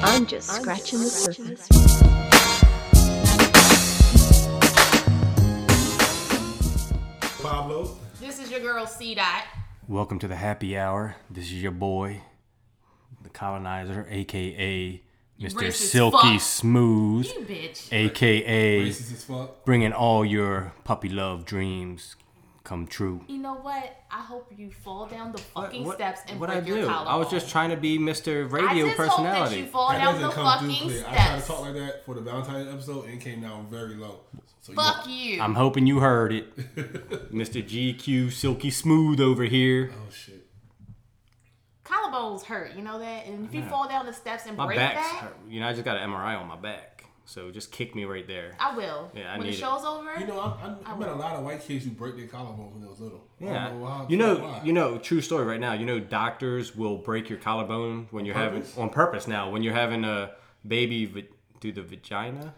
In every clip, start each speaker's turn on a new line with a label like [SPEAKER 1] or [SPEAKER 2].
[SPEAKER 1] I'm just scratching the surface.
[SPEAKER 2] Pablo.
[SPEAKER 3] This is your girl C dot.
[SPEAKER 4] Welcome to the happy hour. This is your boy, the colonizer, aka Mr.
[SPEAKER 3] racist
[SPEAKER 4] Silky
[SPEAKER 3] fuck.
[SPEAKER 4] Smooth,
[SPEAKER 3] You bitch.
[SPEAKER 4] aka
[SPEAKER 2] Racist as fuck.
[SPEAKER 4] bringing all your puppy love dreams come true.
[SPEAKER 3] You know what? I hope you fall down the fucking
[SPEAKER 4] what,
[SPEAKER 3] steps and
[SPEAKER 4] what
[SPEAKER 3] break
[SPEAKER 4] I
[SPEAKER 3] your
[SPEAKER 4] do?
[SPEAKER 3] collarbone.
[SPEAKER 4] I was just trying to be Mr. Radio
[SPEAKER 3] I just
[SPEAKER 4] personality.
[SPEAKER 3] hope Oh, that you fall
[SPEAKER 2] That
[SPEAKER 3] down
[SPEAKER 2] doesn't
[SPEAKER 3] the
[SPEAKER 2] come through
[SPEAKER 3] fucking
[SPEAKER 2] clear. I tried to
[SPEAKER 3] steps.
[SPEAKER 2] talk like that for the Valentine's episode and it came down very low. So you
[SPEAKER 3] Fuck
[SPEAKER 2] know-
[SPEAKER 3] you.
[SPEAKER 4] I'm hoping you heard it. Mr. GQ Silky Smooth over here.
[SPEAKER 2] Oh shit.
[SPEAKER 3] Collarbones hurt. You know that. And if you fall down the steps and
[SPEAKER 4] My
[SPEAKER 3] break
[SPEAKER 4] back's
[SPEAKER 3] that,
[SPEAKER 4] hurt. You know, I just got an MRI on my back. So just kick me right there.
[SPEAKER 3] I will.
[SPEAKER 4] Yeah, I
[SPEAKER 3] when
[SPEAKER 4] need
[SPEAKER 3] the
[SPEAKER 4] it.
[SPEAKER 3] show's over,
[SPEAKER 2] You know, I, I, I met a lot of white kids who break their collarbones when they was little. I don't
[SPEAKER 4] Yeah,
[SPEAKER 2] know how-
[SPEAKER 4] you know,
[SPEAKER 2] why.
[SPEAKER 4] you know, true story. Right now, you know, doctors will break your collarbone when you're having
[SPEAKER 2] purpose?
[SPEAKER 4] on purpose. Now, when you're having a baby va- through the vagina,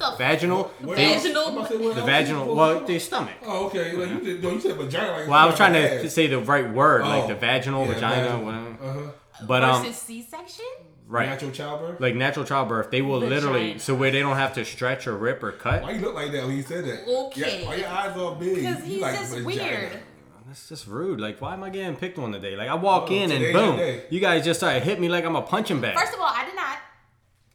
[SPEAKER 3] The
[SPEAKER 4] vaginal,
[SPEAKER 2] Where-
[SPEAKER 4] they-
[SPEAKER 3] Vaginal-
[SPEAKER 2] I'm about to say, where
[SPEAKER 4] the
[SPEAKER 2] else you
[SPEAKER 4] vaginal,
[SPEAKER 2] supposed
[SPEAKER 4] well,
[SPEAKER 2] to-
[SPEAKER 4] the stomach.
[SPEAKER 2] Oh, okay. Like you did, no, you said vagina. Like
[SPEAKER 4] Well, I was trying
[SPEAKER 2] ass.
[SPEAKER 4] to say the right word, like
[SPEAKER 2] Oh.
[SPEAKER 4] the vaginal,
[SPEAKER 2] Yeah,
[SPEAKER 4] vagina,
[SPEAKER 2] vaginal.
[SPEAKER 4] whatever.
[SPEAKER 2] Uh-huh.
[SPEAKER 4] But
[SPEAKER 3] versus
[SPEAKER 4] um,
[SPEAKER 3] C-section.
[SPEAKER 4] right,
[SPEAKER 2] Natural childbirth.
[SPEAKER 4] like natural childbirth, they will literally
[SPEAKER 3] Vagina.
[SPEAKER 4] so where they don't have to stretch or rip or
[SPEAKER 2] why
[SPEAKER 4] cut.
[SPEAKER 2] you look like that when you said that?
[SPEAKER 3] Okay.
[SPEAKER 2] Yeah, why your eyes all big?
[SPEAKER 3] Because
[SPEAKER 2] You
[SPEAKER 3] he's
[SPEAKER 2] like
[SPEAKER 3] just
[SPEAKER 2] vagina.
[SPEAKER 3] weird.
[SPEAKER 4] That's just rude. Like, why am I getting picked on today? Like, I walk
[SPEAKER 2] Oh,
[SPEAKER 4] in
[SPEAKER 2] today
[SPEAKER 4] and
[SPEAKER 2] your
[SPEAKER 4] boom,
[SPEAKER 2] day.
[SPEAKER 4] you guys just started hitting me like I'm a punching bag.
[SPEAKER 3] First of all, I did not.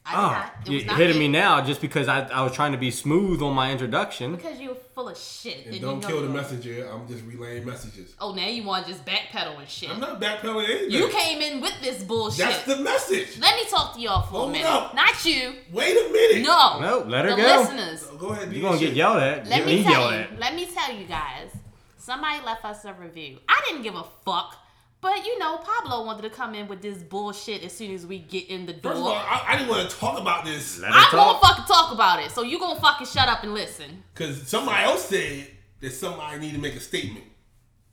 [SPEAKER 3] I did
[SPEAKER 4] Oh,
[SPEAKER 3] not. It
[SPEAKER 4] you're
[SPEAKER 3] was not
[SPEAKER 4] hitting me now just because I, I was trying to be smooth on my introduction.
[SPEAKER 3] because you're full of shit.
[SPEAKER 2] And
[SPEAKER 3] that
[SPEAKER 2] don't
[SPEAKER 3] you know
[SPEAKER 2] kill the
[SPEAKER 3] you are.
[SPEAKER 2] messenger. I'm just relaying messages.
[SPEAKER 3] Oh, now you want to just backpedal and shit.
[SPEAKER 2] I'm not backpedaling anything.
[SPEAKER 3] You came in with this bullshit.
[SPEAKER 2] That's the message.
[SPEAKER 3] Let me talk to y'all for
[SPEAKER 2] Hold
[SPEAKER 3] a minute.
[SPEAKER 2] up.
[SPEAKER 3] Not you.
[SPEAKER 2] Wait a minute.
[SPEAKER 3] No.
[SPEAKER 4] No, let her
[SPEAKER 3] the
[SPEAKER 4] go.
[SPEAKER 3] listeners.
[SPEAKER 2] Oh, Go ahead.
[SPEAKER 4] You're gonna get yelled at.
[SPEAKER 3] Let
[SPEAKER 4] Get
[SPEAKER 3] me
[SPEAKER 4] yelled
[SPEAKER 3] tell you.
[SPEAKER 4] at.
[SPEAKER 3] Let me tell you guys. Somebody left us a review. I didn't give a fuck. But you know, Pablo wanted to come in with this bullshit as soon as we get in the door.
[SPEAKER 2] First of all, I, I didn't want to talk about this
[SPEAKER 4] Let her
[SPEAKER 3] I'm
[SPEAKER 4] talk.
[SPEAKER 3] gonna fucking talk about it. So you gonna fucking shut up and listen.
[SPEAKER 2] because somebody else said that somebody need to make a statement.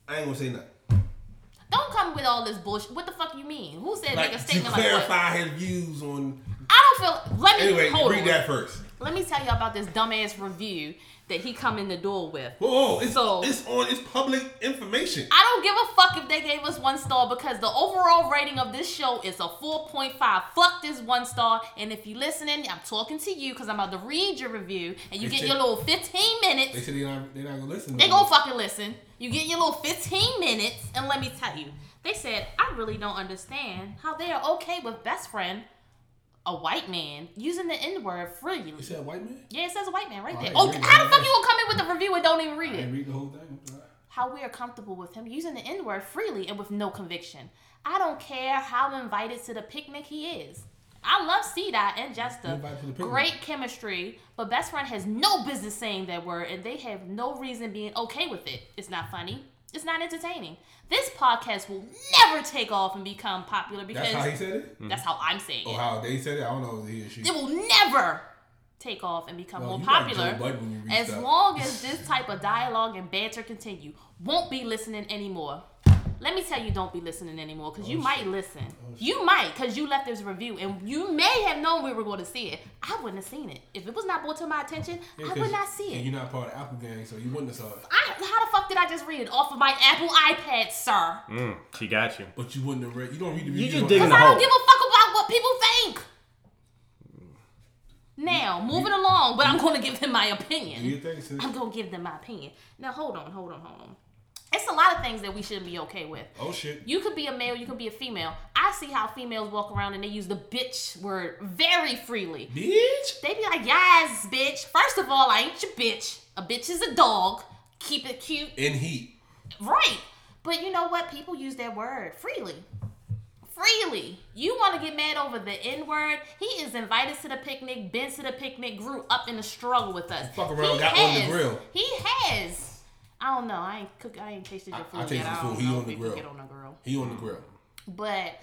[SPEAKER 2] I ain't gonna say nothing.
[SPEAKER 3] Don't come with all this bullshit. What the fuck you mean? Who said
[SPEAKER 2] Like
[SPEAKER 3] make a
[SPEAKER 2] to
[SPEAKER 3] statement like what?
[SPEAKER 2] clarify his views on.
[SPEAKER 3] I don't feel. Let me
[SPEAKER 2] Anyway,
[SPEAKER 3] hold
[SPEAKER 2] read
[SPEAKER 3] on.
[SPEAKER 2] that first.
[SPEAKER 3] Let me tell you about this dumbass review that he come in the door with.
[SPEAKER 2] Whoa, whoa, it's,
[SPEAKER 3] So-
[SPEAKER 2] it's on. It's public information.
[SPEAKER 3] I don't give a fuck if they gave us one star because the overall rating of this show is a 4.5. Fuck this one star. And if you listening, I'm talking to you because I'm about to read your review and you
[SPEAKER 2] They
[SPEAKER 3] get
[SPEAKER 2] said-
[SPEAKER 3] your little 15
[SPEAKER 2] They
[SPEAKER 3] minutes.
[SPEAKER 2] said they're not, they're not gonna listen.
[SPEAKER 3] They
[SPEAKER 2] no more.
[SPEAKER 3] gonna fucking listen. You get your little 15 minutes and let me tell you. They said, I really don't understand how they are okay with best friend, a white man, using the N word freely.
[SPEAKER 2] You said white man.
[SPEAKER 3] Yeah, it says a white man right
[SPEAKER 2] Oh, I
[SPEAKER 3] there.
[SPEAKER 2] ain't
[SPEAKER 3] Oh,
[SPEAKER 2] read it.
[SPEAKER 3] how the fuck you gonna come in with the review and don't even read
[SPEAKER 2] I
[SPEAKER 3] it?
[SPEAKER 2] didn't read the whole thing.
[SPEAKER 3] how we are comfortable with him using the N word freely and with no conviction. I don't care how invited to the picnic he is. I love C Dot and Jester.
[SPEAKER 2] Invited to the picnic.
[SPEAKER 3] Great chemistry, but best friend has no business saying that word and they have no reason being okay with it. It's not funny. It's not entertaining. This podcast will never take off and become popular because
[SPEAKER 2] That's how he Oh, said it.
[SPEAKER 3] that's how I'm saying
[SPEAKER 2] Or
[SPEAKER 3] it.
[SPEAKER 2] how they said it. I don't know if it was he or she.
[SPEAKER 3] It will never take off and become
[SPEAKER 2] No,
[SPEAKER 3] more
[SPEAKER 2] you like Joe
[SPEAKER 3] popular
[SPEAKER 2] Budden when you read
[SPEAKER 3] as
[SPEAKER 2] stuff.
[SPEAKER 3] long as this type of dialogue and banter continue. Won't be listening anymore. Let me tell you, don't be listening anymore because
[SPEAKER 2] Oh,
[SPEAKER 3] you might listen. you might because you left this review and you may have known we were going to see it. I wouldn't have seen it if it was not brought to my attention. I would not see
[SPEAKER 2] And
[SPEAKER 3] it.
[SPEAKER 2] you're not part of Apple Gang, so you wouldn't have saw it.
[SPEAKER 3] I, how the fuck did I just read it off of my Apple iPad, sir?
[SPEAKER 4] Mm, she got you.
[SPEAKER 2] But you wouldn't have read. You don't read
[SPEAKER 4] You
[SPEAKER 2] the review.
[SPEAKER 4] just
[SPEAKER 2] on
[SPEAKER 4] digging
[SPEAKER 3] Because
[SPEAKER 4] the
[SPEAKER 2] Apple.
[SPEAKER 3] I don't
[SPEAKER 4] hole.
[SPEAKER 3] give a fuck about what people think. Now, moving along, but I'm going to give him my opinion.
[SPEAKER 2] Do you think so?
[SPEAKER 3] I'm gonna give them my opinion. Now hold on, hold on, hold on. It's a lot of things that we shouldn't be okay with.
[SPEAKER 2] Oh shit.
[SPEAKER 3] You could be a male, you could be a female. I see how females walk around and they use the bitch word very freely.
[SPEAKER 2] Bitch.
[SPEAKER 3] They be like, yes, bitch. First of all, I ain't your bitch. A bitch is a dog. Keep it cute.
[SPEAKER 2] In heat.
[SPEAKER 3] Right. But you know what? People use that word freely. Freely. You want to get mad over the N word? He is invited to the picnic, been to the picnic, grew up in the struggle with us.
[SPEAKER 2] Fuck around,
[SPEAKER 3] He
[SPEAKER 2] got on the grill.
[SPEAKER 3] He has. I don't know. I ain't cook. I ain't tasted your food
[SPEAKER 2] I
[SPEAKER 3] yet.
[SPEAKER 2] tasted
[SPEAKER 3] I
[SPEAKER 2] food.
[SPEAKER 3] don't
[SPEAKER 2] He
[SPEAKER 3] know
[SPEAKER 2] on
[SPEAKER 3] if
[SPEAKER 2] the
[SPEAKER 3] it
[SPEAKER 2] grill.
[SPEAKER 3] Could get on the grill.
[SPEAKER 2] He on the grill.
[SPEAKER 3] But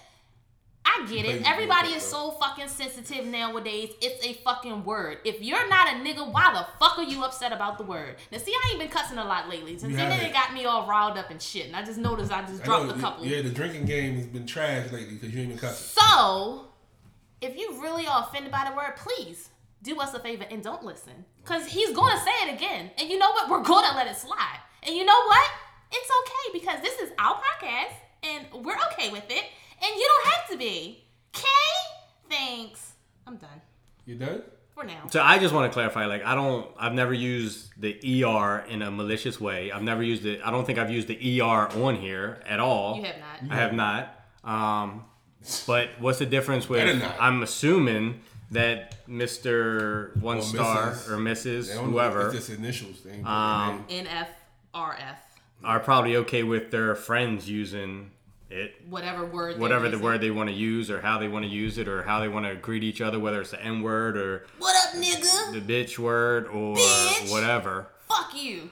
[SPEAKER 3] I get
[SPEAKER 2] Baby
[SPEAKER 3] it. Everybody
[SPEAKER 2] grill,
[SPEAKER 3] is
[SPEAKER 2] bro.
[SPEAKER 3] so fucking sensitive nowadays. It's a fucking word. If you're not a nigga, why the fuck are you upset about the word? Now, see, I ain't been cussing a lot lately. Since then,
[SPEAKER 2] haven't.
[SPEAKER 3] it got me all riled up and shit. And I just noticed I just
[SPEAKER 2] I
[SPEAKER 3] dropped
[SPEAKER 2] know,
[SPEAKER 3] a couple.
[SPEAKER 2] Yeah, the drinking game has been trash lately because you ain't been cussing.
[SPEAKER 3] So, if you really are offended by the word, please do us a favor and don't listen. Because he's going to say it again. And you know what? We're going to let it slide. And you know what? It's okay because this is our podcast and we're okay with it. And you don't have to be. Okay? Thanks. I'm done
[SPEAKER 2] You done?
[SPEAKER 3] for now.
[SPEAKER 4] So I just want to clarify. Like I don't. I've never used the ER in a malicious way. I've never used it. I don't think I've used the ER on here at all.
[SPEAKER 3] You have not.
[SPEAKER 4] I have not. Um, but what's the difference
[SPEAKER 2] Better
[SPEAKER 4] with?
[SPEAKER 2] not.
[SPEAKER 4] I'm assuming that Mr. One
[SPEAKER 2] Or
[SPEAKER 4] Star
[SPEAKER 2] Mrs..
[SPEAKER 4] or Mrs.
[SPEAKER 2] They don't know
[SPEAKER 4] whoever
[SPEAKER 2] It's just initials thing.
[SPEAKER 3] NFRF,
[SPEAKER 4] are probably okay with their friends using it,
[SPEAKER 3] whatever word. they're
[SPEAKER 4] whatever the
[SPEAKER 3] using.
[SPEAKER 4] word they want to use or how they want to use it or how they want to greet each other, whether it's the N word or
[SPEAKER 3] What up, nigga?
[SPEAKER 4] the bitch word or
[SPEAKER 3] Bitch.
[SPEAKER 4] whatever.
[SPEAKER 3] Fuck you.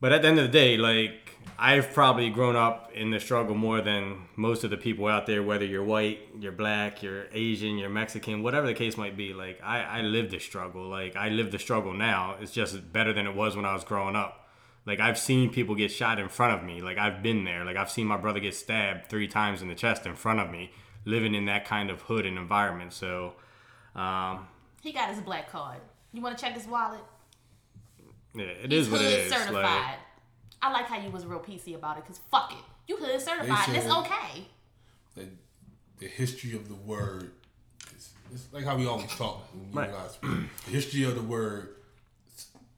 [SPEAKER 4] But at the end of the day, like I've probably grown up in the struggle more than most of the people out there, whether you're white, you're black, you're Asian, you're Mexican, whatever the case might be. Like I, I live the struggle. Like I live the struggle now. It's just better than it was when I was growing up. Like I've seen people get shot in front of me. Like I've been there. Like I've seen my brother get stabbed three times in the chest in front of me, living in that kind of hood and environment. So um,
[SPEAKER 3] He got his black card. You want to check his wallet?
[SPEAKER 4] yeah, it is what it
[SPEAKER 3] hood
[SPEAKER 4] is. Like,
[SPEAKER 3] certified. I like how you was real PC about it, cause fuck it, you hood certified.
[SPEAKER 2] said-
[SPEAKER 3] It's okay.
[SPEAKER 2] the, the history of the word. It's, it's like how we always talk. When you
[SPEAKER 4] Right.
[SPEAKER 2] and I speak. The history of the word.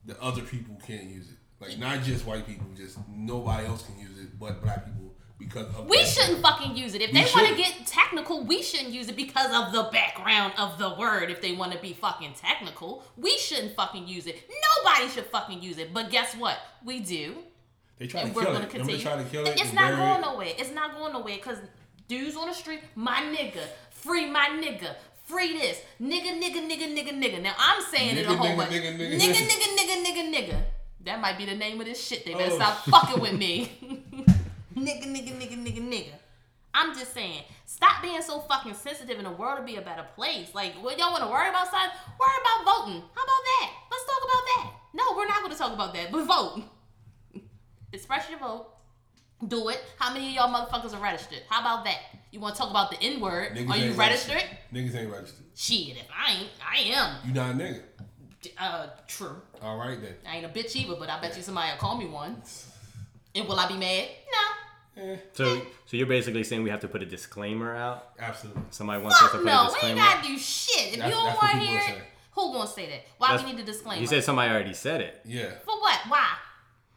[SPEAKER 2] The other people can't use it. Like not just white people. Just nobody else can use it but black people because of
[SPEAKER 3] We
[SPEAKER 2] that.
[SPEAKER 3] shouldn't fucking use it. If
[SPEAKER 2] We
[SPEAKER 3] they want to
[SPEAKER 2] shouldn't.
[SPEAKER 3] get technical, we shouldn't use it because of the background of the word. If they want to be fucking technical, we shouldn't fucking use it. Nobody should fucking use it. But guess what? We do.
[SPEAKER 2] They try to
[SPEAKER 3] And we're
[SPEAKER 2] kill
[SPEAKER 3] going to
[SPEAKER 2] it. Remember
[SPEAKER 3] continue.
[SPEAKER 2] they try to kill it.
[SPEAKER 3] It's
[SPEAKER 2] and
[SPEAKER 3] not
[SPEAKER 2] bury
[SPEAKER 3] going
[SPEAKER 2] it?
[SPEAKER 3] nowhere. It's not going nowhere because dudes on the street, my nigga, free my nigga. Free this. Nigga, nigga, nigga, nigga, nigga. Now I'm saying it a
[SPEAKER 2] Nigga,
[SPEAKER 3] whole
[SPEAKER 2] nigga,
[SPEAKER 3] bunch.
[SPEAKER 2] nigga,
[SPEAKER 3] Nigga,
[SPEAKER 2] nigga.
[SPEAKER 3] nigga, nigga, nigga, nigga. That might be the name of this shit. They better
[SPEAKER 2] Oh.
[SPEAKER 3] stop fucking with me. nigga, nigga, nigga, nigga, nigga. I'm just saying, stop being so fucking sensitive and the world will be a better place. Like, what y'all want to worry about something? Worry about voting. How about that? Let's talk about that. No, we're not going to talk about that, but vote. Express your vote. Do it. How many of y'all motherfuckers are registered? How about that? You want to talk about the N word?
[SPEAKER 2] Niggas
[SPEAKER 3] Are you
[SPEAKER 2] ain't
[SPEAKER 3] registered?
[SPEAKER 2] Niggas ain't registered.
[SPEAKER 3] Shit, if I ain't, I am.
[SPEAKER 2] You not a nigga.
[SPEAKER 3] Uh, true.
[SPEAKER 2] All right then.
[SPEAKER 3] I ain't a bitch either, but I bet you somebody will call me one. And will I be mad? No.
[SPEAKER 2] Eh,
[SPEAKER 4] So, so you're basically saying we have to put a disclaimer out.
[SPEAKER 2] Absolutely.
[SPEAKER 4] Somebody wants us to
[SPEAKER 3] Fuck
[SPEAKER 4] put a
[SPEAKER 3] no. We
[SPEAKER 4] disclaimer.
[SPEAKER 3] ain't gotta do shit. If
[SPEAKER 2] That's-
[SPEAKER 3] you don't
[SPEAKER 2] that's
[SPEAKER 3] want
[SPEAKER 2] what
[SPEAKER 3] to
[SPEAKER 2] people
[SPEAKER 3] hear
[SPEAKER 2] will
[SPEAKER 3] it,
[SPEAKER 2] say.
[SPEAKER 3] who gonna say that? Why
[SPEAKER 4] That's-
[SPEAKER 3] we need a disclaimer?
[SPEAKER 4] You said somebody already said it.
[SPEAKER 2] Yeah.
[SPEAKER 3] For what? Why?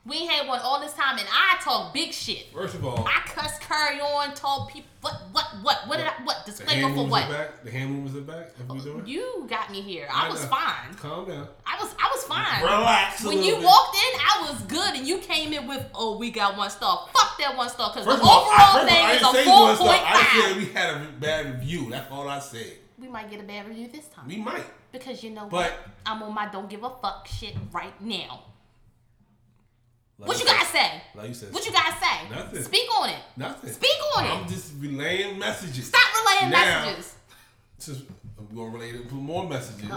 [SPEAKER 3] We ain't had one all this time, and I talk big shit.
[SPEAKER 2] First of all,
[SPEAKER 3] I cuss, carry on, told people what, what, what, what did I, what
[SPEAKER 2] the
[SPEAKER 3] disclaimer
[SPEAKER 2] hand
[SPEAKER 3] for
[SPEAKER 2] movements
[SPEAKER 3] what? Oh,
[SPEAKER 2] are back. The hand movements are back. If we doing.
[SPEAKER 3] You got me here. I was
[SPEAKER 2] know.
[SPEAKER 3] fine.
[SPEAKER 2] Calm down.
[SPEAKER 3] I was I was fine.
[SPEAKER 2] Relax. a
[SPEAKER 3] When
[SPEAKER 2] little
[SPEAKER 3] you
[SPEAKER 2] bit.
[SPEAKER 3] walked in, I was good, and you came in with, "Oh, we got one star." Fuck that one star, because the
[SPEAKER 2] First of all, I-
[SPEAKER 3] overall
[SPEAKER 2] first of all, I didn't say
[SPEAKER 3] thing is
[SPEAKER 2] you
[SPEAKER 3] a four
[SPEAKER 2] was the-
[SPEAKER 3] point
[SPEAKER 2] I said
[SPEAKER 3] five.
[SPEAKER 2] we had a bad review. That's all I said.
[SPEAKER 3] We might get a bad review this time
[SPEAKER 2] We might.
[SPEAKER 3] because you know
[SPEAKER 2] But-
[SPEAKER 3] what? I'm on my don't give a fuck shit right now.
[SPEAKER 2] Like
[SPEAKER 3] what you guys
[SPEAKER 2] said-
[SPEAKER 3] say?
[SPEAKER 2] Like you said.
[SPEAKER 3] What you guys say?
[SPEAKER 2] Nothing.
[SPEAKER 3] Speak on it.
[SPEAKER 2] Nothing.
[SPEAKER 3] Speak on
[SPEAKER 2] I'm
[SPEAKER 3] it.
[SPEAKER 2] just relaying messages.
[SPEAKER 3] Stop relaying
[SPEAKER 2] Now-
[SPEAKER 3] messages.
[SPEAKER 2] Just- I'm gonna relay it to more messages.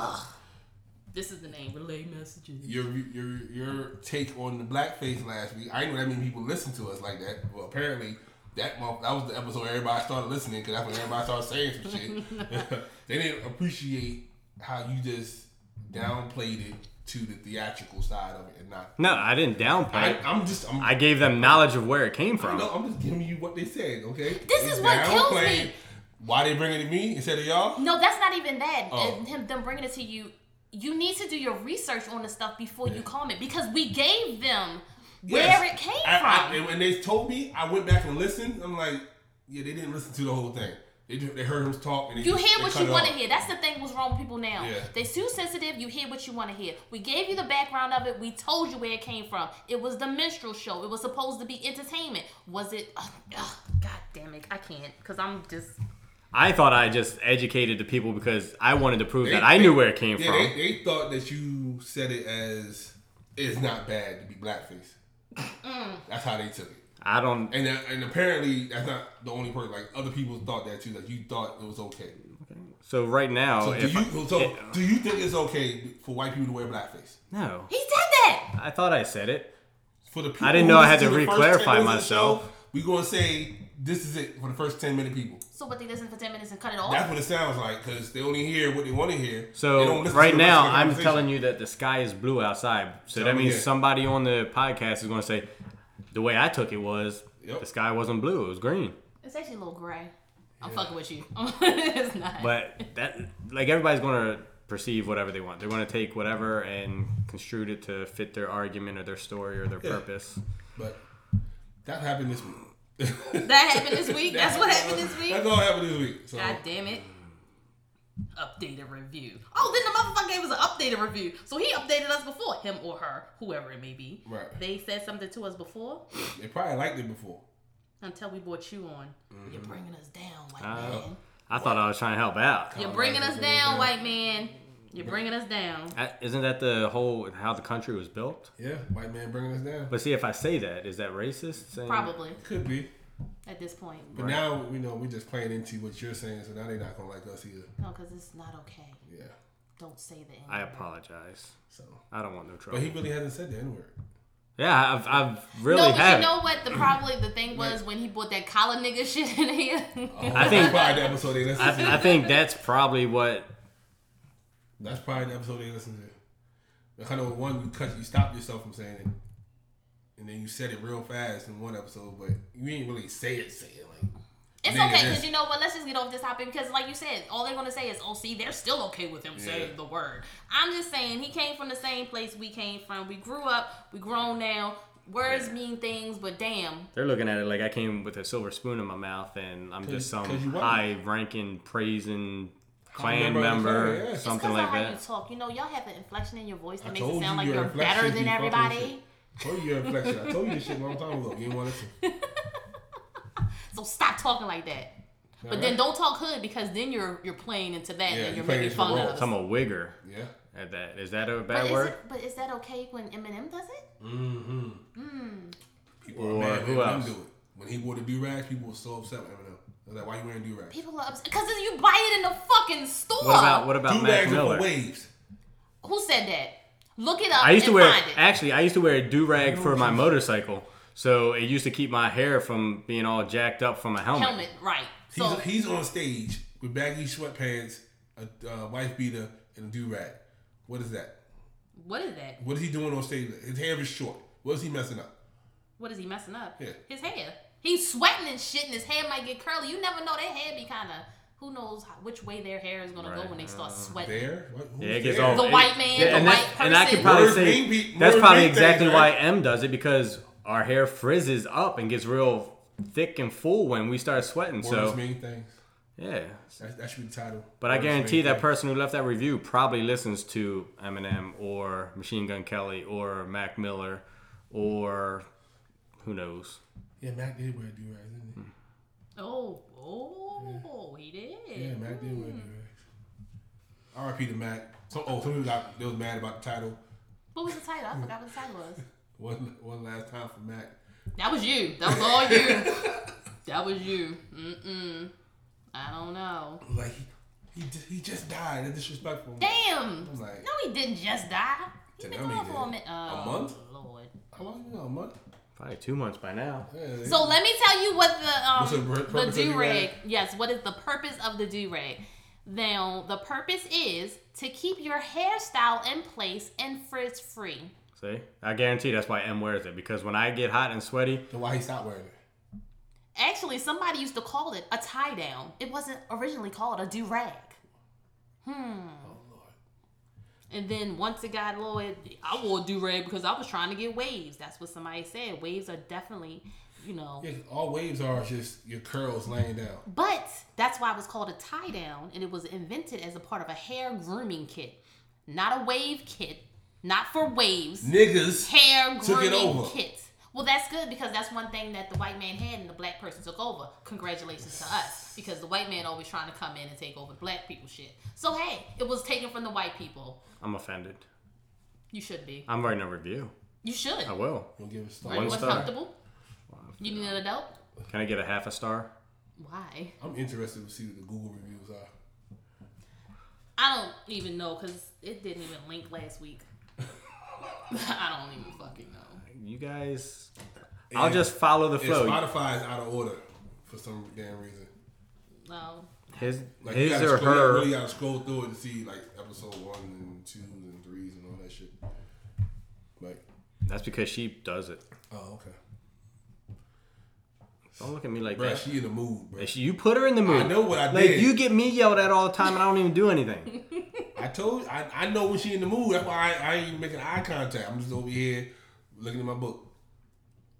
[SPEAKER 3] This is the name. Relay messages.
[SPEAKER 2] Your your your take on the blackface last week. I know that many people listen to us like that. Well, apparently that month that was the episode everybody started listening because that's when everybody started saying some shit. they didn't appreciate how you just downplayed it to the theatrical side of it and not.
[SPEAKER 4] No, I didn't downplay.
[SPEAKER 2] I,
[SPEAKER 4] it.
[SPEAKER 2] I'm just I'm,
[SPEAKER 4] I gave them knowledge of where it came from.
[SPEAKER 2] No, I'm just giving you what they said, okay?
[SPEAKER 3] This is what kills me.
[SPEAKER 2] downplaying Why they bring it to me instead of y'all?
[SPEAKER 3] No, that's not even that.
[SPEAKER 2] Oh.
[SPEAKER 3] And Him, them bringing it to you. You need to do your research on the stuff before you comment because we gave them where
[SPEAKER 2] Yes.
[SPEAKER 3] it came
[SPEAKER 2] I- I-
[SPEAKER 3] from.
[SPEAKER 2] and when they told me, I went back and listened. I'm like, yeah, they didn't listen to the whole thing. They just, they heard him talk. And they
[SPEAKER 3] you
[SPEAKER 2] just-
[SPEAKER 3] hear
[SPEAKER 2] they
[SPEAKER 3] what
[SPEAKER 2] cut
[SPEAKER 3] you
[SPEAKER 2] it
[SPEAKER 3] want to
[SPEAKER 2] off.
[SPEAKER 3] hear. That's the thing. What's wrong with people now?
[SPEAKER 2] Yeah.
[SPEAKER 3] They too sensitive. You hear what you want to hear. We gave you the background of it. We told you where it came from. It was the minstrel show. It was supposed to be entertainment. Was it? Ugh, ugh, God damn it! I can't because I'm just.
[SPEAKER 4] I thought I just educated the people because I wanted to prove
[SPEAKER 2] They-
[SPEAKER 4] that I
[SPEAKER 2] they-
[SPEAKER 4] knew where it came
[SPEAKER 2] yeah,
[SPEAKER 4] from.
[SPEAKER 2] They, they thought that you said it as it's not bad to be blackface. That's how they took it.
[SPEAKER 4] I don't.
[SPEAKER 2] And that, and apparently that's not the only person. Like other people thought that too. Like you thought it was okay.
[SPEAKER 4] So right now,
[SPEAKER 2] So do
[SPEAKER 4] Oh, if
[SPEAKER 2] you
[SPEAKER 4] I,
[SPEAKER 2] so
[SPEAKER 4] it-
[SPEAKER 2] do you think it's okay for white people to wear blackface?
[SPEAKER 4] no,
[SPEAKER 3] He said that.
[SPEAKER 4] I thought I said it.
[SPEAKER 2] For the people
[SPEAKER 4] I didn't know
[SPEAKER 2] who
[SPEAKER 4] I had
[SPEAKER 2] listen
[SPEAKER 4] to
[SPEAKER 2] the first
[SPEAKER 4] re-clarify
[SPEAKER 2] 10 minutes of the
[SPEAKER 4] myself.
[SPEAKER 2] show, we gonna say this is it for the first ten minute people.
[SPEAKER 3] So what? They listen for ten minutes and cut it off.
[SPEAKER 2] That's what it sounds like because they only hear what they want to hear. They
[SPEAKER 4] So
[SPEAKER 2] don't listen
[SPEAKER 4] right
[SPEAKER 2] to the rest
[SPEAKER 4] now,
[SPEAKER 2] of the
[SPEAKER 4] I'm
[SPEAKER 2] conversation.
[SPEAKER 4] telling you that the sky is blue outside. So
[SPEAKER 2] Tell
[SPEAKER 4] that
[SPEAKER 2] me
[SPEAKER 4] means
[SPEAKER 2] it.
[SPEAKER 4] somebody on the podcast is going to say, the way I took it was
[SPEAKER 2] Yep.
[SPEAKER 4] the sky wasn't blue; it was green.
[SPEAKER 3] it's actually a little gray. I'm fucking with you. it's not.
[SPEAKER 4] But that, like, everybody's going to perceive whatever they want. They're going to take whatever and construe it to fit their argument or their story or their purpose.
[SPEAKER 2] But that happened this week.
[SPEAKER 3] that happened this week. That's what happened this week.
[SPEAKER 2] That's all happened this week. So
[SPEAKER 3] God damn it. Updated review. Oh, then the motherfucker gave us an updated review. So he updated us before, him or her, whoever it may be.
[SPEAKER 2] Right.
[SPEAKER 3] They said something to us before
[SPEAKER 2] they probably liked it before.
[SPEAKER 3] until we brought you on. You're bringing us down, white
[SPEAKER 4] Oh.
[SPEAKER 3] man.
[SPEAKER 4] I thought I was trying to help out.
[SPEAKER 3] You're
[SPEAKER 2] Oh,
[SPEAKER 3] bringing
[SPEAKER 2] right,
[SPEAKER 3] us
[SPEAKER 2] you're
[SPEAKER 3] down,
[SPEAKER 2] bringing us down.
[SPEAKER 3] white man. You're bringing us down.
[SPEAKER 4] That- Isn't that the whole how the country was built?
[SPEAKER 2] Yeah, white man bringing us down.
[SPEAKER 4] But see, if I say that, is that racist? Saying,
[SPEAKER 3] Probably
[SPEAKER 2] Could be.
[SPEAKER 3] at this point.
[SPEAKER 2] But now you know we're just playing into what you're saying, so now they're not gonna like us either.
[SPEAKER 3] No, because it's not okay.
[SPEAKER 2] Yeah.
[SPEAKER 3] Don't say that.
[SPEAKER 4] I apologize.
[SPEAKER 2] So,
[SPEAKER 4] I don't want no trouble.
[SPEAKER 2] but he really hasn't said the N word.
[SPEAKER 4] yeah, I've, I've really
[SPEAKER 3] no, but
[SPEAKER 4] have.
[SPEAKER 3] you know what? The probably the thing was when he brought that collar nigga shit in here.
[SPEAKER 4] I think-
[SPEAKER 2] that's probably the episode they listen to.
[SPEAKER 4] I, I think that's probably what.
[SPEAKER 2] That's probably the episode they listen to. Like, I know one you cut, you stopped yourself from saying it, and then you said it real fast in one episode, but you ain't really say it, say it like.
[SPEAKER 3] It's
[SPEAKER 2] Nigga,
[SPEAKER 3] okay because
[SPEAKER 2] that's-
[SPEAKER 3] you know what? Let's just get off this topic because, like you said, all they're gonna say is, "Oh, see, they're still okay with him saying
[SPEAKER 2] Yeah.
[SPEAKER 3] the word." I'm just saying he came from the same place we came from. We grew up. We grown now. Words mean things, but damn,
[SPEAKER 4] They're looking at it like I came with a silver spoon in my mouth and I'm just
[SPEAKER 2] 'Cause- 'cause
[SPEAKER 4] some
[SPEAKER 2] you wasn't.
[SPEAKER 4] high ranking, praising clan
[SPEAKER 2] Clan member of the
[SPEAKER 4] member,
[SPEAKER 2] clan, yeah. It's
[SPEAKER 4] something
[SPEAKER 3] it's 'cause of
[SPEAKER 4] like
[SPEAKER 3] how
[SPEAKER 4] that.
[SPEAKER 3] you talk. You know, y'all have an inflection in your voice that
[SPEAKER 2] I
[SPEAKER 3] makes it
[SPEAKER 2] told
[SPEAKER 3] sound
[SPEAKER 2] you
[SPEAKER 3] like
[SPEAKER 2] your
[SPEAKER 3] you're
[SPEAKER 2] inflection
[SPEAKER 3] better
[SPEAKER 2] be
[SPEAKER 3] than
[SPEAKER 2] fucking
[SPEAKER 3] everybody.
[SPEAKER 2] shit. Told you your inflection. I told you this shit a long time ago. You didn't want to listen.
[SPEAKER 3] So stop talking like that. But then
[SPEAKER 2] Alright.
[SPEAKER 3] don't talk hood because then you're you're playing into that
[SPEAKER 2] Yeah,
[SPEAKER 3] and you're
[SPEAKER 2] you're playing
[SPEAKER 3] making
[SPEAKER 2] into
[SPEAKER 3] fun
[SPEAKER 2] the
[SPEAKER 3] of
[SPEAKER 2] role.
[SPEAKER 3] us.
[SPEAKER 4] I'm a wigger
[SPEAKER 2] Yeah.
[SPEAKER 4] at that. Is that a
[SPEAKER 3] But
[SPEAKER 4] bad
[SPEAKER 3] is,
[SPEAKER 4] word?
[SPEAKER 3] it, but is that okay when Eminem does it?
[SPEAKER 2] Mm-hmm. People
[SPEAKER 4] Or
[SPEAKER 2] are mad
[SPEAKER 4] who
[SPEAKER 2] when Eminem
[SPEAKER 4] else?
[SPEAKER 2] do it. When he wore the do rag, people were so upset with Eminem. They're like, why you wearing do rag?
[SPEAKER 3] People are upset because you buy it in the fucking store.
[SPEAKER 4] What about what about
[SPEAKER 2] Do
[SPEAKER 4] Mac
[SPEAKER 2] rags are
[SPEAKER 4] Miller?
[SPEAKER 2] for waves.
[SPEAKER 3] Who said that? Look it up.
[SPEAKER 4] I used to
[SPEAKER 3] and
[SPEAKER 4] wear
[SPEAKER 3] Find it.
[SPEAKER 4] actually I used to wear a do rag for my motorcycle, so it used to keep my hair from being all jacked up from a helmet.
[SPEAKER 3] helmet, right?
[SPEAKER 2] He's,
[SPEAKER 3] So
[SPEAKER 2] he's on stage with baggy sweatpants, a uh, wife beater, and a do rag. What is that?
[SPEAKER 3] what is that?
[SPEAKER 2] What is he doing on stage? His hair is short. What is he messing up?
[SPEAKER 3] What is he messing up?
[SPEAKER 2] Yeah.
[SPEAKER 3] His hair. He's sweating and shit, and his hair might get curly. You never know. Their hair be kind of. Who knows how, which way their hair is gonna
[SPEAKER 4] Right.
[SPEAKER 3] go when they start sweating.
[SPEAKER 2] There? What, who's
[SPEAKER 4] Yeah, it gets
[SPEAKER 2] there?
[SPEAKER 4] all
[SPEAKER 3] The
[SPEAKER 4] it-
[SPEAKER 3] white man, the
[SPEAKER 4] and
[SPEAKER 3] white
[SPEAKER 4] that's- And I
[SPEAKER 3] person.
[SPEAKER 4] could probably
[SPEAKER 2] Words
[SPEAKER 4] say
[SPEAKER 2] mean pe-
[SPEAKER 4] that's
[SPEAKER 2] words
[SPEAKER 4] probably
[SPEAKER 2] mean things,
[SPEAKER 4] exactly why
[SPEAKER 2] right?
[SPEAKER 4] M does it because our hair frizzes up and gets real thick and full when we start sweating.
[SPEAKER 2] Words
[SPEAKER 4] so
[SPEAKER 2] mean things.
[SPEAKER 4] yeah,
[SPEAKER 2] That, that should be the title.
[SPEAKER 4] but I
[SPEAKER 2] Words
[SPEAKER 4] guarantee
[SPEAKER 2] mean
[SPEAKER 4] that
[SPEAKER 2] things.
[SPEAKER 4] person who left that review probably listens to Eminem or Machine Gun Kelly or Mac Miller or who knows.
[SPEAKER 2] Yeah, Mac did wear do rags, didn't he?
[SPEAKER 3] Oh, oh, he did.
[SPEAKER 2] Yeah, Mac did win. R.I.P. to Mac. So, oh, some people got they was mad about the title.
[SPEAKER 3] What was the title? I forgot what the title was.
[SPEAKER 2] One one last time for Mac.
[SPEAKER 3] That was you. That was all you. that was you. Mm-mm. I don't know.
[SPEAKER 2] Like he he, di- he just died. That's disrespectful.
[SPEAKER 3] Damn.
[SPEAKER 2] I'm like,
[SPEAKER 3] No, he didn't just die. He's been
[SPEAKER 2] Tsunami
[SPEAKER 3] gone for a
[SPEAKER 2] did.
[SPEAKER 3] minute.
[SPEAKER 2] A
[SPEAKER 3] Oh,
[SPEAKER 2] month?
[SPEAKER 3] Lord.
[SPEAKER 2] how long you been on, a month?
[SPEAKER 4] Probably two months by now.
[SPEAKER 2] Yeah,
[SPEAKER 3] So let me tell you what the um
[SPEAKER 2] What's the pur-
[SPEAKER 3] the
[SPEAKER 2] purpose of the
[SPEAKER 3] do rag.
[SPEAKER 2] rag?
[SPEAKER 3] Yes, what is the purpose of the do rag? Now the purpose is to keep your hairstyle in place and frizz free.
[SPEAKER 4] See, I guarantee that's why M wears it because when I get hot and sweaty,
[SPEAKER 2] then why he stopped wearing it?
[SPEAKER 3] Actually, somebody used to call it a tie down. It wasn't originally called a do rag.
[SPEAKER 2] Oh Lord.
[SPEAKER 3] And then once it got low, it, I wore do rag because I was trying to get waves. That's what somebody said. Waves are definitely, you know.
[SPEAKER 2] Yeah, 'cause all waves are just your curls laying down.
[SPEAKER 3] But that's why it was called a tie down, and it was invented as a part of a hair grooming kit, not a wave kit, not for waves.
[SPEAKER 2] Niggas.
[SPEAKER 3] Hair
[SPEAKER 2] Took it
[SPEAKER 3] grooming
[SPEAKER 2] over.
[SPEAKER 3] kit. Well, that's good because that's one thing that the white man had and the black person took over. Congratulations to us because the white man always trying to come in and take over black people shit. So hey, it was taken from the white people.
[SPEAKER 4] I'm offended.
[SPEAKER 3] You should be.
[SPEAKER 4] I'm writing a review.
[SPEAKER 3] You should.
[SPEAKER 4] I will.
[SPEAKER 2] Don't give a
[SPEAKER 3] Are you
[SPEAKER 2] star.
[SPEAKER 4] One- star.
[SPEAKER 3] uncomfortable? You need an adult?
[SPEAKER 4] Can I get a half a star?
[SPEAKER 3] Why?
[SPEAKER 2] I'm interested to see what the Google reviews are.
[SPEAKER 3] I don't even know because it didn't even link last week. I don't even fucking know.
[SPEAKER 4] You guys, I'll just follow the
[SPEAKER 2] And
[SPEAKER 4] flow.
[SPEAKER 2] Spotify is out of order for some damn reason.
[SPEAKER 3] No.
[SPEAKER 4] His,
[SPEAKER 2] Like you
[SPEAKER 4] his
[SPEAKER 2] gotta
[SPEAKER 4] or
[SPEAKER 2] scroll- you
[SPEAKER 4] her.
[SPEAKER 2] really gotta scroll through it to see like episode one and twos and threes and all that shit. Like,
[SPEAKER 4] Oh, That's because she does it.
[SPEAKER 2] oh okay.
[SPEAKER 4] Don't look at me like
[SPEAKER 2] Bruh,
[SPEAKER 4] that.
[SPEAKER 2] she in the mood, bruh.
[SPEAKER 4] If she- you put her in the mood.
[SPEAKER 2] know what I
[SPEAKER 4] like,
[SPEAKER 2] did.
[SPEAKER 4] You get me yelled at all the time, and I don't even do anything.
[SPEAKER 2] I told I, I know when she in the mood. That's why I, I ain't even making eye contact. I'm just over here looking at my book.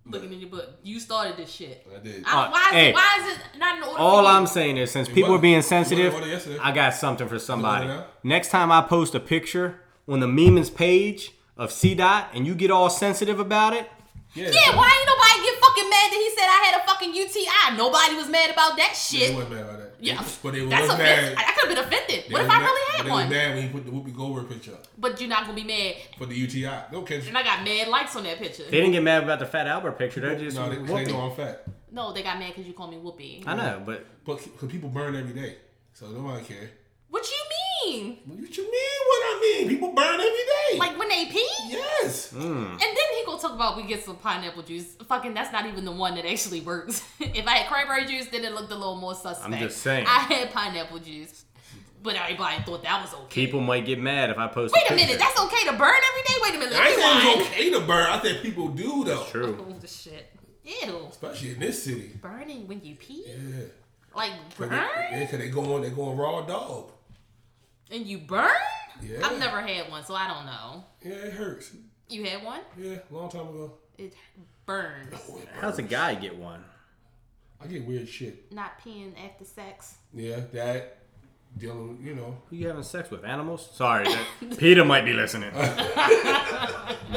[SPEAKER 3] Looking in your book. You started this shit.
[SPEAKER 2] I did.
[SPEAKER 3] I,
[SPEAKER 4] Uh,
[SPEAKER 3] why, is
[SPEAKER 4] hey.
[SPEAKER 3] it, why is it not in order?
[SPEAKER 4] All
[SPEAKER 3] for you?
[SPEAKER 4] I'm saying is, since people
[SPEAKER 2] wasn't-
[SPEAKER 4] are being
[SPEAKER 2] it wasn't
[SPEAKER 4] sensitive,
[SPEAKER 2] ordered yesterday.
[SPEAKER 4] I got something for somebody.
[SPEAKER 2] ordered now?
[SPEAKER 4] Next time I post a picture on the Meemans page of C Dot, and you get all sensitive about it,
[SPEAKER 3] Yeah, why ain't nobody get fucking mad that he said I had a fucking UTI? Nobody was mad about that
[SPEAKER 2] They
[SPEAKER 3] shit.
[SPEAKER 2] wasn't mad about that.
[SPEAKER 3] Yeah,
[SPEAKER 2] but they was
[SPEAKER 3] that's
[SPEAKER 2] mad.
[SPEAKER 3] offensive. I, I could have been offended.
[SPEAKER 2] They
[SPEAKER 3] what if
[SPEAKER 2] was
[SPEAKER 3] I
[SPEAKER 2] mad-
[SPEAKER 3] really
[SPEAKER 2] but
[SPEAKER 3] had
[SPEAKER 2] they was
[SPEAKER 3] one?
[SPEAKER 2] mad when you put the Whoopi Goldberg picture up
[SPEAKER 3] But you're not gonna be mad.
[SPEAKER 2] for the UTI. Okay.
[SPEAKER 3] And I got mad likes on that picture.
[SPEAKER 4] they didn't get mad about the Fat Albert picture. They're just
[SPEAKER 2] No, they, they
[SPEAKER 4] whooping.
[SPEAKER 2] know I'm fat.
[SPEAKER 3] no, they got mad because you call me Whoopi.
[SPEAKER 4] I know, but
[SPEAKER 2] But cause people burn every day, so nobody care.
[SPEAKER 3] What you mean?
[SPEAKER 2] What you mean? What I mean? People burn every day.
[SPEAKER 3] Like Mm. when they pee?
[SPEAKER 2] yes.
[SPEAKER 3] And then he gonna talk about we get some pineapple juice. Fucking, that's not even the one that actually works. if I had cranberry juice, then it looked a little more suspect.
[SPEAKER 4] just saying.
[SPEAKER 3] I had pineapple juice, but everybody thought that was okay.
[SPEAKER 4] people might get mad if I post.
[SPEAKER 3] Wait a
[SPEAKER 4] picture.
[SPEAKER 3] minute, that's okay to burn every day. Wait a minute,
[SPEAKER 2] I ain't saying
[SPEAKER 3] let
[SPEAKER 2] it's okay to burn. I said people do though,
[SPEAKER 3] me
[SPEAKER 4] true.
[SPEAKER 3] rewind. Oh shit, ew,
[SPEAKER 2] especially in this city.
[SPEAKER 3] burning when you pee,
[SPEAKER 2] Yeah.
[SPEAKER 3] like burn,
[SPEAKER 2] Cause they, yeah, 'cause they go on. They go on raw dog.
[SPEAKER 3] and you burn.
[SPEAKER 2] Yeah.
[SPEAKER 3] I've never had one, so I don't know.
[SPEAKER 2] Yeah, it hurts.
[SPEAKER 3] You had one?
[SPEAKER 2] Yeah, long time ago.
[SPEAKER 3] It burns.
[SPEAKER 2] Oh, it
[SPEAKER 4] How's a
[SPEAKER 2] burns.
[SPEAKER 4] guy get one?
[SPEAKER 2] I get weird shit.
[SPEAKER 3] Not peeing after sex.
[SPEAKER 2] Yeah, that dealing. with, You know,
[SPEAKER 4] Who you having sex with? Animals? Sorry, that, Peter might be listening. that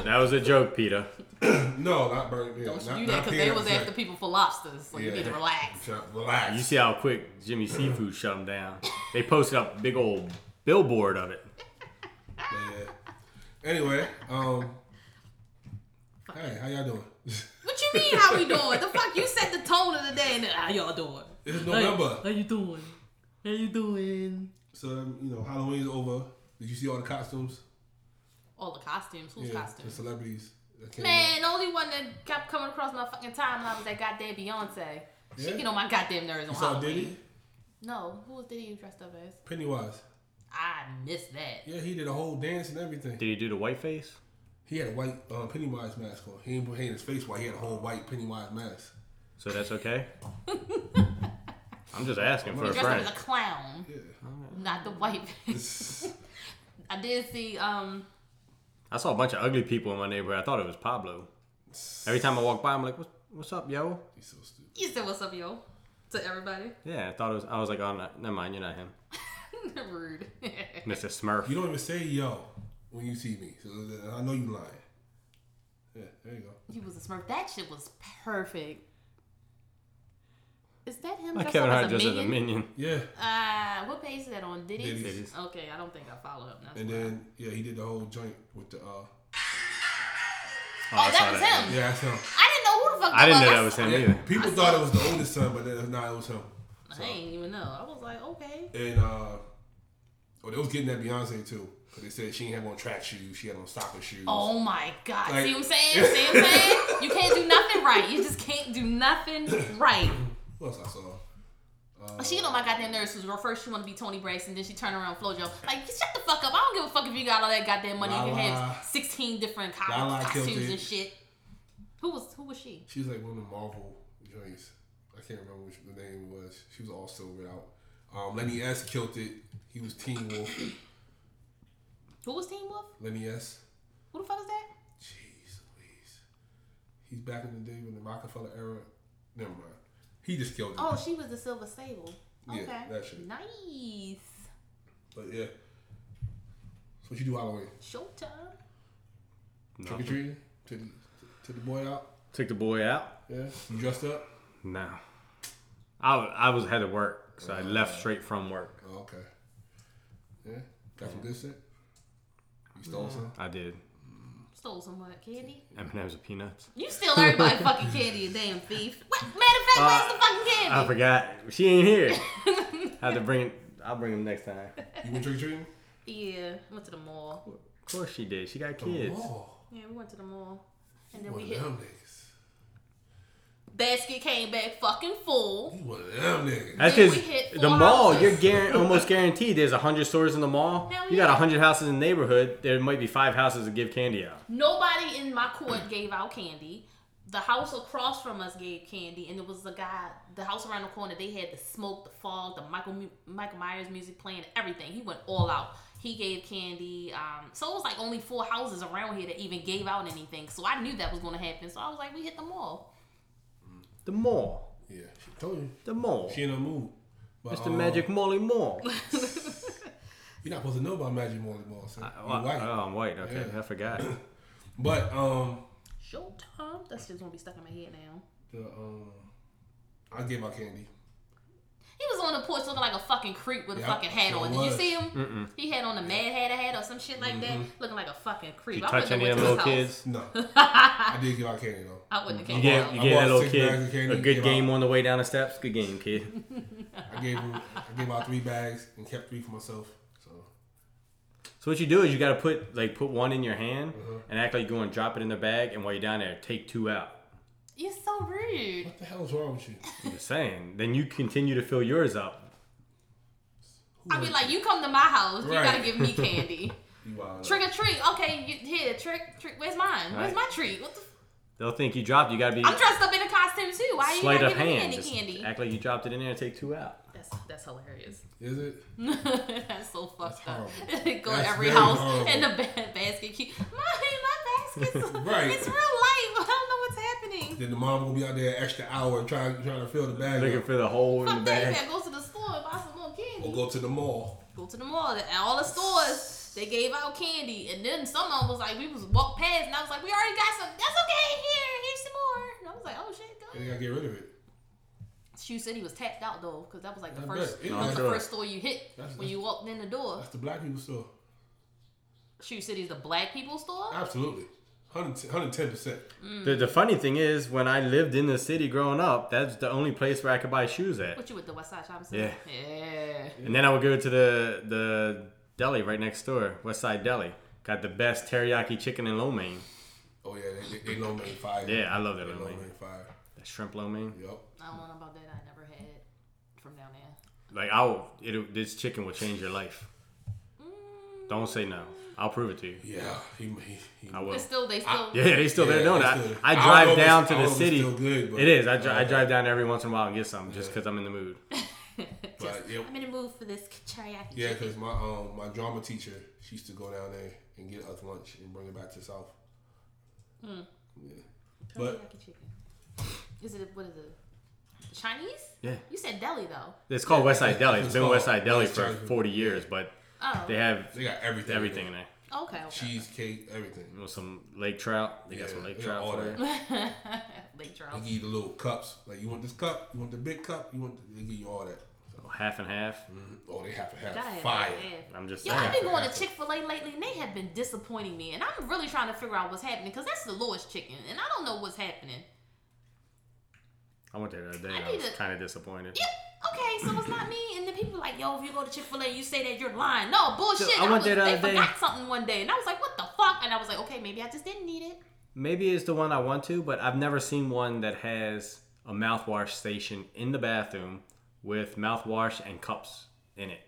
[SPEAKER 4] was a joke, Peter.
[SPEAKER 2] no, not burning. Yeah,
[SPEAKER 3] Don't you
[SPEAKER 2] not,
[SPEAKER 3] do that
[SPEAKER 2] not
[SPEAKER 3] because
[SPEAKER 2] paying
[SPEAKER 3] they
[SPEAKER 2] up
[SPEAKER 3] was
[SPEAKER 2] to
[SPEAKER 3] after
[SPEAKER 2] that.
[SPEAKER 3] people for lobsters. So you
[SPEAKER 2] Yeah.
[SPEAKER 3] need to relax.
[SPEAKER 2] Shut- Relax.
[SPEAKER 4] You see how quick Jimmy Seafood shut him down. They posted up a big old billboard of it.
[SPEAKER 2] Yeah. Anyway, um, hey, how y'all doing?
[SPEAKER 3] What you mean? How we doing? The fuck? You set the tone of the day, and then, how y'all doing?
[SPEAKER 2] It's November,
[SPEAKER 3] How you doing? How you doing?
[SPEAKER 2] so um, you know Halloween's over. Did you see all the costumes?
[SPEAKER 3] All the costumes. Who's
[SPEAKER 2] the
[SPEAKER 3] costumes?
[SPEAKER 2] celebrities. that came out.
[SPEAKER 3] Man, the only one that kept coming across my fucking timeline was that goddamn Beyonce. She
[SPEAKER 2] Yeah.
[SPEAKER 3] get on my goddamn nerves on
[SPEAKER 2] You saw
[SPEAKER 3] Halloween.
[SPEAKER 2] Diddy,
[SPEAKER 3] No, who was Diddy you dressed up as?
[SPEAKER 2] Pennywise.
[SPEAKER 3] I missed that.
[SPEAKER 2] Yeah, he did a whole dance and everything.
[SPEAKER 4] Did he do the white face?
[SPEAKER 2] He had a white um, Pennywise mask on. He didn't put hair in his face white. He had a whole white Pennywise mask.
[SPEAKER 4] So that's okay? I'm just asking for
[SPEAKER 3] He
[SPEAKER 4] a
[SPEAKER 3] dressed up
[SPEAKER 4] friend.
[SPEAKER 3] as a clown,
[SPEAKER 2] Yeah.
[SPEAKER 3] not the white. I did see um
[SPEAKER 4] I saw a bunch of ugly people in my neighborhood. I thought it was Pablo. Every time I walk by, I'm like, what's, what's up, yo?
[SPEAKER 2] He's so stupid.
[SPEAKER 3] You said what's up, yo, to everybody.
[SPEAKER 4] Yeah, I thought it was, I was like, oh, no, never mind, you're not him.
[SPEAKER 3] Rude.
[SPEAKER 4] Mr. Smurf.
[SPEAKER 2] You don't even say yo when you see me. So uh, I know you lying. Yeah, there you go.
[SPEAKER 3] he was a Smurf. That shit was perfect. Is that him?
[SPEAKER 4] Like
[SPEAKER 3] dressed
[SPEAKER 4] Kevin
[SPEAKER 3] up
[SPEAKER 4] Hart
[SPEAKER 3] as a
[SPEAKER 4] just as a
[SPEAKER 3] minion?
[SPEAKER 4] minion.
[SPEAKER 2] Yeah.
[SPEAKER 3] Uh, what page is that on? Diddy's?
[SPEAKER 2] Diddy's.
[SPEAKER 3] Okay, I don't think I follow up. Now.
[SPEAKER 2] And then yeah, he did the whole joint with the uh.
[SPEAKER 4] Oh,
[SPEAKER 3] Oh,
[SPEAKER 4] I
[SPEAKER 3] that
[SPEAKER 4] saw
[SPEAKER 3] was
[SPEAKER 4] that.
[SPEAKER 3] him.
[SPEAKER 2] Yeah, that's him.
[SPEAKER 3] I didn't know who the fuck.
[SPEAKER 4] I didn't know
[SPEAKER 3] I
[SPEAKER 4] that was him
[SPEAKER 2] Yeah,
[SPEAKER 4] either.
[SPEAKER 2] people thought it was the oldest son, but then nah, it was him.
[SPEAKER 3] saw- I didn't even know. I was like, okay.
[SPEAKER 2] And uh, oh, they was getting that Beyonce too, because they said she ain't have on track shoes, she had on soccer shoes.
[SPEAKER 3] Oh my god.
[SPEAKER 2] Like-
[SPEAKER 3] See what I'm saying? See what I'm saying? You can't do nothing right. You just can't do nothing right.
[SPEAKER 2] What else I saw?
[SPEAKER 3] She know my goddamn nerves was real. First she wanted to be Tony Braxton, then she turned around FloJo. Like, shut the fuck up. I don't give a fuck if you got all that goddamn money. You can
[SPEAKER 2] La
[SPEAKER 3] have
[SPEAKER 2] La.
[SPEAKER 3] sixteen different co-
[SPEAKER 2] La La killed
[SPEAKER 3] costumes
[SPEAKER 2] it.
[SPEAKER 3] and shit. Who was who was she?
[SPEAKER 2] She was like one of the Marvel joints. I can't remember which the name was. She was all silvered out. Um, Lenny S killed it. He was Teen Wolf.
[SPEAKER 3] Who was Team Wolf?
[SPEAKER 2] Lenny S.
[SPEAKER 3] Who the fuck is that?
[SPEAKER 2] Jeez Louise. He's back in the day when the Rockefeller era. Never mind. He just killed it.
[SPEAKER 3] Oh, she was the Silver Sable.
[SPEAKER 2] Yeah,
[SPEAKER 3] Okay.
[SPEAKER 2] that shit.
[SPEAKER 3] Nice.
[SPEAKER 2] But yeah. So what you do Halloween?
[SPEAKER 3] Showtime.
[SPEAKER 2] Trick or treating? To the, to the boy out?
[SPEAKER 4] Took the boy out?
[SPEAKER 2] Yeah. You dressed up?
[SPEAKER 4] No. I, wa- I was had to work, so I left straight from work.
[SPEAKER 2] Oh, okay. Yeah. Got some good shit? You stole some?
[SPEAKER 4] I did.
[SPEAKER 3] Stole some what? Candy?
[SPEAKER 4] M&M's and peanuts.
[SPEAKER 3] You steal everybody fucking candy, you damn thief. What? Matter of fact, where's the fucking
[SPEAKER 4] I
[SPEAKER 3] candy?
[SPEAKER 4] forgot. She ain't here. Had to bring. I'll bring them next time. Of
[SPEAKER 2] You went trick or treating?
[SPEAKER 3] yeah, went to the mall.
[SPEAKER 4] course she did. She got kids.
[SPEAKER 2] Oh.
[SPEAKER 3] Yeah, we went to the mall. And then
[SPEAKER 2] One
[SPEAKER 3] we
[SPEAKER 2] of
[SPEAKER 3] hit.
[SPEAKER 2] them niggas.
[SPEAKER 3] Basket came back fucking full.
[SPEAKER 2] You one of them niggas.
[SPEAKER 4] That's
[SPEAKER 3] Dude,
[SPEAKER 4] because
[SPEAKER 3] we hit four
[SPEAKER 4] the mall.
[SPEAKER 3] houses.
[SPEAKER 4] You're guaran- almost guaranteed. There's hundred stores in the mall.
[SPEAKER 3] Hell
[SPEAKER 4] You got
[SPEAKER 3] yeah.
[SPEAKER 4] hundred houses in the neighborhood. There might be five houses that give candy out.
[SPEAKER 3] Nobody in my court gave out candy. the house across from us gave candy, and it was the guy, the house around the corner. They had the smoke, the fog, the Michael Mu- Michael Myers music playing, everything. He went all out. He gave candy. Um, so it was like only four houses around here that even gave out anything. So I knew that was going to happen. So I was like, we hit the mall.
[SPEAKER 4] The mall.
[SPEAKER 2] Yeah, she told you.
[SPEAKER 4] The mall.
[SPEAKER 2] She in a mood. But,
[SPEAKER 4] Mr.
[SPEAKER 2] um,
[SPEAKER 4] Magic Molly Mall.
[SPEAKER 2] You're not supposed to know about Magic Molly Ball, son.
[SPEAKER 4] Oh,
[SPEAKER 2] You're white.
[SPEAKER 4] I'm white. Okay,
[SPEAKER 2] Yeah.
[SPEAKER 4] I forgot.
[SPEAKER 2] But um,
[SPEAKER 3] Showtime. That's just gonna be stuck in my head now.
[SPEAKER 2] the um, I get my candy.
[SPEAKER 3] He was on the porch looking like a fucking creep with a
[SPEAKER 2] Yep,
[SPEAKER 3] fucking hat
[SPEAKER 2] sure
[SPEAKER 3] on. Did you
[SPEAKER 2] was.
[SPEAKER 3] see him? He had on a Mad Hatter hat or some shit like that, looking like a fucking creep.
[SPEAKER 4] Mm-hmm. You
[SPEAKER 3] I
[SPEAKER 4] touch
[SPEAKER 3] wouldn't
[SPEAKER 4] any of
[SPEAKER 3] have
[SPEAKER 4] them
[SPEAKER 3] went
[SPEAKER 4] little
[SPEAKER 3] to his house.
[SPEAKER 4] kids?
[SPEAKER 2] No, I did get my candy though.
[SPEAKER 3] I wouldn't
[SPEAKER 4] You
[SPEAKER 3] have came
[SPEAKER 4] get
[SPEAKER 3] out.
[SPEAKER 4] you
[SPEAKER 2] I
[SPEAKER 4] get
[SPEAKER 2] bought
[SPEAKER 4] that little
[SPEAKER 2] six bags of
[SPEAKER 4] kid
[SPEAKER 2] candy
[SPEAKER 4] a
[SPEAKER 2] and
[SPEAKER 4] good
[SPEAKER 2] came
[SPEAKER 4] game
[SPEAKER 2] out.
[SPEAKER 4] on the way down the steps. Good game, kid.
[SPEAKER 2] I gave him, I gave out three bags and kept three for myself. So
[SPEAKER 4] So what you do is you gotta put like put one in your hand
[SPEAKER 2] Uh-huh.
[SPEAKER 4] and act like you're going to drop it in the bag, and while you're down there, take two out.
[SPEAKER 3] You're so rude.
[SPEAKER 2] what the hell is wrong with you?
[SPEAKER 4] I'm just saying. Then you continue to fill yours up.
[SPEAKER 3] I'd be like, you come to my house, you
[SPEAKER 2] Right.
[SPEAKER 3] gotta give me candy.
[SPEAKER 2] You wild.
[SPEAKER 3] trick or treat. Okay, you, here, trick, trick. Where's mine? Where's
[SPEAKER 4] Right.
[SPEAKER 3] my treat? What the f-
[SPEAKER 4] They'll think you dropped. You gotta be
[SPEAKER 3] I'm dressed up in a costume too. Why you
[SPEAKER 4] sleight
[SPEAKER 3] not
[SPEAKER 4] of
[SPEAKER 3] giving me
[SPEAKER 4] hand.
[SPEAKER 3] any
[SPEAKER 4] Just
[SPEAKER 3] candy?
[SPEAKER 4] act like you dropped it in there and take two out.
[SPEAKER 3] That's that's hilarious.
[SPEAKER 2] Is it?
[SPEAKER 3] that's so fucked up. Go to
[SPEAKER 2] That's
[SPEAKER 3] every
[SPEAKER 2] very
[SPEAKER 3] house
[SPEAKER 2] horrible.
[SPEAKER 3] and the ba- basket keep. My my basket's
[SPEAKER 2] Right.
[SPEAKER 3] It's real light. I don't know what's happening.
[SPEAKER 2] Then the mom will be out there an extra hour trying trying to fill the bag.
[SPEAKER 4] Looking
[SPEAKER 2] Up.
[SPEAKER 4] for the hole in the
[SPEAKER 3] Fuck that. You
[SPEAKER 4] bag.
[SPEAKER 3] gotta go to the store and buy some more candy.
[SPEAKER 2] Or go to the mall.
[SPEAKER 3] go to the mall. At all the stores, they gave out candy, and then someone was like, we was walk past, and I was like, we already got some. That's okay. Here, here's some more. And I was like, oh shit,
[SPEAKER 2] And
[SPEAKER 3] go.
[SPEAKER 2] they gotta get rid of it.
[SPEAKER 3] She said he was tapped out though, because that was like the
[SPEAKER 2] I
[SPEAKER 3] first,
[SPEAKER 2] bet.
[SPEAKER 3] that
[SPEAKER 2] No,
[SPEAKER 3] was
[SPEAKER 2] I'm
[SPEAKER 3] the
[SPEAKER 4] sure.
[SPEAKER 3] first store you hit
[SPEAKER 2] That's-
[SPEAKER 3] when you walked in the door.
[SPEAKER 2] That's the black people store.
[SPEAKER 3] Shoe City's the black people store.
[SPEAKER 2] Absolutely. 110 percent.
[SPEAKER 4] The, the funny thing is, when I lived in the city growing up, that's the only place where I could buy shoes at.
[SPEAKER 3] What you with the West Side Shopping
[SPEAKER 4] Yeah.
[SPEAKER 3] Center? Yeah.
[SPEAKER 4] And then I would go to the the deli right next door, West Side Deli. Got the best teriyaki chicken and lo mein.
[SPEAKER 2] Oh yeah, they, they, they low main five.
[SPEAKER 4] Yeah, I love that
[SPEAKER 2] they
[SPEAKER 4] lo
[SPEAKER 2] low
[SPEAKER 4] mein.
[SPEAKER 2] main five.
[SPEAKER 4] That shrimp lo mein.
[SPEAKER 2] Yup.
[SPEAKER 3] I don't know about that. I never had it from down there.
[SPEAKER 4] Like I'll, it'll, this chicken will change your life.
[SPEAKER 3] Mm.
[SPEAKER 4] Don't say no. I'll prove it to you.
[SPEAKER 2] Yeah, he he. he
[SPEAKER 4] I will.
[SPEAKER 3] But still, they still.
[SPEAKER 4] Yeah, they still there
[SPEAKER 2] Yeah,
[SPEAKER 4] doing it.
[SPEAKER 2] they
[SPEAKER 4] I,
[SPEAKER 2] still-
[SPEAKER 4] I
[SPEAKER 2] I don't know
[SPEAKER 4] drive
[SPEAKER 2] if it's-
[SPEAKER 4] down
[SPEAKER 2] I
[SPEAKER 4] to
[SPEAKER 2] don't
[SPEAKER 4] the
[SPEAKER 2] know if it's
[SPEAKER 4] city.
[SPEAKER 2] still good, but- uh,
[SPEAKER 4] it is. I, dri- I
[SPEAKER 2] Okay.
[SPEAKER 4] drive down there every once in a while and get something just because I'm in the mood.
[SPEAKER 2] But yeah,
[SPEAKER 3] I'm in the mood for this teriyaki.
[SPEAKER 2] yeah,
[SPEAKER 3] chicken.
[SPEAKER 2] because my um my drama teacher, she used to go down there and get us lunch and bring it back to South.
[SPEAKER 3] Mm.
[SPEAKER 2] Yeah. But
[SPEAKER 3] Teriyaki chicken. Is it what is it? Chinese?
[SPEAKER 4] Yeah.
[SPEAKER 3] You said deli though.
[SPEAKER 4] It's called West Side Deli. It's
[SPEAKER 2] It's
[SPEAKER 4] been
[SPEAKER 2] called-
[SPEAKER 4] West Side Deli
[SPEAKER 2] it's
[SPEAKER 4] for
[SPEAKER 2] Chinese food.
[SPEAKER 4] 40 years, but
[SPEAKER 3] Oh.
[SPEAKER 4] they have
[SPEAKER 2] they got everything.
[SPEAKER 4] everything in there.
[SPEAKER 3] okay. okay.
[SPEAKER 2] Cheesecake, everything.
[SPEAKER 4] You know, some lake trout. They got
[SPEAKER 2] Yeah,
[SPEAKER 4] some lake
[SPEAKER 2] they
[SPEAKER 4] trout
[SPEAKER 2] got all
[SPEAKER 4] for
[SPEAKER 2] that.
[SPEAKER 4] you.
[SPEAKER 3] Lake
[SPEAKER 2] They
[SPEAKER 3] Charles.
[SPEAKER 2] give you the little cups. Like you want this cup, you want the big cup, you want. The, they give you all that.
[SPEAKER 4] Half and half.
[SPEAKER 2] Oh, they have to have
[SPEAKER 3] Gotta have
[SPEAKER 2] fire.
[SPEAKER 3] that.
[SPEAKER 4] I'm just
[SPEAKER 3] Yo,
[SPEAKER 4] saying.
[SPEAKER 3] I've been going to Chick Fil A lately, and they have been disappointing me, and I'm really trying to figure out what's happening because that's the lowest chicken, and I don't know what's happening.
[SPEAKER 4] I went there the other day.
[SPEAKER 3] I
[SPEAKER 4] and I
[SPEAKER 3] need
[SPEAKER 4] was
[SPEAKER 3] to-
[SPEAKER 4] kind of disappointed.
[SPEAKER 3] Yep. Okay, so it's not me. And then people like, yo, if you go to Chick Fil A, you say that you're lying. No bullshit.
[SPEAKER 4] I went
[SPEAKER 3] was-
[SPEAKER 4] there the
[SPEAKER 3] They
[SPEAKER 4] other day.
[SPEAKER 3] forgot something one day, and I was like, what the fuck? And I was like, okay, maybe I just didn't need it.
[SPEAKER 4] Maybe it's the one I want to, but I've never seen one that has a mouthwash station in the bathroom with mouthwash and cups in it.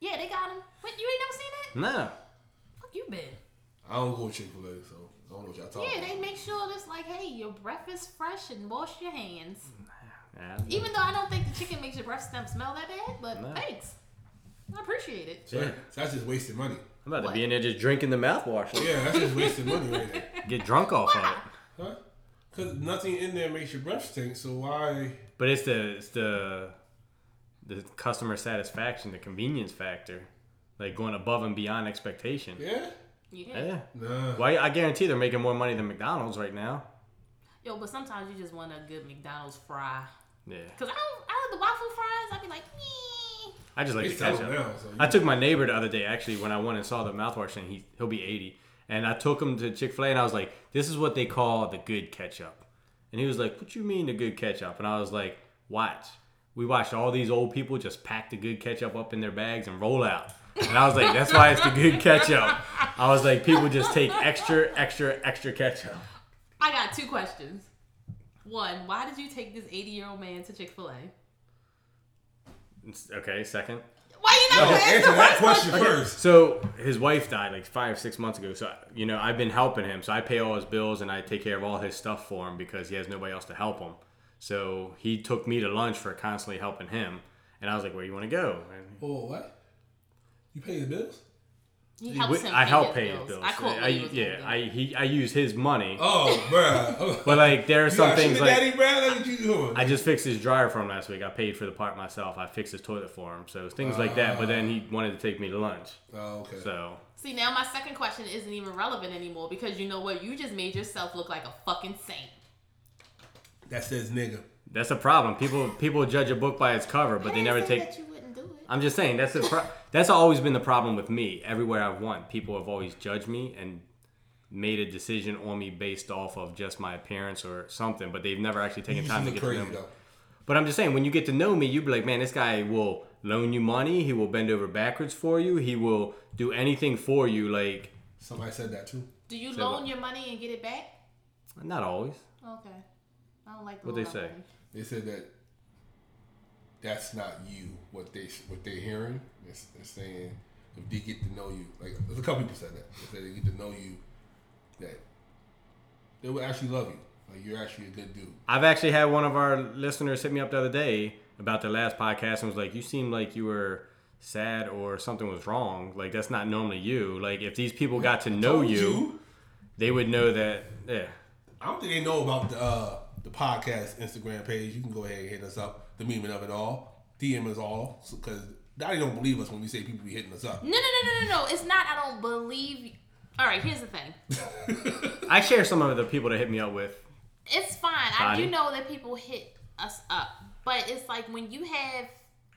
[SPEAKER 3] Yeah, they got him. What? You ain't never seen that?
[SPEAKER 4] No.
[SPEAKER 3] Fuck you, been.
[SPEAKER 2] I don't go Chick Fil A, so I don't know what y'all talking.
[SPEAKER 3] Yeah,
[SPEAKER 2] about.
[SPEAKER 3] they make sure it's like, hey, your breath is fresh and wash your hands.
[SPEAKER 4] Mm-hmm. Yeah.
[SPEAKER 3] Even though I don't think the chicken makes your breath stem smell that bad, but
[SPEAKER 4] No.
[SPEAKER 3] thanks. I appreciate it.
[SPEAKER 2] So that- so that's just wasting money.
[SPEAKER 4] I'm about
[SPEAKER 3] What?
[SPEAKER 4] to be in there just drinking the mouthwash.
[SPEAKER 2] Yeah, that's just wasting money right there.
[SPEAKER 4] Get drunk off of
[SPEAKER 3] Why?
[SPEAKER 4] it.
[SPEAKER 2] Huh? Because nothing in there makes your breath stink, so why?
[SPEAKER 4] But it's the it's the the customer satisfaction, the convenience factor, like going above and beyond expectation.
[SPEAKER 2] Yeah?
[SPEAKER 3] Yeah.
[SPEAKER 4] Yeah.
[SPEAKER 2] Nah.
[SPEAKER 4] Well, I guarantee they're making more money than McDonald's right now.
[SPEAKER 3] Yo, but sometimes you just want a good McDonald's fry.
[SPEAKER 4] Yeah.
[SPEAKER 3] Cause I don't, I like the waffle fries. I'd be like, "Nyeh."
[SPEAKER 4] I just like
[SPEAKER 2] They
[SPEAKER 4] to
[SPEAKER 2] sell
[SPEAKER 4] catch
[SPEAKER 2] them
[SPEAKER 4] up.
[SPEAKER 2] now, so you-
[SPEAKER 4] I took my neighbor the other day actually when I went and saw the mouthwash thing. He he'll be eighty, and I took him to Chick Fil A and I was like, "This is what they call the good ketchup," and he was like, "What you mean the good ketchup?" And I was like, "Watch." We watched all these old people just pack the good ketchup up in their bags and roll out. And I was like, that's why it's the good ketchup. I was like, people just take extra, extra, extra ketchup.
[SPEAKER 3] I got two questions. One, why did you take this 80 year old man to Chick Fil A?
[SPEAKER 4] It's- Okay, second.
[SPEAKER 3] Why Why you
[SPEAKER 2] No,
[SPEAKER 3] not gonna
[SPEAKER 2] answer that
[SPEAKER 3] answer
[SPEAKER 2] question first.
[SPEAKER 4] So his wife died like five, six months ago. So you know, I've been helping him. So I pay all his bills and I take care of all his stuff for him because he has nobody else to help him. So he took me to lunch for constantly helping him. And I was like, "Where you want to go?" And
[SPEAKER 2] Oh, what? You pay his bills?
[SPEAKER 3] He helps him.
[SPEAKER 4] I help
[SPEAKER 3] pay
[SPEAKER 4] pay his bills.
[SPEAKER 3] I couldn't.
[SPEAKER 4] I, yeah, I he I use his money.
[SPEAKER 2] Oh, bruh.
[SPEAKER 4] But like, there are
[SPEAKER 2] You
[SPEAKER 4] some
[SPEAKER 2] got
[SPEAKER 4] things
[SPEAKER 2] sugar
[SPEAKER 4] like
[SPEAKER 2] daddy, bruh? Look at you doing.
[SPEAKER 4] I just fixed his dryer for him last week. I paid for the part myself. I fixed his toilet for him. So it's things like that. But then
[SPEAKER 2] Ah.
[SPEAKER 4] he wanted to take me to lunch.
[SPEAKER 2] oh, okay.
[SPEAKER 4] So
[SPEAKER 3] See, now my second question isn't even relevant anymore because you know what? You just made yourself look like a fucking saint.
[SPEAKER 2] That says nigga.
[SPEAKER 4] that's a problem. People people judge a book by its cover,
[SPEAKER 3] I
[SPEAKER 4] but they
[SPEAKER 3] didn't
[SPEAKER 4] never
[SPEAKER 3] say
[SPEAKER 4] take.
[SPEAKER 3] That you wouldn't do it.
[SPEAKER 4] I'm just saying that's the pro- that's always been the problem with me. Everywhere I've went, people have always judged me and made a decision on me based off of just my appearance or something, but they've never actually taken
[SPEAKER 2] You
[SPEAKER 4] time to
[SPEAKER 2] look
[SPEAKER 4] get
[SPEAKER 2] crazy,
[SPEAKER 4] to know me.
[SPEAKER 2] though.
[SPEAKER 4] But I'm just saying, when you get to know me, you'd be like, man, this guy will loan you money. He will bend over backwards for you. He will do anything for you. Like,
[SPEAKER 2] Somebody said that too.
[SPEAKER 3] Do you
[SPEAKER 4] Say
[SPEAKER 3] loan
[SPEAKER 4] what?
[SPEAKER 3] your money and get it back?
[SPEAKER 4] not always.
[SPEAKER 3] Okay. I don't like the
[SPEAKER 4] What they
[SPEAKER 3] loan
[SPEAKER 4] say?
[SPEAKER 3] money.
[SPEAKER 2] They said that that's not you. What they what they're hearing, they're, they're saying if they get to know you, like there's a couple people said that. They said they get to know you, that they will actually love you. Like you're actually a good dude.
[SPEAKER 4] I've actually had one of our listeners hit me up the other day about the last podcast and was like, "You seem like you were sad or something was wrong. Like that's not normally you. Like if these people got to know
[SPEAKER 2] Told
[SPEAKER 4] you, they would know that. Yeah,
[SPEAKER 2] I don't think they know about the uh, the podcast Instagram page. You can go ahead and hit us up. The meme of it all, DM us all, because Daddy don't believe us when we say people be hitting us up.
[SPEAKER 3] No, no, no, no, no, no. It's not. I don't believe. You. All right. Here's the thing.
[SPEAKER 4] I share some of the people that hit me up with.
[SPEAKER 3] It's fine. I do
[SPEAKER 4] Bonnie?
[SPEAKER 3] know that people hit us up, but it's like when you have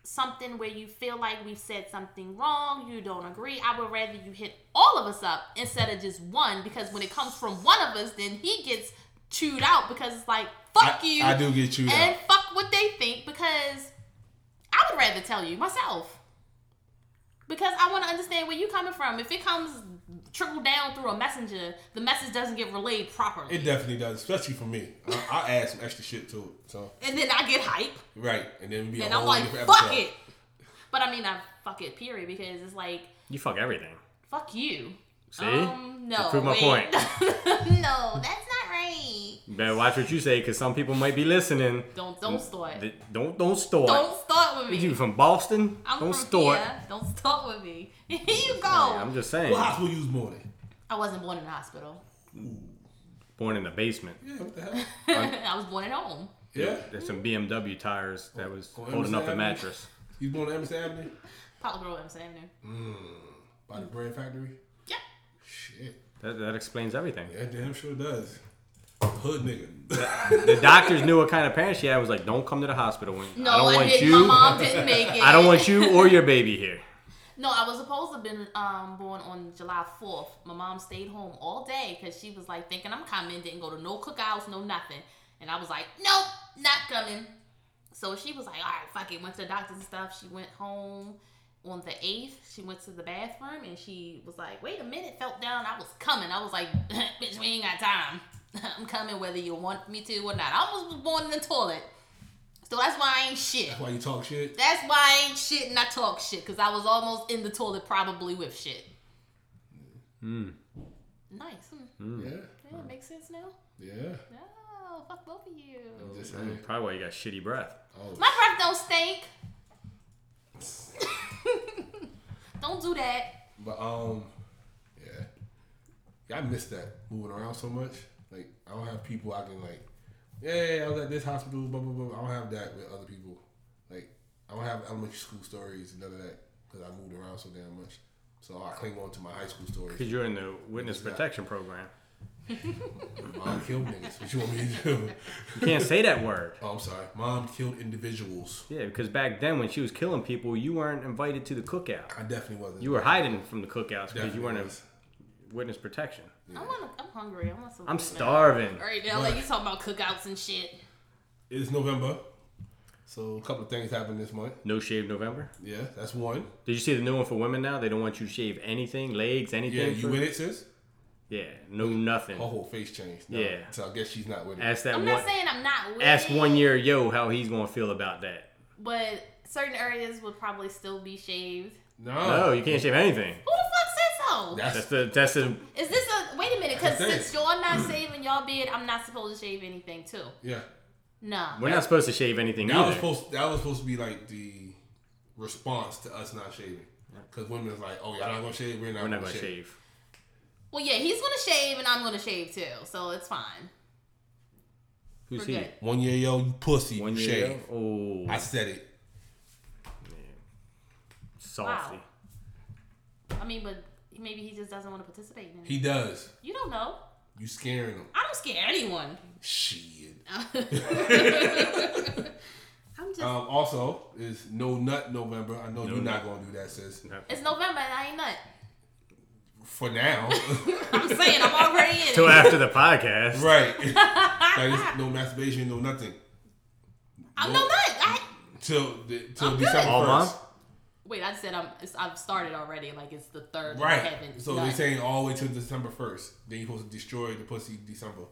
[SPEAKER 3] something where you feel like we've said something wrong, you don't agree. I would rather you hit all of us up instead of just one, because when it comes from one of us, then he gets chewed out because it's like fuck
[SPEAKER 2] I-
[SPEAKER 3] you.
[SPEAKER 2] I do get chewed out.
[SPEAKER 3] and fuck what they think because I would rather tell you myself. Because I want to understand where you coming from. If it comes trickle down through a messenger, the message doesn't get relayed properly.
[SPEAKER 2] It definitely does, especially for me. I, I add some extra shit to it. So
[SPEAKER 3] and then I get hype.
[SPEAKER 2] right, and then we be a
[SPEAKER 3] and
[SPEAKER 2] whole
[SPEAKER 3] I'm like,
[SPEAKER 2] different
[SPEAKER 3] fuck
[SPEAKER 2] episode.
[SPEAKER 3] it. But I mean, I fuck it, period, because it's like,
[SPEAKER 4] You fuck everything.
[SPEAKER 3] fuck you.
[SPEAKER 4] See,
[SPEAKER 3] Um, no.
[SPEAKER 4] To prove my
[SPEAKER 3] wait.
[SPEAKER 4] point.
[SPEAKER 3] no, that's not right.
[SPEAKER 4] You better watch what you say because some people might be listening.
[SPEAKER 3] Don't don't start.
[SPEAKER 4] Th- Don't don't store.
[SPEAKER 3] Don't start with
[SPEAKER 4] You
[SPEAKER 3] me.
[SPEAKER 4] from Boston?
[SPEAKER 3] I'm
[SPEAKER 4] don't
[SPEAKER 3] from
[SPEAKER 4] store.
[SPEAKER 3] here. Oh. Don't start with me. Here you go.
[SPEAKER 4] I'm just saying.
[SPEAKER 2] What hospital use more than?
[SPEAKER 3] I wasn't born in a hospital.
[SPEAKER 4] Born in the basement.
[SPEAKER 2] Yeah, what the hell?
[SPEAKER 3] I was born at home.
[SPEAKER 2] Yeah,
[SPEAKER 4] There's some BMW tires that was
[SPEAKER 2] Oh,
[SPEAKER 4] holding up the
[SPEAKER 2] Emerson Avenue?
[SPEAKER 4] mattress.
[SPEAKER 2] you born on Emerson Avenue
[SPEAKER 3] Probably Grove Emerson Avenue.
[SPEAKER 2] by the bread factory.
[SPEAKER 3] Yeah.
[SPEAKER 2] Shit,
[SPEAKER 4] That, that explains everything.
[SPEAKER 2] that damn sure does. Hood nigga.
[SPEAKER 4] The doctors knew what kind of parents she had. Was like, don't come to the hospital. When,
[SPEAKER 3] No,
[SPEAKER 4] I
[SPEAKER 3] I,
[SPEAKER 4] don't want
[SPEAKER 3] didn't.
[SPEAKER 4] you.
[SPEAKER 3] My mom didn't make it.
[SPEAKER 4] I don't want you or your baby here.
[SPEAKER 3] No, I was supposed to have been um, born on July 4th. My mom stayed home all day because she was like thinking I'm coming, didn't go to no cookouts, no nothing. And I was like, nope, not coming. So she was like, all right, fuck it. Went to the doctors and stuff. She went home on the 8th. She went to the bathroom and she was like, wait a minute, felt down. I was coming. I was like, bitch, we ain't got time. I'm coming whether you want me to or not. I almost was born in the toilet. So that's why I ain't shit.
[SPEAKER 2] Why you talk shit?
[SPEAKER 3] That's why I ain't shit and I talk shit because I was almost in the toilet probably with shit.
[SPEAKER 4] Hmm.
[SPEAKER 3] Nice. Hmm.
[SPEAKER 2] Yeah,
[SPEAKER 3] Yeah, it makes sense now.
[SPEAKER 2] yeah.
[SPEAKER 3] No, fuck both of you.
[SPEAKER 2] I'm just saying.
[SPEAKER 4] Probably why you got shitty breath.
[SPEAKER 2] Oh,
[SPEAKER 3] My breath don't stink. don't do that.
[SPEAKER 2] but um, yeah. yeah. I miss that moving around so much. Like I don't have people I can like. Yeah, I was at this hospital. Blah blah blah. I don't have that with other people. Like I don't have elementary school stories and none of that because I moved around so damn much. So I cling on to my high school stories.
[SPEAKER 4] Because you're in the witness protection program.
[SPEAKER 2] Mom killed niggas. What you want me to do?
[SPEAKER 4] You can't say that word.
[SPEAKER 2] Oh, I'm sorry. Mom killed individuals.
[SPEAKER 4] Yeah, because back then when she was killing people, you weren't invited to the cookout.
[SPEAKER 2] I definitely wasn't.
[SPEAKER 4] You were hiding from the cookouts because
[SPEAKER 2] Definitely
[SPEAKER 4] you weren't in
[SPEAKER 2] was.
[SPEAKER 4] witness protection.
[SPEAKER 3] I want. I'm hungry. I want some.
[SPEAKER 4] I'm
[SPEAKER 3] food now.
[SPEAKER 4] starving.
[SPEAKER 3] All right now, like you talking about cookouts and shit.
[SPEAKER 2] It's November, so a couple of things happened this month.
[SPEAKER 4] No shave November.
[SPEAKER 2] Yeah, that's one.
[SPEAKER 4] Did you see the new one for women now? They don't want you to shave anything, legs, anything.
[SPEAKER 2] Yeah, you Oh.
[SPEAKER 4] for-
[SPEAKER 2] with it, sis?
[SPEAKER 4] Yeah, no nothing.
[SPEAKER 2] Her whole face changed. No,
[SPEAKER 4] Yeah.
[SPEAKER 2] So I guess she's not with it.
[SPEAKER 4] Ask that
[SPEAKER 3] I'm
[SPEAKER 4] one.
[SPEAKER 3] not saying I'm not. With
[SPEAKER 4] ask
[SPEAKER 3] it,
[SPEAKER 4] one year yo how he's gonna feel about that.
[SPEAKER 3] But certain areas would probably still be shaved.
[SPEAKER 2] No,
[SPEAKER 4] No, you can't shave anything.
[SPEAKER 3] Who the fuck said so?
[SPEAKER 2] Oh. That's,
[SPEAKER 4] That's the that's the
[SPEAKER 3] Is this a wait a minute? Because
[SPEAKER 2] That's it.
[SPEAKER 3] since y'all not saving y'all beard, I'm not supposed to shave anything too.
[SPEAKER 2] yeah.
[SPEAKER 3] No.
[SPEAKER 4] we're not supposed to shave anything
[SPEAKER 2] That was
[SPEAKER 4] either.
[SPEAKER 2] supposed. That was supposed to be like the response to us not shaving, because women is like, "Oh, y'all not gonna shave. We're not,
[SPEAKER 4] We're not
[SPEAKER 2] gonna,
[SPEAKER 4] gonna
[SPEAKER 2] shave."
[SPEAKER 4] shave.
[SPEAKER 3] Well, yeah, he's gonna shave and I'm gonna shave too, so it's fine.
[SPEAKER 4] Who's
[SPEAKER 3] We're
[SPEAKER 4] he?
[SPEAKER 3] good.
[SPEAKER 2] One year, yo, you pussy,
[SPEAKER 4] One
[SPEAKER 2] you
[SPEAKER 4] year.
[SPEAKER 2] shave.
[SPEAKER 4] ago? Oh,
[SPEAKER 2] I said it.
[SPEAKER 4] salty.
[SPEAKER 3] I mean, but maybe he just doesn't want to participate. In it.
[SPEAKER 2] He does.
[SPEAKER 3] You don't know.
[SPEAKER 2] You scaring him.
[SPEAKER 3] I don't scare anyone.
[SPEAKER 2] Shit.
[SPEAKER 3] I'm just.
[SPEAKER 2] Um, also, is no nut November. I know you're
[SPEAKER 4] nut.
[SPEAKER 2] not gonna do that, sis.
[SPEAKER 3] it's November and I ain't nut.
[SPEAKER 2] For now,
[SPEAKER 3] I'm saying I'm already in.
[SPEAKER 4] Till
[SPEAKER 3] it.
[SPEAKER 4] after the podcast.
[SPEAKER 2] right? Like, it's no masturbation, no nothing.
[SPEAKER 3] I'm no nut. I,
[SPEAKER 2] Till the, till
[SPEAKER 3] I'm good.
[SPEAKER 2] December
[SPEAKER 4] All
[SPEAKER 2] first.
[SPEAKER 4] month.
[SPEAKER 3] wait, I said I'm. It's, I've started already. Like it's the third. and I
[SPEAKER 2] Right.
[SPEAKER 3] haven't
[SPEAKER 2] So
[SPEAKER 3] nut.
[SPEAKER 2] they're saying all the way till December first. Then you're supposed to destroy the pussy December.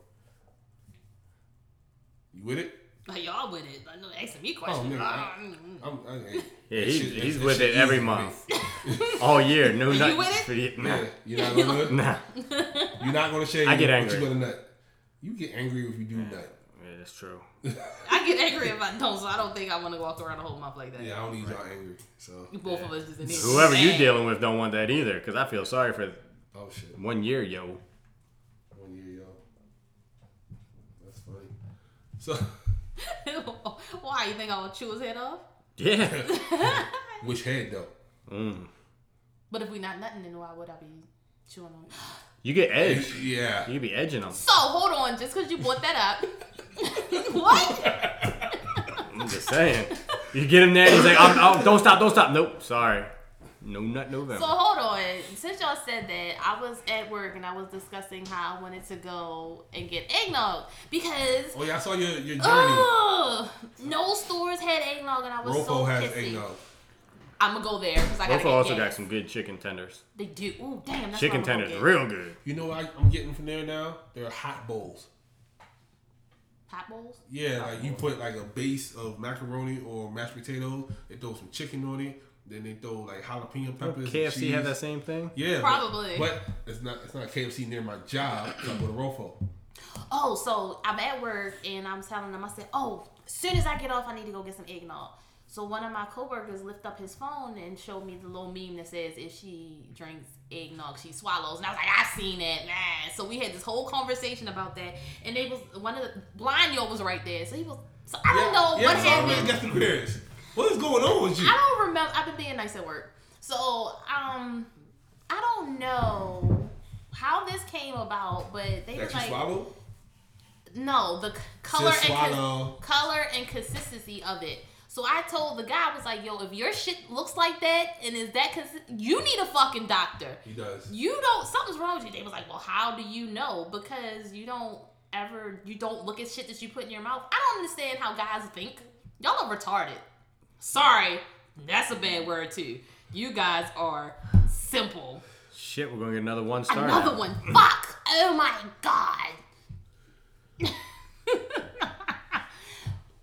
[SPEAKER 2] You with it?
[SPEAKER 3] Like y'all with it. I know asking me
[SPEAKER 2] Oh,
[SPEAKER 3] questions.
[SPEAKER 2] no. I,
[SPEAKER 3] Ah, mm, mm.
[SPEAKER 2] I'm, I, ain't-
[SPEAKER 4] Yeah,
[SPEAKER 2] that
[SPEAKER 4] he-
[SPEAKER 2] shit- that-
[SPEAKER 4] he's
[SPEAKER 2] that
[SPEAKER 4] with
[SPEAKER 2] shit
[SPEAKER 4] it every
[SPEAKER 2] easy for
[SPEAKER 4] month.
[SPEAKER 2] me.
[SPEAKER 4] All year, no nut.
[SPEAKER 3] with
[SPEAKER 4] Nah,
[SPEAKER 2] Yeah, you're not gonna nut.
[SPEAKER 4] nah.
[SPEAKER 2] You're not gonna shave.
[SPEAKER 4] I get
[SPEAKER 2] but
[SPEAKER 4] angry.
[SPEAKER 2] You gonna nut. You get angry if you do nut.
[SPEAKER 4] Yeah, that's true.
[SPEAKER 3] I get angry if I don't, so I don't think I want to walk around a whole month like that.
[SPEAKER 2] Yeah, I don't need y'all angry. So
[SPEAKER 3] Both of us just in here.
[SPEAKER 4] Whoever you
[SPEAKER 3] Dang.
[SPEAKER 4] dealing with don't want that either, because I feel sorry for
[SPEAKER 2] oh shit,
[SPEAKER 4] one year, yo.
[SPEAKER 2] one year, yo. That's funny. So
[SPEAKER 3] Why you think I would chew his head off?
[SPEAKER 4] Yeah.
[SPEAKER 2] which head though?
[SPEAKER 3] But if we not nothing, then why would I be chewing on? it?
[SPEAKER 4] You get edged.
[SPEAKER 2] Yeah.
[SPEAKER 4] You could be edging them.
[SPEAKER 3] So hold on, just because you brought that up, what?
[SPEAKER 4] I'm just saying. You get him there, he's like, I'm, I'm, don't stop, don't stop. Nope, sorry. No nut November.
[SPEAKER 3] So hold on. Since y'all said that, I was at work and I was discussing how I wanted to go and get eggnog because.
[SPEAKER 2] Oh yeah, I saw your your journey.
[SPEAKER 3] Ugh, no stores had eggnog and I was
[SPEAKER 2] Rofo
[SPEAKER 3] so
[SPEAKER 2] has
[SPEAKER 3] pissy.
[SPEAKER 2] eggnog.
[SPEAKER 3] I'm gonna go there because I gotta
[SPEAKER 4] Both
[SPEAKER 3] get
[SPEAKER 4] also got
[SPEAKER 3] gas.
[SPEAKER 4] some good chicken tenders.
[SPEAKER 3] They do. Ooh, damn! That's
[SPEAKER 4] chicken
[SPEAKER 3] what I'm gonna
[SPEAKER 4] tenders,
[SPEAKER 3] go get.
[SPEAKER 4] real good.
[SPEAKER 2] You know what I, I'm getting from there now? They're hot bowls.
[SPEAKER 3] Hot bowls.
[SPEAKER 2] Yeah, like you put like a base of macaroni or mashed potatoes. They throw some chicken on it. Then they throw like jalapeno peppers. and
[SPEAKER 4] KFC
[SPEAKER 2] cheese.
[SPEAKER 4] have that same thing?
[SPEAKER 2] Yeah, but-
[SPEAKER 3] Probably.
[SPEAKER 2] But, it's not it's not a KFC near my job. So I go to Rofo.
[SPEAKER 3] Oh, so I'm at work and I'm telling them, I said, oh, as soon as I get off, I need to go get some eggnog. So one of my coworkers lift up his phone and showed me the little meme that says, if she drinks eggnog, she swallows. And I was like, I seen that, man. So we had this whole conversation about that. And they was, one of the, Blind Yo was right there. So he was, so I don't know what happened.
[SPEAKER 2] Got the parents. What is going on with you?
[SPEAKER 3] I don't remember. I've been being nice at work, so um, I don't know how this came about, but they
[SPEAKER 2] That
[SPEAKER 3] was
[SPEAKER 2] you
[SPEAKER 3] like,
[SPEAKER 2] swallow?
[SPEAKER 3] no, the c- color
[SPEAKER 2] Just
[SPEAKER 3] and
[SPEAKER 2] swallow.
[SPEAKER 3] cons- color and consistency of it. So I told the guy I was like, "Yo, if your shit looks like that and is that consi- you need a fucking doctor.
[SPEAKER 2] He does.
[SPEAKER 3] You don't something's wrong with you." They was like, "Well, how do you know? Because you don't ever you don't look at shit that you put in your mouth." I don't understand how guys think. Y'all are retarded. Sorry, that's a bad word too. You guys are simple.
[SPEAKER 4] Shit, we're gonna get another one star.
[SPEAKER 3] Another one. Fuck. Oh my god.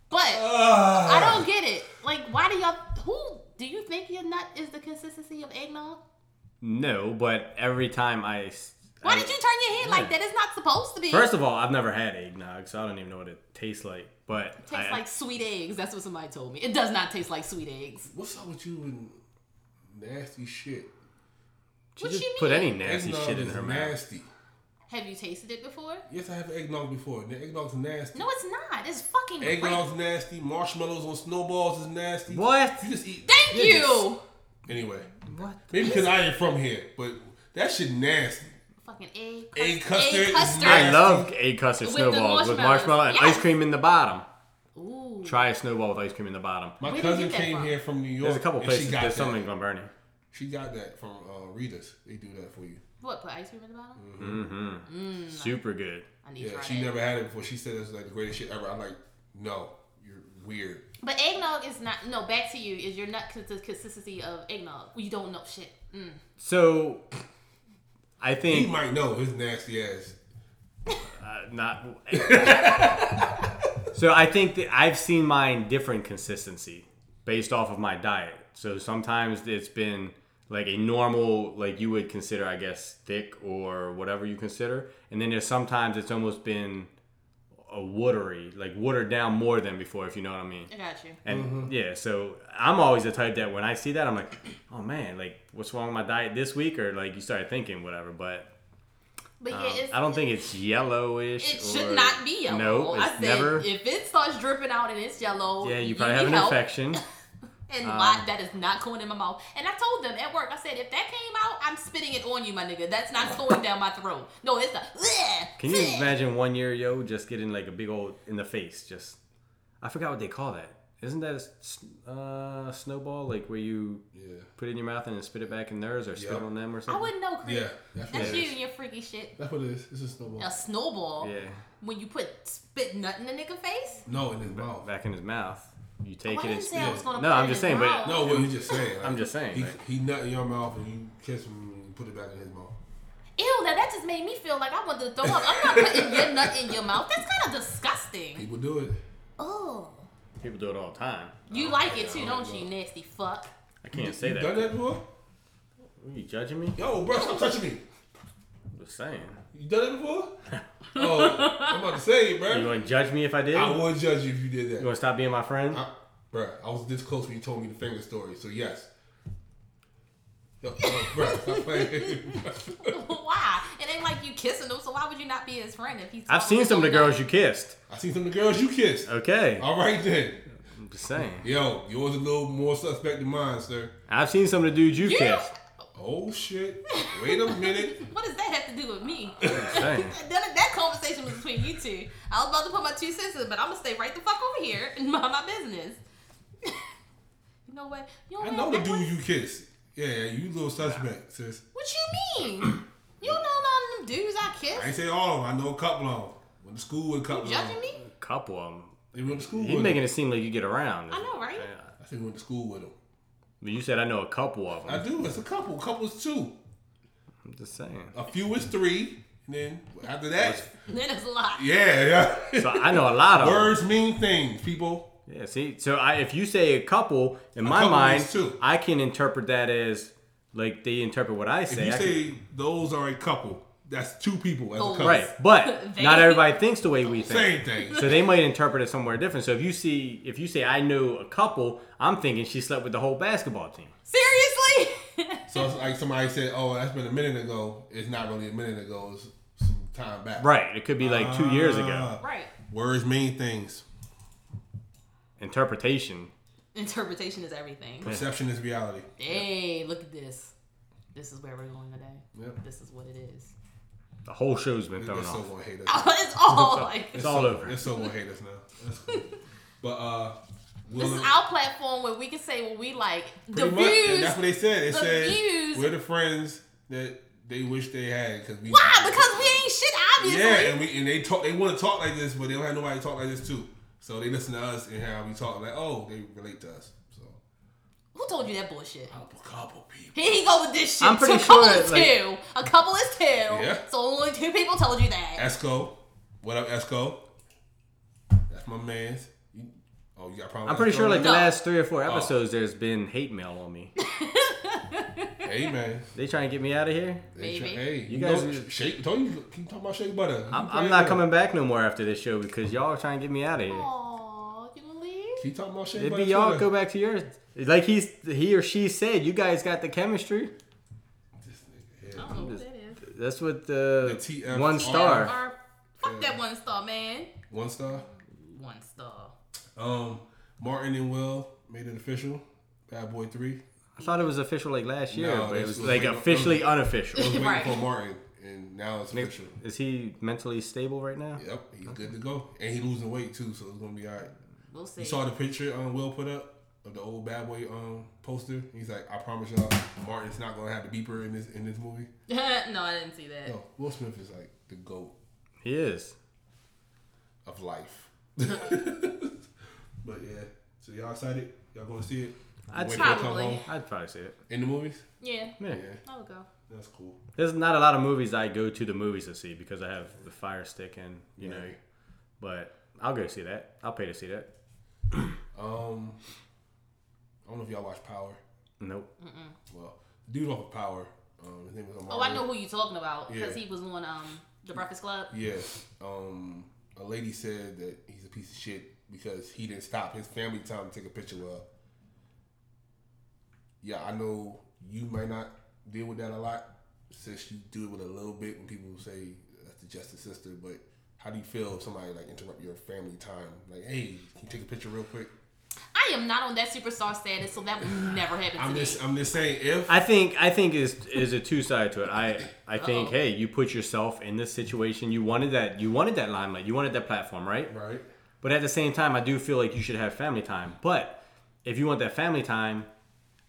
[SPEAKER 3] but
[SPEAKER 2] Ah.
[SPEAKER 3] I don't get it. Like, why do y'all? Who do you think your nut is the consistency of eggnog?
[SPEAKER 4] No, but every time I. s-
[SPEAKER 3] Why
[SPEAKER 4] I-
[SPEAKER 3] did you turn your head like that? It's not supposed to be.
[SPEAKER 4] First of all, I've never had eggnog, so I don't even know what it tastes like. But
[SPEAKER 3] it tastes
[SPEAKER 4] I-
[SPEAKER 3] like sweet eggs. That's what somebody told me. It does not taste like sweet eggs.
[SPEAKER 2] What's up with you and nasty shit?
[SPEAKER 4] she
[SPEAKER 3] What
[SPEAKER 4] just
[SPEAKER 3] you
[SPEAKER 4] put
[SPEAKER 3] mean?
[SPEAKER 4] any nasty
[SPEAKER 2] eggnog
[SPEAKER 4] shit in
[SPEAKER 2] is
[SPEAKER 4] her mouth.
[SPEAKER 2] nasty.
[SPEAKER 3] Have you tasted it before?
[SPEAKER 2] Yes, I have eggnog before. The eggnog's nasty.
[SPEAKER 3] No, it's not. It's fucking great.
[SPEAKER 2] Eggnog's nasty. Marshmallows on snowballs is nasty.
[SPEAKER 4] What?
[SPEAKER 2] You just eat.
[SPEAKER 3] Thank
[SPEAKER 4] Yes.
[SPEAKER 3] you.
[SPEAKER 2] Anyway,
[SPEAKER 4] What?
[SPEAKER 2] maybe because I ain't from here, but that shit nasty.
[SPEAKER 3] Fucking egg. Custard.
[SPEAKER 2] Egg custard is
[SPEAKER 3] Egg custard.
[SPEAKER 4] I
[SPEAKER 2] nasty.
[SPEAKER 4] love egg custard
[SPEAKER 3] With the
[SPEAKER 4] snowballs with
[SPEAKER 3] marshmallows.
[SPEAKER 4] marshmallow and
[SPEAKER 3] Yes.
[SPEAKER 4] ice cream in the bottom.
[SPEAKER 3] Ooh.
[SPEAKER 4] Try a snowball with ice cream in the bottom.
[SPEAKER 2] My
[SPEAKER 3] Where did you
[SPEAKER 2] cousin
[SPEAKER 3] get that
[SPEAKER 2] came
[SPEAKER 3] from?
[SPEAKER 2] here from New York.
[SPEAKER 4] There's a couple
[SPEAKER 2] and
[SPEAKER 4] places.
[SPEAKER 2] She got
[SPEAKER 4] There's
[SPEAKER 2] that.
[SPEAKER 4] some in Glen Burnie.
[SPEAKER 2] She got that from uh, Rita's. They do that for you.
[SPEAKER 3] What? Put ice cream in the bottom?
[SPEAKER 4] Super good.
[SPEAKER 3] I need to
[SPEAKER 2] Yeah,
[SPEAKER 3] try
[SPEAKER 2] she
[SPEAKER 3] that.
[SPEAKER 2] never had it before. She said it was like the greatest shit ever. I'm like, no, you're weird.
[SPEAKER 3] But eggnog is not. No, back to you. Is your nut cons- the consistency of eggnog? You don't know shit. Mm.
[SPEAKER 4] So, I
[SPEAKER 2] He
[SPEAKER 4] think
[SPEAKER 2] might know his nasty ass.
[SPEAKER 4] uh, not. so I think that I've seen mine different consistency. based off of my diet. So sometimes it's been like a normal, like you would consider, I guess, thick or whatever you consider. And then there's sometimes it's almost been a watery, like watered down more than before, if you know what I mean.
[SPEAKER 3] I got you.
[SPEAKER 4] And yeah, so I'm always the type that when I see that, I'm like, oh man, like what's wrong with my diet this week? Or like you start thinking whatever. But
[SPEAKER 3] But
[SPEAKER 4] um,
[SPEAKER 3] yeah, it's,
[SPEAKER 4] I don't think it's yellowish.
[SPEAKER 3] it should
[SPEAKER 4] or-
[SPEAKER 3] not be yellow.
[SPEAKER 4] No, it's
[SPEAKER 3] I said
[SPEAKER 4] never.
[SPEAKER 3] if it starts dripping out and it's yellow,
[SPEAKER 4] yeah, you probably have
[SPEAKER 3] need
[SPEAKER 4] an
[SPEAKER 3] help.
[SPEAKER 4] infection.
[SPEAKER 3] And
[SPEAKER 4] Um,
[SPEAKER 3] why that is not going in my mouth. And I told them at work, I said, if that came out, I'm spitting it on you, my nigga. That's not going down my throat. No, it's a. bleh,
[SPEAKER 4] Can you
[SPEAKER 3] bleh.
[SPEAKER 4] imagine one year yo just getting like a big old in the face? Just I forgot what they call that. Isn't that a s- uh, snowball like where you
[SPEAKER 2] Yeah.
[SPEAKER 4] put it in your mouth and then spit it back in theirs or spit
[SPEAKER 2] Yup.
[SPEAKER 4] on them or
[SPEAKER 3] I
[SPEAKER 4] something?
[SPEAKER 3] wouldn't know, Chris.
[SPEAKER 2] Yeah. That's what
[SPEAKER 3] That's
[SPEAKER 2] it
[SPEAKER 3] you
[SPEAKER 2] is.
[SPEAKER 3] and your freaky shit.
[SPEAKER 2] That's what it is. It's a snowball.
[SPEAKER 3] A snowball.
[SPEAKER 4] Yeah,
[SPEAKER 3] When you put spit nut in a nigga face.
[SPEAKER 2] No, in his mouth.
[SPEAKER 4] back in his mouth. You
[SPEAKER 3] Oh,
[SPEAKER 4] take
[SPEAKER 3] I
[SPEAKER 4] it
[SPEAKER 3] didn't
[SPEAKER 4] and
[SPEAKER 3] say
[SPEAKER 4] spit.
[SPEAKER 3] I
[SPEAKER 2] yeah.
[SPEAKER 3] was gonna
[SPEAKER 4] No,
[SPEAKER 3] put it
[SPEAKER 4] I'm
[SPEAKER 3] in
[SPEAKER 4] just
[SPEAKER 3] his
[SPEAKER 4] saying, but-
[SPEAKER 3] mouth.
[SPEAKER 2] No, what he just saying.
[SPEAKER 4] I'm just saying,
[SPEAKER 2] He,
[SPEAKER 4] like-
[SPEAKER 2] he nut in your mouth and you kiss him and you put it back in his mouth.
[SPEAKER 3] Ew, now that just made me feel like I wanted to throw up. I'm not putting your nut in your mouth. That's kind of disgusting.
[SPEAKER 2] People do it.
[SPEAKER 3] Oh.
[SPEAKER 4] People do it all the time.
[SPEAKER 3] You like it too,
[SPEAKER 2] yeah, I
[SPEAKER 3] don't
[SPEAKER 2] don't
[SPEAKER 3] you, nasty fuck?
[SPEAKER 4] I can't say
[SPEAKER 2] You
[SPEAKER 4] that.
[SPEAKER 2] done that before?
[SPEAKER 4] What Are you judging me?
[SPEAKER 2] Yo, bro, stop touching me.
[SPEAKER 4] Just saying.
[SPEAKER 2] You done it before? oh, I'm about to say,
[SPEAKER 4] You
[SPEAKER 2] bro.
[SPEAKER 4] going to judge me if I did?
[SPEAKER 2] I
[SPEAKER 4] You
[SPEAKER 2] would Uh, judge you if you did that.
[SPEAKER 4] going to stop being my friend?
[SPEAKER 2] I, bro, I was this close when you told me the finger story, so yes. Yo, yo, bro, stop playing.
[SPEAKER 3] why? It ain't like you kissing him, so why would you not be his friend if he's?
[SPEAKER 4] I've seen some of the girls you kissed.
[SPEAKER 2] I seen some of the girls you kissed.
[SPEAKER 4] Okay.
[SPEAKER 2] All right then.
[SPEAKER 4] I'm just saying.
[SPEAKER 2] Yo, yours a little more suspect than mine, sir.
[SPEAKER 4] I've seen some of the dudes you
[SPEAKER 3] You
[SPEAKER 4] kissed.
[SPEAKER 2] Oh shit. Wait a minute.
[SPEAKER 3] What does that have to do with me?
[SPEAKER 4] I'm just saying.
[SPEAKER 3] that, that conversation was between you two. I was about to put my two cents in, but I'm gonna stay right the fuck over here and mind my business. you know what? You don't
[SPEAKER 2] I
[SPEAKER 3] have
[SPEAKER 2] know the
[SPEAKER 3] that
[SPEAKER 2] dude
[SPEAKER 3] one-
[SPEAKER 2] you kissed. Yeah, yeah, you little suspect, sis.
[SPEAKER 3] What you mean? you don't know none of them dudes I
[SPEAKER 2] I
[SPEAKER 3] kissed.
[SPEAKER 2] ain't say all of them. I know a couple of them. Went to school with a couple of
[SPEAKER 3] Judging
[SPEAKER 2] them.
[SPEAKER 3] me?
[SPEAKER 4] Couple of 'em.
[SPEAKER 2] They went to school
[SPEAKER 4] He's
[SPEAKER 2] with them.
[SPEAKER 4] making it seem like you get around.
[SPEAKER 3] I know, right?
[SPEAKER 4] Yeah.
[SPEAKER 2] I said we went to school with them.
[SPEAKER 4] But you said I know a couple of
[SPEAKER 2] I
[SPEAKER 4] them.
[SPEAKER 2] do. It's a couple. A couple is two.
[SPEAKER 4] I'm just saying.
[SPEAKER 2] A few is three. And then after that,
[SPEAKER 3] That is a lot.
[SPEAKER 2] yeah, yeah.
[SPEAKER 4] So I know a lot of 'em.
[SPEAKER 2] Words mean things, people.
[SPEAKER 4] Yeah, see, so I, if you say a couple, in my
[SPEAKER 2] couple
[SPEAKER 4] mind,
[SPEAKER 2] is two.
[SPEAKER 4] I can interpret that as like they interpret what I
[SPEAKER 2] If
[SPEAKER 4] say.
[SPEAKER 2] you
[SPEAKER 4] I can-
[SPEAKER 2] say those are a couple, that's two people as a
[SPEAKER 3] Oh,
[SPEAKER 2] couple.
[SPEAKER 4] right, but
[SPEAKER 3] They-
[SPEAKER 4] not everybody thinks the way we think.
[SPEAKER 2] Same thing.
[SPEAKER 4] So they might interpret it somewhere different. So if you see, if you say I know a couple, I'm thinking she slept with the whole basketball team.
[SPEAKER 3] Seriously?
[SPEAKER 2] So it's like somebody said, "Oh, that's been a minute ago." It's not really a minute ago. It's some time back.
[SPEAKER 4] Right, it could be like two years ago.
[SPEAKER 2] Ah.
[SPEAKER 3] right.
[SPEAKER 2] Words mean things.
[SPEAKER 4] Interpretation.
[SPEAKER 3] Interpretation is everything.
[SPEAKER 2] Perception is reality.
[SPEAKER 3] Hey, look at this. This is where we're going today.
[SPEAKER 2] Yep.
[SPEAKER 3] This is what it is.
[SPEAKER 4] The whole show's been
[SPEAKER 2] They're
[SPEAKER 4] thrown
[SPEAKER 2] so
[SPEAKER 4] off.
[SPEAKER 2] gonna hate us.
[SPEAKER 3] it's all like
[SPEAKER 4] It's
[SPEAKER 3] this
[SPEAKER 4] all
[SPEAKER 2] so,
[SPEAKER 4] over.
[SPEAKER 2] They're so gonna hate us now. That's cool. but uh, we'll,
[SPEAKER 3] is our platform where we can say what we like. The
[SPEAKER 2] pretty much, and
[SPEAKER 3] views.
[SPEAKER 2] that's what they said. They
[SPEAKER 3] the
[SPEAKER 2] said
[SPEAKER 3] views-
[SPEAKER 2] we're the friends that they wish they had because we.
[SPEAKER 3] Why? Because we ain't shit, obviously.
[SPEAKER 2] yeah, and we and they talk. They want to talk like this, but they don't have nobody to talk like this too. So they listen to us and how we talk. Like, oh, they relate to us. So
[SPEAKER 3] Who told you that bullshit?
[SPEAKER 2] a couple people.
[SPEAKER 3] Here he go with this shit.
[SPEAKER 4] I'm pretty
[SPEAKER 3] a couple
[SPEAKER 4] sure,
[SPEAKER 3] is
[SPEAKER 4] like-
[SPEAKER 3] two. A couple is two.
[SPEAKER 2] Yeah.
[SPEAKER 3] So only two people told you that.
[SPEAKER 2] Esco, what up, Esco? That's my man's. You- Oh, you got a problem?
[SPEAKER 4] I'm
[SPEAKER 2] with
[SPEAKER 4] pretty
[SPEAKER 2] Esco?
[SPEAKER 4] sure like the
[SPEAKER 3] No.
[SPEAKER 4] last three or four episodes, there's been hate mail on me.
[SPEAKER 2] Hey man,
[SPEAKER 4] They trying to get me out of here.
[SPEAKER 2] Hey,
[SPEAKER 3] Maybe.
[SPEAKER 2] Hey, you,
[SPEAKER 4] guys
[SPEAKER 2] guys
[SPEAKER 4] is-
[SPEAKER 2] shake. Don't you keep talking about shake butter? Keep
[SPEAKER 4] I'm,
[SPEAKER 2] trying
[SPEAKER 4] I'm not
[SPEAKER 2] to-
[SPEAKER 4] coming back no more after this show because y'all are trying to get me out of here.
[SPEAKER 3] Aw, you gonna leave?
[SPEAKER 2] Keep talking about shake
[SPEAKER 4] It'd
[SPEAKER 2] butter.
[SPEAKER 4] be y'all
[SPEAKER 2] Twitter.
[SPEAKER 4] go back to yours. Like he's he or she said, you guys got the chemistry.
[SPEAKER 2] This nigga,
[SPEAKER 3] I
[SPEAKER 2] yeah.
[SPEAKER 3] don't know what
[SPEAKER 4] just-
[SPEAKER 3] that is.
[SPEAKER 4] That's what the,
[SPEAKER 2] The TF
[SPEAKER 4] one star.
[SPEAKER 3] Or, fuck that one star, man.
[SPEAKER 2] One star.
[SPEAKER 3] One star.
[SPEAKER 2] Um, Martin and Will made it official. Bad Boy Three.
[SPEAKER 4] I thought it was official like last year,
[SPEAKER 2] No,
[SPEAKER 4] but it
[SPEAKER 2] this
[SPEAKER 4] was
[SPEAKER 2] was
[SPEAKER 4] like
[SPEAKER 2] way-
[SPEAKER 4] officially
[SPEAKER 2] I was
[SPEAKER 4] unofficial.
[SPEAKER 2] waiting
[SPEAKER 3] Right.
[SPEAKER 2] for Martin, and now it's official.
[SPEAKER 4] Is he mentally stable right now?
[SPEAKER 2] Yep, he's good to go, and he losing weight too, so it's gonna be all right.
[SPEAKER 3] We'll see.
[SPEAKER 2] You saw the picture um, Will put up of the old Bad Boy um, poster. He's like, I promise y'all, Martin's not gonna have the beeper in this in this movie.
[SPEAKER 3] no, I didn't see that.
[SPEAKER 2] No, Will Smith is like the goat
[SPEAKER 4] He is.
[SPEAKER 2] of life. but yeah, so y'all excited? Y'all gonna see it?
[SPEAKER 4] I'd
[SPEAKER 2] When they come
[SPEAKER 3] Probably.
[SPEAKER 2] home?
[SPEAKER 4] I'd probably say it.
[SPEAKER 2] in the movies.
[SPEAKER 3] Yeah,
[SPEAKER 4] Yeah.
[SPEAKER 2] Yeah,
[SPEAKER 3] I would go.
[SPEAKER 2] that's cool.
[SPEAKER 4] There's not a lot of movies I go to the movies to see because I have the fire stick and you know,
[SPEAKER 2] Right.
[SPEAKER 4] but I'll go see that. I'll pay to see that.
[SPEAKER 2] Um, I don't know if y'all watch Power.
[SPEAKER 4] Nope.
[SPEAKER 2] Well, the dude off of Power. Um, his name is
[SPEAKER 3] Oh,
[SPEAKER 2] Omari.
[SPEAKER 3] I know who you're talking about because
[SPEAKER 2] Yeah.
[SPEAKER 3] he was on um the Breakfast Club.
[SPEAKER 2] Yes. Um, a lady said that he's a piece of shit because he didn't stop his family time to take a picture of. Yeah, I know you might not deal with that a lot since you do it with a little bit when people say that's the justice sister, but how do you feel if somebody like interrupt your family time? Like, hey, can you take a picture real quick?
[SPEAKER 3] I am not on that superstar status, so that will never happen to
[SPEAKER 2] I'm
[SPEAKER 3] me.
[SPEAKER 2] just I'm just saying if
[SPEAKER 4] I think I think is is a two side to it. I I think
[SPEAKER 3] Uh-oh.
[SPEAKER 4] hey, you put yourself in this situation. You wanted that. You wanted that limelight. You wanted that platform, right?
[SPEAKER 2] Right.
[SPEAKER 4] But at the same time, I do feel like you should have family time. But if you want that family time,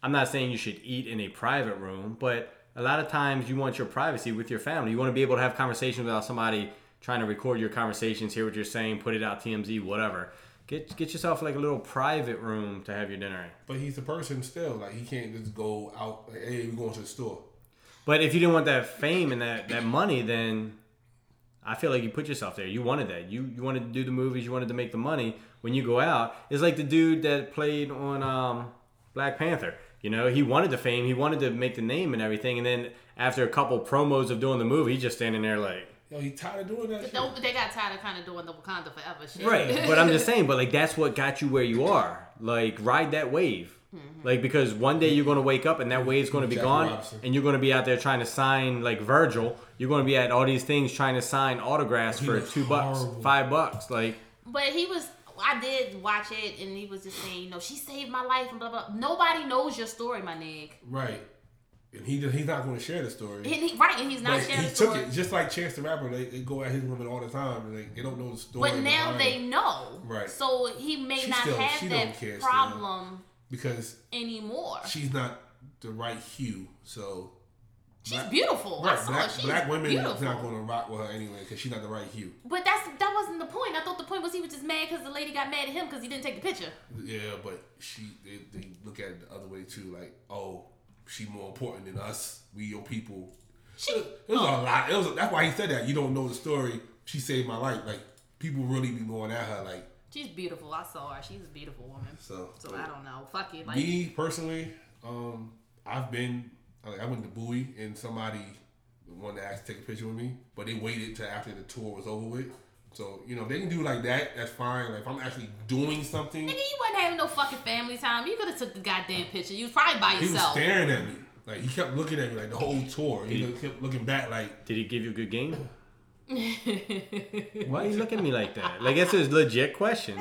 [SPEAKER 4] I'm not saying you should eat in a private room, but a lot of times you want your privacy with your family. You want to be able to have conversations without somebody trying to record your conversations, hear what you're saying, put it out TMZ, whatever. Get get yourself like a little private room to have your dinner in.
[SPEAKER 2] But he's a person still. Like he can't just go out like, hey, we're going to the store.
[SPEAKER 4] But if you didn't want that fame and that, that money, then I feel like you put yourself there. You wanted that. You you wanted to do the movies. You wanted to make the money when you go out. It's like the dude that played on um, Black Panther. You know, he wanted the fame. He wanted to make the name and everything. And then after a couple promos of doing the movie, he's just standing there like.
[SPEAKER 2] Yo, he tired of doing that
[SPEAKER 3] But
[SPEAKER 2] shit.
[SPEAKER 3] tho- they got tired of kind of doing the Wakanda forever shit.
[SPEAKER 4] Right. But I'm just saying, but like that's what got you where you are. Like ride that wave. Like because one day you're gonna wake up and that wave's gonna be
[SPEAKER 2] Jackie
[SPEAKER 4] gone
[SPEAKER 2] Robinson.
[SPEAKER 4] and you're gonna be out there trying to sign like Virgil. You're gonna be at all these things trying to sign autographs
[SPEAKER 2] He
[SPEAKER 4] for
[SPEAKER 2] was
[SPEAKER 4] two
[SPEAKER 2] horrible.
[SPEAKER 4] bucks, five bucks. Like
[SPEAKER 3] But he was. I did watch it, and he was just saying, you know, she saved my life, and blah blah. Nobody knows your story, my nigga.
[SPEAKER 2] Right. And he he's not going to share the story.
[SPEAKER 3] And he, right, and he's not
[SPEAKER 2] But
[SPEAKER 3] sharing
[SPEAKER 2] he
[SPEAKER 3] the
[SPEAKER 2] took
[SPEAKER 3] story.
[SPEAKER 2] it just like Chance the Rapper. They, they go at his women all the time, and they, they don't know the story.
[SPEAKER 3] But now
[SPEAKER 2] behind
[SPEAKER 3] they
[SPEAKER 2] it.
[SPEAKER 3] know.
[SPEAKER 2] Right.
[SPEAKER 3] So he may
[SPEAKER 2] She
[SPEAKER 3] not
[SPEAKER 2] still- she
[SPEAKER 3] have
[SPEAKER 2] don't
[SPEAKER 3] that
[SPEAKER 2] care still.
[SPEAKER 3] problem
[SPEAKER 2] because
[SPEAKER 3] anymore.
[SPEAKER 2] she's not the right hue. So
[SPEAKER 3] she's
[SPEAKER 2] black-
[SPEAKER 3] beautiful. I
[SPEAKER 2] right,
[SPEAKER 3] saw
[SPEAKER 2] black,
[SPEAKER 3] her. She's
[SPEAKER 2] black women
[SPEAKER 3] beautiful.
[SPEAKER 2] is not going to rock with her anyway because she's not the right hue.
[SPEAKER 3] But that's that wasn't the point. I thought the point was he was just mad because the lady got mad at him because he didn't take the picture.
[SPEAKER 2] Yeah, but she they, they look at it the other way too. Like, oh, she more important than us. We your people.
[SPEAKER 3] She-
[SPEAKER 2] it was a lot. It was that's why he said that. You don't know the story. She saved my life. Like people really be going at her. Like
[SPEAKER 3] She's beautiful. I saw her. She's a beautiful woman.
[SPEAKER 2] so.
[SPEAKER 3] So I don't know. Fuck it. Like
[SPEAKER 2] Me personally, um, I've been like I went to Bowie and somebody wanted to ask to take a picture with me, but they waited till after the tour was over with. So you know if they can do like that. That's fine. Like if I'm actually doing something,
[SPEAKER 3] nigga, you wasn't having no fucking family time. You could have took the goddamn picture. You was probably by
[SPEAKER 2] he was
[SPEAKER 3] yourself.
[SPEAKER 2] staring at me. Like he kept looking at me like the whole tour. He look- kept looking back like
[SPEAKER 4] did he give you a good game? Why are you looking at me like that? Like that's a legit question.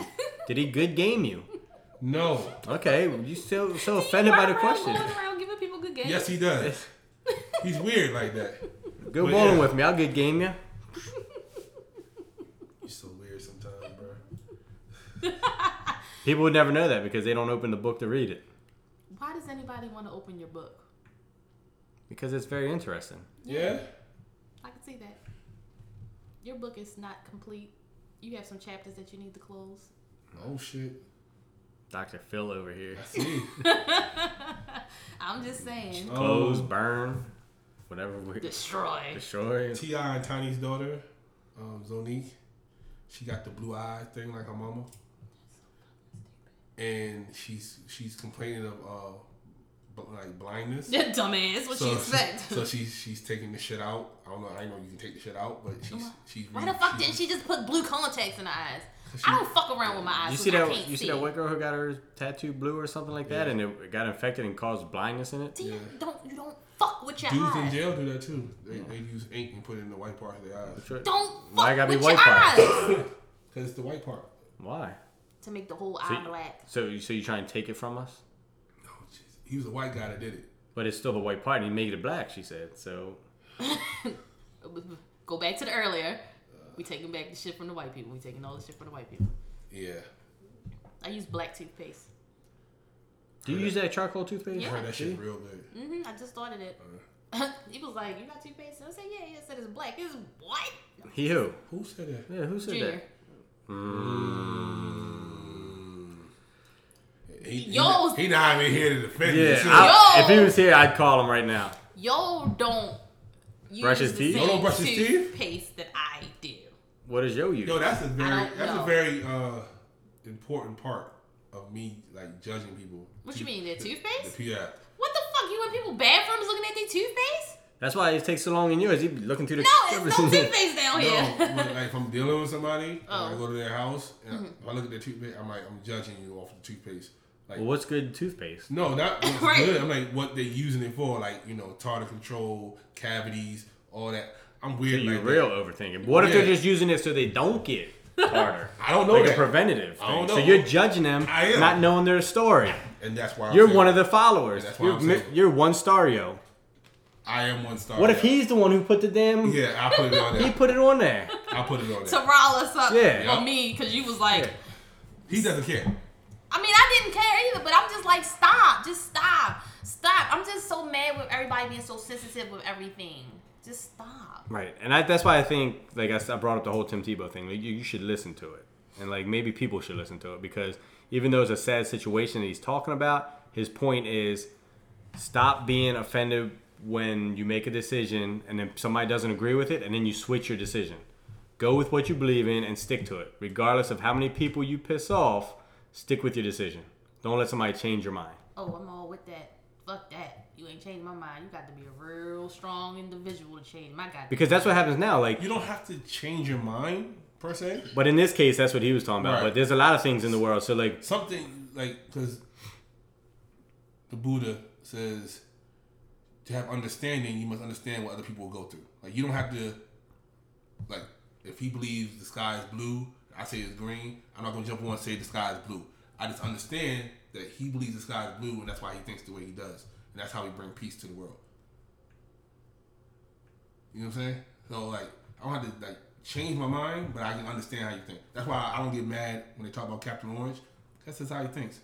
[SPEAKER 4] Did he good game you?
[SPEAKER 2] no.
[SPEAKER 4] Okay, you still so offended by
[SPEAKER 3] Why
[SPEAKER 4] the
[SPEAKER 3] around
[SPEAKER 4] question.
[SPEAKER 3] Going around giving people good games.
[SPEAKER 2] Yes, he does. He's weird like that.
[SPEAKER 4] Go
[SPEAKER 2] But
[SPEAKER 4] bowling
[SPEAKER 2] yeah.
[SPEAKER 4] with me. I'll good game you.
[SPEAKER 2] He's so weird sometimes, bro.
[SPEAKER 4] People would never know that because they don't open the book to read it.
[SPEAKER 3] Why does anybody want to open your book?
[SPEAKER 4] Because it's very interesting.
[SPEAKER 2] Yeah.
[SPEAKER 3] I can see that. Your book is not complete. You have some chapters that you need to close.
[SPEAKER 2] Oh shit.
[SPEAKER 4] Dr. Phil over here.
[SPEAKER 2] I see.
[SPEAKER 3] I'm just saying.
[SPEAKER 2] Oh. Um,
[SPEAKER 4] Close, burn, whatever we
[SPEAKER 3] Destroy.
[SPEAKER 4] destroy.
[SPEAKER 2] Ti and Tiny's daughter, um, Zonique, she got the blue eye thing like her mama, and she's she's complaining of uh, bl- like blindness.
[SPEAKER 3] Yeah, dumbass. What you expect?
[SPEAKER 2] so she's she's taking the shit out. I don't know. I know you can take the shit out, but she's she's.
[SPEAKER 3] Why
[SPEAKER 2] really-
[SPEAKER 3] the fuck
[SPEAKER 2] she's-
[SPEAKER 3] didn't she just put blue contacts in her eyes? I don't fuck around with my eyes.
[SPEAKER 4] You
[SPEAKER 3] so
[SPEAKER 4] see
[SPEAKER 3] I can't
[SPEAKER 4] that?
[SPEAKER 3] see.
[SPEAKER 4] You see that white girl who got her tattoo blue or something like that, and it it got infected and caused blindness in it.
[SPEAKER 3] See,
[SPEAKER 2] Yeah.
[SPEAKER 3] Don't you don't fuck with your
[SPEAKER 2] Dudes in
[SPEAKER 3] eyes.
[SPEAKER 2] jail do that too. They, they use ink and put it in the white part of their eyes
[SPEAKER 4] Sure.
[SPEAKER 3] Don't fuck
[SPEAKER 4] Why it gotta be
[SPEAKER 3] with
[SPEAKER 4] white
[SPEAKER 3] your
[SPEAKER 4] part?
[SPEAKER 3] eyes
[SPEAKER 2] because it's the white part.
[SPEAKER 4] Why?
[SPEAKER 3] to make the whole eye
[SPEAKER 4] See?
[SPEAKER 3] black.
[SPEAKER 4] So, you- so you try and take it from us?
[SPEAKER 2] Oh, jeez. he was a white guy that did it.
[SPEAKER 4] But it's still the white part, and he made it black. She said. So
[SPEAKER 3] Go back to the earlier. We taking back the shit from the white people. We taking all the shit from the white people.
[SPEAKER 2] Yeah.
[SPEAKER 3] I use black toothpaste.
[SPEAKER 4] do you use that charcoal toothpaste?
[SPEAKER 2] I
[SPEAKER 3] Yeah.
[SPEAKER 2] heard that shit real good.
[SPEAKER 3] hmm I just started it. he was like, "You got toothpaste?" I said, "Yeah, yeah." I said, "It's black." It's what?
[SPEAKER 4] He who?
[SPEAKER 2] Who said that?
[SPEAKER 4] Yeah, who said
[SPEAKER 3] Junior.
[SPEAKER 4] that?
[SPEAKER 2] He, he,
[SPEAKER 3] Yo.
[SPEAKER 2] he not even here to defend
[SPEAKER 4] Yeah,
[SPEAKER 2] this shit.
[SPEAKER 4] I-
[SPEAKER 3] Yo!
[SPEAKER 4] if he was here, I'd call him right now.
[SPEAKER 3] Yo don't use
[SPEAKER 4] Brush his
[SPEAKER 3] the
[SPEAKER 4] teeth?
[SPEAKER 3] same
[SPEAKER 2] Yo don't brush his teeth?
[SPEAKER 3] toothpaste that I do.
[SPEAKER 4] What is yo use?
[SPEAKER 2] Yo, that's a very
[SPEAKER 3] don't
[SPEAKER 2] that's a
[SPEAKER 3] know.
[SPEAKER 2] very uh important part of me like judging people.
[SPEAKER 3] What you mean, their
[SPEAKER 2] the-
[SPEAKER 3] toothpaste?
[SPEAKER 2] The, yeah.
[SPEAKER 3] What the fuck? You in people bathrooms looking at their toothpaste?
[SPEAKER 4] That's why it takes so long in yours. You be looking through the
[SPEAKER 3] No, it's no toothpaste down
[SPEAKER 2] No,
[SPEAKER 3] here.
[SPEAKER 2] when, like if I'm dealing with somebody, and
[SPEAKER 3] Oh. Mm-hmm.
[SPEAKER 2] I go to their house and I, if I look at their toothpaste, I'm like, I'm judging you off the toothpaste. Like,
[SPEAKER 4] well, what's good toothpaste?
[SPEAKER 2] no, not what's
[SPEAKER 3] Right.
[SPEAKER 2] good. I'm like, what they're using it for, like you know, tartar control, cavities, all that. I'm weird.
[SPEAKER 4] You're
[SPEAKER 2] like that.
[SPEAKER 4] real overthinking. What if they're
[SPEAKER 2] Yeah.
[SPEAKER 4] just using it so they don't get harder?
[SPEAKER 2] I don't know
[SPEAKER 4] like a
[SPEAKER 2] that.
[SPEAKER 4] preventative.
[SPEAKER 2] I don't
[SPEAKER 4] thing. So
[SPEAKER 2] know.
[SPEAKER 4] you're judging them,
[SPEAKER 2] I am.
[SPEAKER 4] not knowing their story.
[SPEAKER 2] and that's why I'm
[SPEAKER 4] You're
[SPEAKER 2] saying
[SPEAKER 4] one of the followers.
[SPEAKER 2] That's what
[SPEAKER 4] You're,
[SPEAKER 2] I'm
[SPEAKER 4] mi-
[SPEAKER 2] saying.
[SPEAKER 4] you're one stario.
[SPEAKER 2] I am one star.
[SPEAKER 4] What if he's the one who put the damn?
[SPEAKER 2] Yeah, I put it on
[SPEAKER 4] He
[SPEAKER 2] there.
[SPEAKER 4] put it on there.
[SPEAKER 2] I put it on
[SPEAKER 3] To
[SPEAKER 2] there.
[SPEAKER 3] rile us up
[SPEAKER 4] Yeah.
[SPEAKER 3] for me, because you was like,
[SPEAKER 4] Yeah.
[SPEAKER 2] He doesn't care.
[SPEAKER 3] I mean, I didn't care either, but I'm just like, stop, just stop, stop. I'm just so mad with everybody being so sensitive with everything. Just stop.
[SPEAKER 4] Right, and I, that's why I think, like I, s- I brought up the whole Tim Tebow thing. Like, you, you should listen to it, and like maybe people should listen to it because even though it's a sad situation that he's talking about, his point is stop being offended when you make a decision and then somebody doesn't agree with it, and then you switch your decision. Go with what you believe in and stick to it, regardless of how many people you piss off. Stick with your decision. Don't let somebody change your mind.
[SPEAKER 3] Oh, I'm all with that. Fuck that. You ain't changing my mind. You got to be a real strong individual to change my goddamn.
[SPEAKER 4] Because that's what happens now. Like
[SPEAKER 2] You don't have to change your mind per se.
[SPEAKER 4] But in this case, that's what he was talking about.
[SPEAKER 2] Right.
[SPEAKER 4] But there's a lot of things in the world. So like,
[SPEAKER 2] Something like because the Buddha says to have understanding, you must understand what other people will go through. Like you don't have to like if he believes the sky is blue, I say it's green. I'm not gonna jump on and say the sky is blue. I just understand that he believes the sky is blue, and that's why he thinks the way he does, and that's how we bring peace to the world. You know what I'm saying? So like, I don't have to like change my mind, but I can understand how you think. That's why I don't get mad when they talk about Captain Orange. 'cause That's just how he thinks.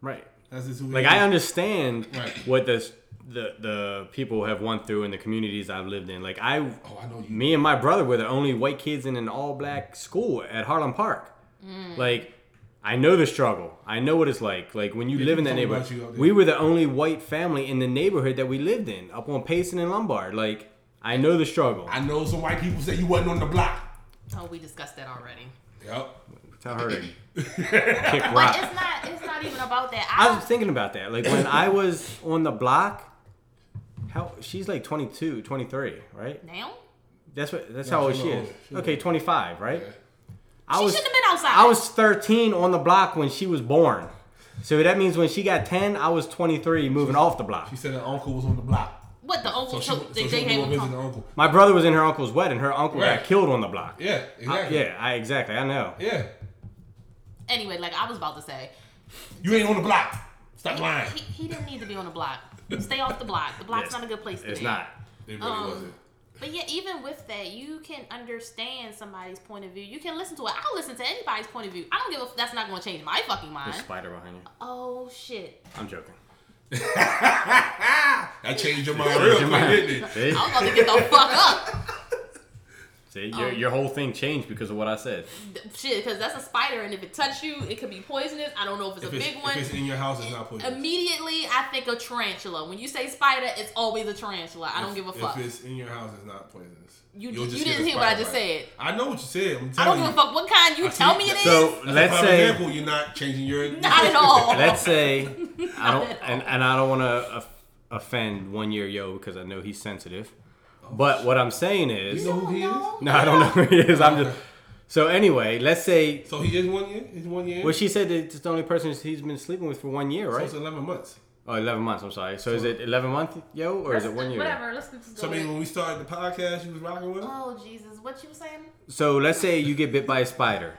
[SPEAKER 4] right.
[SPEAKER 2] That's just who. he
[SPEAKER 4] Like
[SPEAKER 2] is.
[SPEAKER 4] I understand
[SPEAKER 2] Right.
[SPEAKER 4] what this, the the people have went through in the communities I've lived in. Like I,
[SPEAKER 2] Oh, I know you.
[SPEAKER 4] me and my brother were the only white kids in an all black school at Harlem Park. Like I know the struggle. I know what it's like. Like when you
[SPEAKER 2] Yeah,
[SPEAKER 4] live in
[SPEAKER 2] people
[SPEAKER 4] that
[SPEAKER 2] talk about
[SPEAKER 4] neighborhood,
[SPEAKER 2] you out there.
[SPEAKER 4] we were the only white family in the neighborhood that we lived in, up on Payson and Lombard. Like I know the struggle.
[SPEAKER 2] I know some white people say you wasn't on the block.
[SPEAKER 3] Oh, we discussed that already.
[SPEAKER 2] Yep.
[SPEAKER 4] Tell her to kick
[SPEAKER 3] But
[SPEAKER 4] rock.
[SPEAKER 3] it's not. It's not even about that.
[SPEAKER 4] I
[SPEAKER 3] I
[SPEAKER 4] was thinking about that. Like when I was on the block, how she's like 22, 23, right?
[SPEAKER 3] now.
[SPEAKER 4] That's what that's
[SPEAKER 2] No,
[SPEAKER 4] how old
[SPEAKER 2] she's
[SPEAKER 4] she
[SPEAKER 2] older.
[SPEAKER 4] is.
[SPEAKER 2] She's
[SPEAKER 4] Okay,
[SPEAKER 2] older.
[SPEAKER 4] 25, right?
[SPEAKER 2] Yeah.
[SPEAKER 4] I
[SPEAKER 3] She
[SPEAKER 4] was
[SPEAKER 3] shouldn't have been outside.
[SPEAKER 4] I was 13 on the block when she was born. So that means when she got 10, I was 23 moving off the block.
[SPEAKER 2] She said her uncle was on the block.
[SPEAKER 3] What the
[SPEAKER 2] So
[SPEAKER 3] uncle?
[SPEAKER 2] she, so
[SPEAKER 3] told-
[SPEAKER 2] she
[SPEAKER 3] they,
[SPEAKER 2] went
[SPEAKER 3] they
[SPEAKER 2] to
[SPEAKER 3] had
[SPEAKER 2] go
[SPEAKER 3] him
[SPEAKER 2] visit
[SPEAKER 3] come-
[SPEAKER 2] her uncle.
[SPEAKER 4] My brother was in her uncle's wedding. Her uncle
[SPEAKER 2] Right.
[SPEAKER 4] got killed on the block.
[SPEAKER 2] Yeah,
[SPEAKER 4] I,
[SPEAKER 2] exactly.
[SPEAKER 4] Uh, yeah, I exactly. I know.
[SPEAKER 2] Yeah.
[SPEAKER 3] Anyway, like I was about to say,
[SPEAKER 2] You ain't on the block. Stop lying.
[SPEAKER 3] he, he didn't need to be on the block. Stay off the block. The block's
[SPEAKER 4] Yes.
[SPEAKER 3] not a good place to
[SPEAKER 4] It's
[SPEAKER 3] be.
[SPEAKER 4] not.
[SPEAKER 2] It really
[SPEAKER 3] Um,
[SPEAKER 2] wasn't.
[SPEAKER 3] But yeah, even with that, you can understand somebody's point of view. You can listen to it. I'll listen to anybody's point of view. I don't give a. f- That's not going to change my fucking
[SPEAKER 4] There's a
[SPEAKER 3] mind.
[SPEAKER 4] spider behind you.
[SPEAKER 3] Oh shit!
[SPEAKER 4] I'm joking.
[SPEAKER 2] That changed your mind real
[SPEAKER 4] Your
[SPEAKER 2] quick,
[SPEAKER 4] mind.
[SPEAKER 2] didn't it?
[SPEAKER 4] See?
[SPEAKER 3] I was about to get the fuck up.
[SPEAKER 4] See? Your, your whole thing changed because of what I said.
[SPEAKER 3] Shit, because that's a spider, and if it touched you, it could be poisonous. I don't know if it's
[SPEAKER 2] If
[SPEAKER 3] a
[SPEAKER 2] it's,
[SPEAKER 3] big one.
[SPEAKER 2] if it's in your house, it's not poison.
[SPEAKER 3] Immediately, I think a tarantula. When you say spider, it's always a tarantula. I don't give a fuck.
[SPEAKER 2] If it's in your house, it's not poisonous.
[SPEAKER 3] You-
[SPEAKER 2] You'll
[SPEAKER 3] you
[SPEAKER 2] just
[SPEAKER 3] didn't
[SPEAKER 2] get a
[SPEAKER 3] hear what I
[SPEAKER 2] spider
[SPEAKER 3] just
[SPEAKER 2] bite.
[SPEAKER 3] said.
[SPEAKER 2] I know what you
[SPEAKER 3] I
[SPEAKER 2] said. I'm
[SPEAKER 3] don't
[SPEAKER 2] telling
[SPEAKER 3] give a
[SPEAKER 2] you.
[SPEAKER 3] fuck what kind. You
[SPEAKER 2] I see
[SPEAKER 3] tell me it
[SPEAKER 2] that.
[SPEAKER 3] is.
[SPEAKER 4] So
[SPEAKER 2] That's a
[SPEAKER 4] let's
[SPEAKER 2] prime
[SPEAKER 4] say
[SPEAKER 2] example, you're not changing your.
[SPEAKER 3] Not at all.
[SPEAKER 4] Let's say I don't,
[SPEAKER 3] at all.
[SPEAKER 4] and, and I don't want to offend one year yo because I know he's sensitive. But what I'm saying is,
[SPEAKER 2] Oh, You know who he is?
[SPEAKER 3] No.
[SPEAKER 4] no, I don't know who he is. I'm just so anyway. Let's say
[SPEAKER 2] So he is one year. He's one year.
[SPEAKER 4] well, she said that it's the only person he's been sleeping with for one year,
[SPEAKER 2] so
[SPEAKER 4] right?
[SPEAKER 2] it's eleven months.
[SPEAKER 4] Oh, 11 months. I'm sorry. So is it 11 month yo or is it one year?
[SPEAKER 3] Whatever. Let's just go.
[SPEAKER 2] So I
[SPEAKER 3] with
[SPEAKER 2] mean,
[SPEAKER 3] it.
[SPEAKER 2] when we started the podcast, you was rocking with him.
[SPEAKER 3] Oh Jesus! What you saying?
[SPEAKER 4] So let's say you get bit by a spider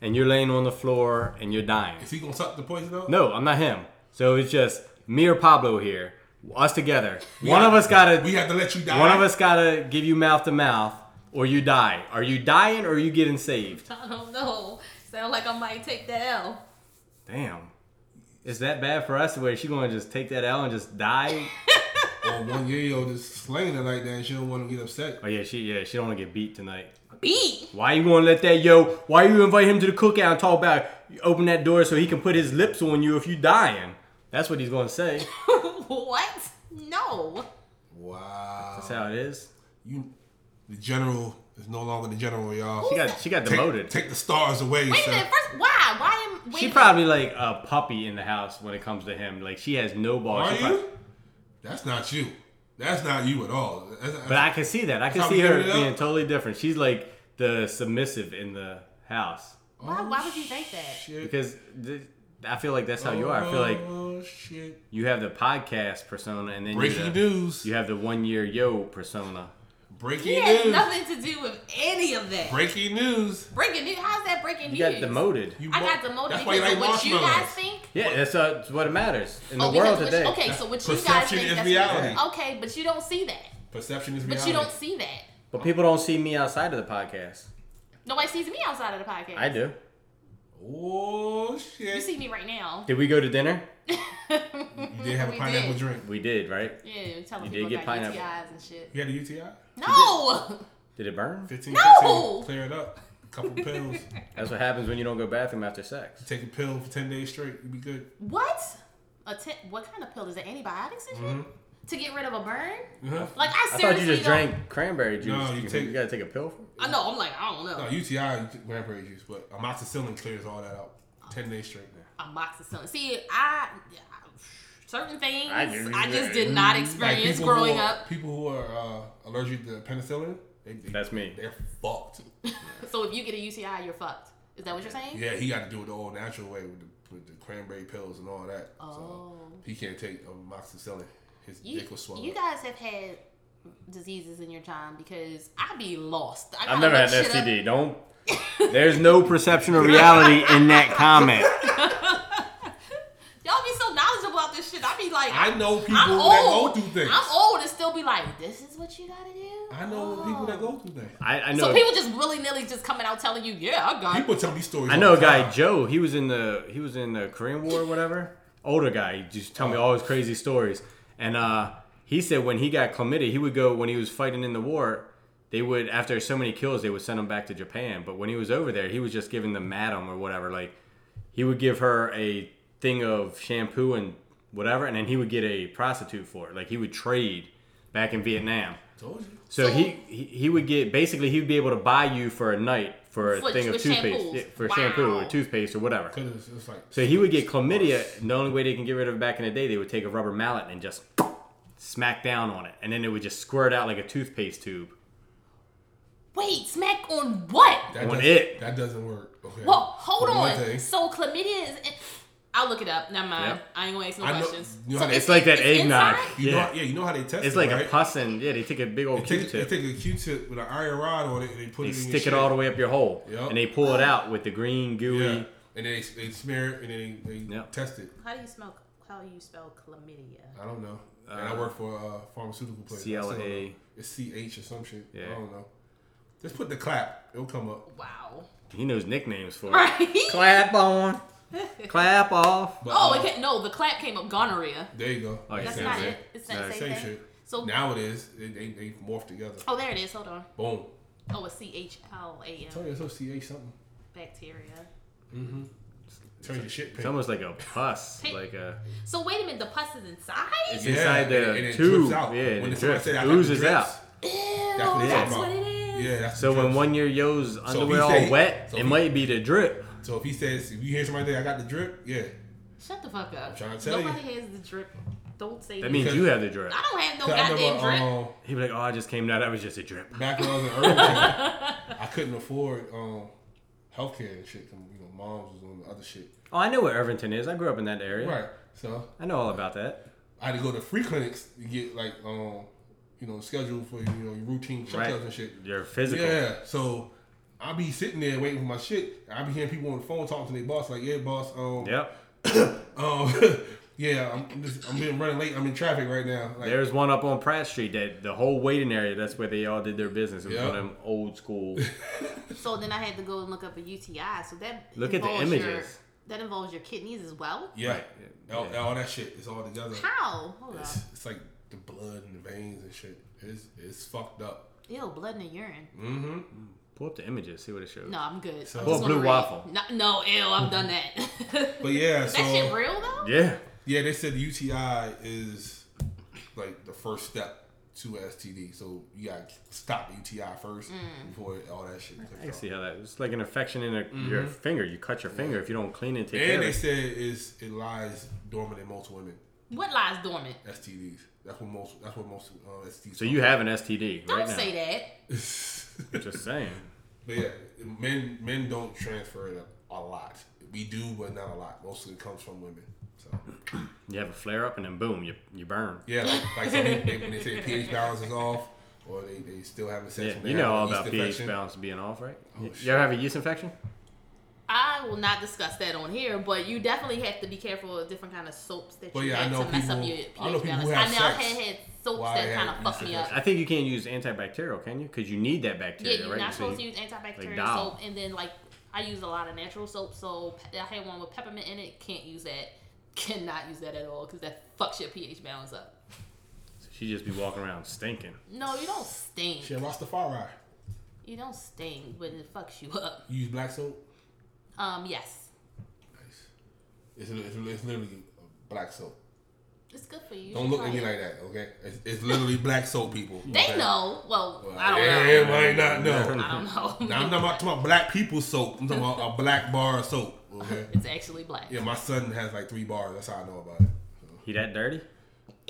[SPEAKER 4] and you're laying on the floor and you're dying.
[SPEAKER 2] Is he gonna suck the poison out?
[SPEAKER 4] No, I'm not him. So it's just me or Pablo here, us together. One
[SPEAKER 2] got-
[SPEAKER 4] of us gotta
[SPEAKER 2] We have to let you die.
[SPEAKER 4] One of us gotta give you mouth to mouth, or you die. Are you dying or are you getting saved?
[SPEAKER 3] I don't know. Sound like I might take that L.
[SPEAKER 4] Damn. Is that bad for us where she gonna just take that L and just die?
[SPEAKER 2] Or Oh, one year old just slinging it like that, and she don't want to get upset.
[SPEAKER 4] Oh yeah, she yeah, she don't wanna get beat tonight.
[SPEAKER 3] B.
[SPEAKER 4] Why you gonna let that yo why you invite him to the cookout and talk about open that door so he can put his lips on you if you dying? That's what he's gonna say.
[SPEAKER 3] what? No.
[SPEAKER 2] Wow.
[SPEAKER 4] That's how it is.
[SPEAKER 2] You, the general It's no longer the general, y'all.
[SPEAKER 4] She got she got
[SPEAKER 2] Take-
[SPEAKER 4] demoted.
[SPEAKER 2] Take, the stars away,
[SPEAKER 3] Wait a
[SPEAKER 2] sir.
[SPEAKER 3] minute. First, why? Why am? Wait
[SPEAKER 4] she
[SPEAKER 3] a minute.
[SPEAKER 4] probably like a puppy in the house when it comes to him. Like she has no balls.
[SPEAKER 2] Are
[SPEAKER 4] She prob-
[SPEAKER 2] you? That's not you. That's not you at all. That's, that's,
[SPEAKER 4] But I can see that. I can
[SPEAKER 2] That's how
[SPEAKER 4] see
[SPEAKER 2] we
[SPEAKER 4] her
[SPEAKER 2] ended up.
[SPEAKER 4] being totally different. She's like the submissive in the house
[SPEAKER 3] Why? Why would you think that?
[SPEAKER 2] shit.
[SPEAKER 4] because th- I feel like that's how you are. I feel like
[SPEAKER 2] Oh shit.
[SPEAKER 4] you have the podcast persona and then
[SPEAKER 2] Breaking
[SPEAKER 4] you, the,
[SPEAKER 2] news.
[SPEAKER 4] you have the one year yo persona.
[SPEAKER 3] He
[SPEAKER 2] Breaking
[SPEAKER 3] has
[SPEAKER 2] news.
[SPEAKER 3] nothing to do with any of that.
[SPEAKER 2] Breaking news.
[SPEAKER 3] Breaking news. How's that breaking
[SPEAKER 4] You
[SPEAKER 3] news?
[SPEAKER 4] got demoted.
[SPEAKER 2] You
[SPEAKER 3] I
[SPEAKER 2] want-
[SPEAKER 3] got demoted
[SPEAKER 2] That's why
[SPEAKER 3] because
[SPEAKER 2] you like
[SPEAKER 3] of what you guys
[SPEAKER 2] marshmallows.
[SPEAKER 3] think.
[SPEAKER 4] Yeah, that's uh, it's what it matters in the
[SPEAKER 3] oh, because
[SPEAKER 4] world
[SPEAKER 3] what
[SPEAKER 4] today.
[SPEAKER 3] You, okay, so what you guys
[SPEAKER 2] Perception
[SPEAKER 3] think
[SPEAKER 2] is
[SPEAKER 3] that's
[SPEAKER 2] reality.
[SPEAKER 3] Okay, but you don't see that.
[SPEAKER 2] Perception is
[SPEAKER 3] But
[SPEAKER 2] reality.
[SPEAKER 3] you don't see that.
[SPEAKER 4] But people don't see me outside of the podcast.
[SPEAKER 3] Nobody sees me outside of the podcast.
[SPEAKER 4] I do.
[SPEAKER 2] Oh shit.
[SPEAKER 3] You see me right now.
[SPEAKER 4] Did we go to dinner?
[SPEAKER 2] you did have a
[SPEAKER 3] We
[SPEAKER 2] pineapple
[SPEAKER 3] did.
[SPEAKER 2] drink.
[SPEAKER 4] We did, right?
[SPEAKER 3] Yeah, telling
[SPEAKER 4] You did
[SPEAKER 3] people
[SPEAKER 4] get
[SPEAKER 3] about
[SPEAKER 4] pineapple.
[SPEAKER 3] UTIs and shit.
[SPEAKER 2] You had a UTI.
[SPEAKER 3] No.
[SPEAKER 4] Did it burn?
[SPEAKER 2] 15,
[SPEAKER 3] No!
[SPEAKER 2] 15, clear it up. Couple pills.
[SPEAKER 4] That's what happens when you don't go bathroom after sex.
[SPEAKER 2] Take a pill for ten days straight. You be good.
[SPEAKER 3] What? A ten, what kind of pill is it? Antibiotics and shit?
[SPEAKER 2] Mm-hmm.
[SPEAKER 3] To get rid of a burn?
[SPEAKER 2] Uh-huh.
[SPEAKER 3] Like I
[SPEAKER 4] I
[SPEAKER 3] seriously
[SPEAKER 4] thought you just
[SPEAKER 3] don't.
[SPEAKER 4] drank cranberry juice.
[SPEAKER 2] No, you
[SPEAKER 4] you,
[SPEAKER 2] take-
[SPEAKER 4] gotta take a pill for it.
[SPEAKER 3] I know. I'm like I don't know.
[SPEAKER 2] No UTI, you take cranberry juice, but amoxicillin clears all that out. Ten days straight now.
[SPEAKER 3] Amoxicillin. See, I certain things
[SPEAKER 4] I
[SPEAKER 3] I,
[SPEAKER 4] do
[SPEAKER 3] just
[SPEAKER 4] that.
[SPEAKER 3] did not
[SPEAKER 2] Like
[SPEAKER 3] experience
[SPEAKER 2] people
[SPEAKER 3] growing
[SPEAKER 2] who are,
[SPEAKER 3] up.
[SPEAKER 2] People who are uh, allergic to penicillin, they, they,
[SPEAKER 4] That's me.
[SPEAKER 2] They're fucked.
[SPEAKER 3] So if you get a UTI, you're fucked. Is that what you're saying?
[SPEAKER 2] Yeah, he got to do it the old natural way with the, with the cranberry pills and all that.
[SPEAKER 3] Oh.
[SPEAKER 2] So he can't take amoxicillin. His
[SPEAKER 3] You,
[SPEAKER 2] dick was swollen.
[SPEAKER 3] you guys have had diseases in your time because I be lost. I
[SPEAKER 4] I've
[SPEAKER 3] gotta
[SPEAKER 4] never
[SPEAKER 3] look
[SPEAKER 4] had
[SPEAKER 3] shit up.
[SPEAKER 4] an STD. Don't. There's no perception of reality in that comment.
[SPEAKER 3] Y'all be so knowledgeable about this shit. I be like,
[SPEAKER 2] I know people
[SPEAKER 3] I'm
[SPEAKER 2] that
[SPEAKER 3] old.
[SPEAKER 2] go through things.
[SPEAKER 3] I'm Oh. old and still be like, this is what you gotta do.
[SPEAKER 2] I know people that go through things.
[SPEAKER 4] I, I know.
[SPEAKER 3] So people just willy nilly just coming out telling you, yeah, I got
[SPEAKER 2] People tell me stories.
[SPEAKER 4] I
[SPEAKER 2] all
[SPEAKER 4] know a
[SPEAKER 2] the
[SPEAKER 4] guy
[SPEAKER 2] time.
[SPEAKER 4] Joe. He was in the he was in the Korean War or whatever. Older guy. He just
[SPEAKER 2] Oh.
[SPEAKER 4] tell me all his crazy stories. And uh, he said when he got chlamydia, he would go when he was fighting in the war. They would after so many kills, they would send him back to Japan. But when he was over there, he was just giving the madam or whatever. Like he would give her a thing of shampoo and whatever, and then he would get a prostitute for it. Like he would trade back in Vietnam.
[SPEAKER 2] Told you.
[SPEAKER 4] So,
[SPEAKER 3] So-
[SPEAKER 4] he, he he would get basically he would be able to buy you for a night for a
[SPEAKER 3] For-
[SPEAKER 4] thing of
[SPEAKER 3] with
[SPEAKER 4] toothpaste
[SPEAKER 3] shampoos.
[SPEAKER 4] yeah, for
[SPEAKER 3] Wow.
[SPEAKER 4] shampoo or toothpaste or whatever.
[SPEAKER 2] 'Cause it's, it's like.
[SPEAKER 4] So he would get chlamydia. The only way they can get rid of it back in the day, they would take a rubber mallet and just smack down on it, and then it would just squirt out like a toothpaste tube.
[SPEAKER 3] Wait, smack on what?
[SPEAKER 2] that
[SPEAKER 4] on
[SPEAKER 2] doesn't-
[SPEAKER 4] it.
[SPEAKER 2] That doesn't work. Okay.
[SPEAKER 3] Well, hold
[SPEAKER 2] One
[SPEAKER 3] on.
[SPEAKER 2] thing.
[SPEAKER 3] So chlamydia is. In- I'll look it up. Never mind.
[SPEAKER 4] Yep.
[SPEAKER 3] I ain't gonna ask no
[SPEAKER 2] I know-
[SPEAKER 3] questions.
[SPEAKER 2] you know how
[SPEAKER 3] So
[SPEAKER 2] they-
[SPEAKER 4] It's like that eggnog.
[SPEAKER 3] inside?
[SPEAKER 2] You know,
[SPEAKER 4] Yeah.
[SPEAKER 2] how- yeah, you know how they test
[SPEAKER 4] It's
[SPEAKER 2] it,
[SPEAKER 4] like
[SPEAKER 2] right?
[SPEAKER 4] a pus and yeah, they take a big old
[SPEAKER 2] They take,
[SPEAKER 4] Q-tip,
[SPEAKER 2] they take a Q-tip with an iron rod on it and they put
[SPEAKER 4] they
[SPEAKER 2] it in your
[SPEAKER 4] stick it
[SPEAKER 2] shit.
[SPEAKER 4] all the way up your hole,
[SPEAKER 2] Yep.
[SPEAKER 4] and they pull it out with the green gooey.
[SPEAKER 2] Yeah. And then they, they smear it and then they, they
[SPEAKER 4] Yep.
[SPEAKER 2] test it.
[SPEAKER 3] How do you smell? How do you spell chlamydia?
[SPEAKER 2] I don't know. and
[SPEAKER 4] Uh,
[SPEAKER 2] I work for a uh, pharmaceutical place. I still don't
[SPEAKER 4] CLA.
[SPEAKER 2] know. It's CH or some shit. I
[SPEAKER 4] Yeah.
[SPEAKER 2] don't know. Just put the clap. It'll come up.
[SPEAKER 3] Wow.
[SPEAKER 4] He knows nicknames for it.
[SPEAKER 3] Right.
[SPEAKER 4] Clap on, clap off.
[SPEAKER 2] But,
[SPEAKER 3] Oh,
[SPEAKER 2] uh,
[SPEAKER 3] it can't, no. The clap came up gonorrhea.
[SPEAKER 2] There you go.
[SPEAKER 4] Oh, yeah,
[SPEAKER 3] That's
[SPEAKER 4] same
[SPEAKER 3] not
[SPEAKER 4] thing.
[SPEAKER 3] it. It's not
[SPEAKER 4] No,
[SPEAKER 3] the same,
[SPEAKER 2] Same
[SPEAKER 3] thing.
[SPEAKER 2] shit.
[SPEAKER 3] So
[SPEAKER 2] Now it is. They, they, they morph together.
[SPEAKER 3] oh, there it is. Hold on.
[SPEAKER 2] Boom.
[SPEAKER 3] Oh, it's C H L A
[SPEAKER 2] Tell
[SPEAKER 3] M
[SPEAKER 2] you it's CH something.
[SPEAKER 3] bacteria.
[SPEAKER 2] Turns your shit
[SPEAKER 4] It's
[SPEAKER 2] pink.
[SPEAKER 4] almost like a pus,
[SPEAKER 3] Hey.
[SPEAKER 4] like a.
[SPEAKER 3] So wait a minute. The pus is inside.
[SPEAKER 4] It's
[SPEAKER 2] Yeah,
[SPEAKER 4] inside the
[SPEAKER 2] and it- and it
[SPEAKER 4] tube.
[SPEAKER 2] drips out.
[SPEAKER 4] Yeah, and
[SPEAKER 2] When
[SPEAKER 4] it
[SPEAKER 2] somebody
[SPEAKER 4] drips.
[SPEAKER 2] said, "I got
[SPEAKER 4] It
[SPEAKER 2] the
[SPEAKER 4] oozes
[SPEAKER 2] drips,"
[SPEAKER 4] out.
[SPEAKER 3] Ew.
[SPEAKER 2] That's what, it's
[SPEAKER 3] That's
[SPEAKER 2] about.
[SPEAKER 3] what it is.
[SPEAKER 2] Yeah, that's
[SPEAKER 4] So
[SPEAKER 2] the
[SPEAKER 4] when
[SPEAKER 2] drips.
[SPEAKER 4] one year Yo's
[SPEAKER 2] he
[SPEAKER 4] underwear all
[SPEAKER 2] said-
[SPEAKER 4] wet,
[SPEAKER 2] so
[SPEAKER 4] it
[SPEAKER 2] he-
[SPEAKER 4] might be the drip.
[SPEAKER 2] So if he says, if you hear somebody say, I got the drip, yeah.
[SPEAKER 3] Shut the fuck up.
[SPEAKER 2] trying to tell you.
[SPEAKER 3] Nobody has the drip. Don't say
[SPEAKER 4] That means you have the drip.
[SPEAKER 3] I don't have no
[SPEAKER 2] 'Cause I
[SPEAKER 3] goddamn
[SPEAKER 2] remember
[SPEAKER 3] Oh, drip.
[SPEAKER 2] um,
[SPEAKER 4] He'd be like, "Oh, I just came out. That was just a drip."
[SPEAKER 2] back when I was in urban, I couldn't afford um, healthcare and shit. 'cause, You know, moms was on the other shit.
[SPEAKER 4] Oh, I know where Irvington is. I grew up in that area.
[SPEAKER 2] Right. So
[SPEAKER 4] I know all about that.
[SPEAKER 2] I had to go to free clinics to get like um you know scheduled for you know your routine checkups
[SPEAKER 4] Right.
[SPEAKER 2] and shit.
[SPEAKER 4] Your physical.
[SPEAKER 2] Yeah, so I be sitting there waiting for my shit. I be hearing people on the phone talking to their boss like, "Yeah, boss, um,
[SPEAKER 4] Yep.
[SPEAKER 2] um, yeah, I'm just, I'm been running late. I'm in traffic right now." Like,
[SPEAKER 4] There's one up on Pratt Street that the whole waiting area. That's where they all did their business. It was
[SPEAKER 2] Yep.
[SPEAKER 4] one of them old school.
[SPEAKER 3] So then I had to go and look up a UTI. So that
[SPEAKER 4] Look at the
[SPEAKER 3] involves your-
[SPEAKER 4] images.
[SPEAKER 3] that involves your kidneys as well.
[SPEAKER 2] yeah,
[SPEAKER 4] Right.
[SPEAKER 2] All, all that shit is all together.
[SPEAKER 3] How? Hold on.
[SPEAKER 2] It's, it's like the blood and the veins and shit. It's it's fucked up.
[SPEAKER 3] Ew, blood in the urine.
[SPEAKER 4] Pull up the images. See what it shows.
[SPEAKER 3] No, I'm good. So,
[SPEAKER 4] Well, blue waffle.
[SPEAKER 3] No, no, ew, I've done that.
[SPEAKER 2] But yeah,
[SPEAKER 3] that shit
[SPEAKER 2] so
[SPEAKER 3] real though.
[SPEAKER 4] Yeah.
[SPEAKER 2] yeah, they said UTI is like the first step to STD. So you got to stop UTI first
[SPEAKER 3] Mm.
[SPEAKER 2] before all that shit.
[SPEAKER 4] I see how that. It's like an infection in a, your finger. You cut your finger if you don't clean it. and Take care
[SPEAKER 2] And
[SPEAKER 4] of
[SPEAKER 2] Mm-hmm. they
[SPEAKER 4] it.
[SPEAKER 2] said it's, it lies dormant in most women.
[SPEAKER 3] What lies dormant?
[SPEAKER 2] STDs. That's what most. That's what most uh, STDs.
[SPEAKER 4] So you have an STD
[SPEAKER 3] Don't
[SPEAKER 4] right now.
[SPEAKER 3] say that.
[SPEAKER 4] I'm just saying.
[SPEAKER 2] But yeah, men men don't transfer it a, a lot. We do, but not a lot. Most of it comes from women. So
[SPEAKER 4] You have a flare up and then boom, you you burn.
[SPEAKER 2] yeah, like, like some people, they, when they say pH balance is off, or they, they still having sex.
[SPEAKER 4] Yeah,
[SPEAKER 2] when they
[SPEAKER 4] you
[SPEAKER 2] have
[SPEAKER 4] know all
[SPEAKER 2] a yeast
[SPEAKER 4] about pH
[SPEAKER 2] infection. Oh,
[SPEAKER 4] balance being off, right? You-
[SPEAKER 2] shit.
[SPEAKER 4] you ever have a yeast infection?
[SPEAKER 3] I will not discuss that on here, but you definitely have to be careful of different kind of soaps that
[SPEAKER 2] But
[SPEAKER 3] you
[SPEAKER 2] yeah, I
[SPEAKER 3] have
[SPEAKER 2] know
[SPEAKER 3] to mess up your
[SPEAKER 2] people-
[SPEAKER 3] pH
[SPEAKER 2] I know people
[SPEAKER 3] balance.
[SPEAKER 2] who
[SPEAKER 3] I
[SPEAKER 2] have
[SPEAKER 3] now
[SPEAKER 2] sex
[SPEAKER 3] had had soaps
[SPEAKER 2] while they
[SPEAKER 3] that kind
[SPEAKER 2] had
[SPEAKER 3] of fucked
[SPEAKER 2] yeast
[SPEAKER 3] me up.
[SPEAKER 4] I think you can't use antibacterial, can you? Because you need that bacteria,
[SPEAKER 3] Yeah, you're
[SPEAKER 4] right?
[SPEAKER 3] not
[SPEAKER 4] So
[SPEAKER 3] supposed to
[SPEAKER 4] you-
[SPEAKER 3] use antibacterial
[SPEAKER 4] Dial.
[SPEAKER 3] soap, and then like I use a lot of natural soap, so pe- I had one with peppermint in it. Can't use that. Cannot use that at all because that fucks your pH balance up.
[SPEAKER 4] She just be walking around stinking.
[SPEAKER 3] No, you don't stink.
[SPEAKER 2] Shit, Rastafari.
[SPEAKER 3] You don't stink, but it fucks you up.
[SPEAKER 2] You use black soap.
[SPEAKER 3] Um, yes,
[SPEAKER 2] Nice. It's, it's, it's literally black soap.
[SPEAKER 3] it's good for you. You
[SPEAKER 2] Don't
[SPEAKER 3] should
[SPEAKER 2] look
[SPEAKER 3] try
[SPEAKER 2] at me
[SPEAKER 3] it.
[SPEAKER 2] like that, okay? It's, it's literally black soap, people.
[SPEAKER 3] They
[SPEAKER 2] okay?
[SPEAKER 3] know. Well,
[SPEAKER 2] Well,
[SPEAKER 3] I don't know.
[SPEAKER 2] Everybody not know.
[SPEAKER 3] I don't know.
[SPEAKER 2] Now, I'm not talking about black people soap. I'm talking about a black bar of soap. Okay.
[SPEAKER 3] it's actually black.
[SPEAKER 2] Yeah, my son has like three bars. That's how I know about it.
[SPEAKER 4] He that dirty?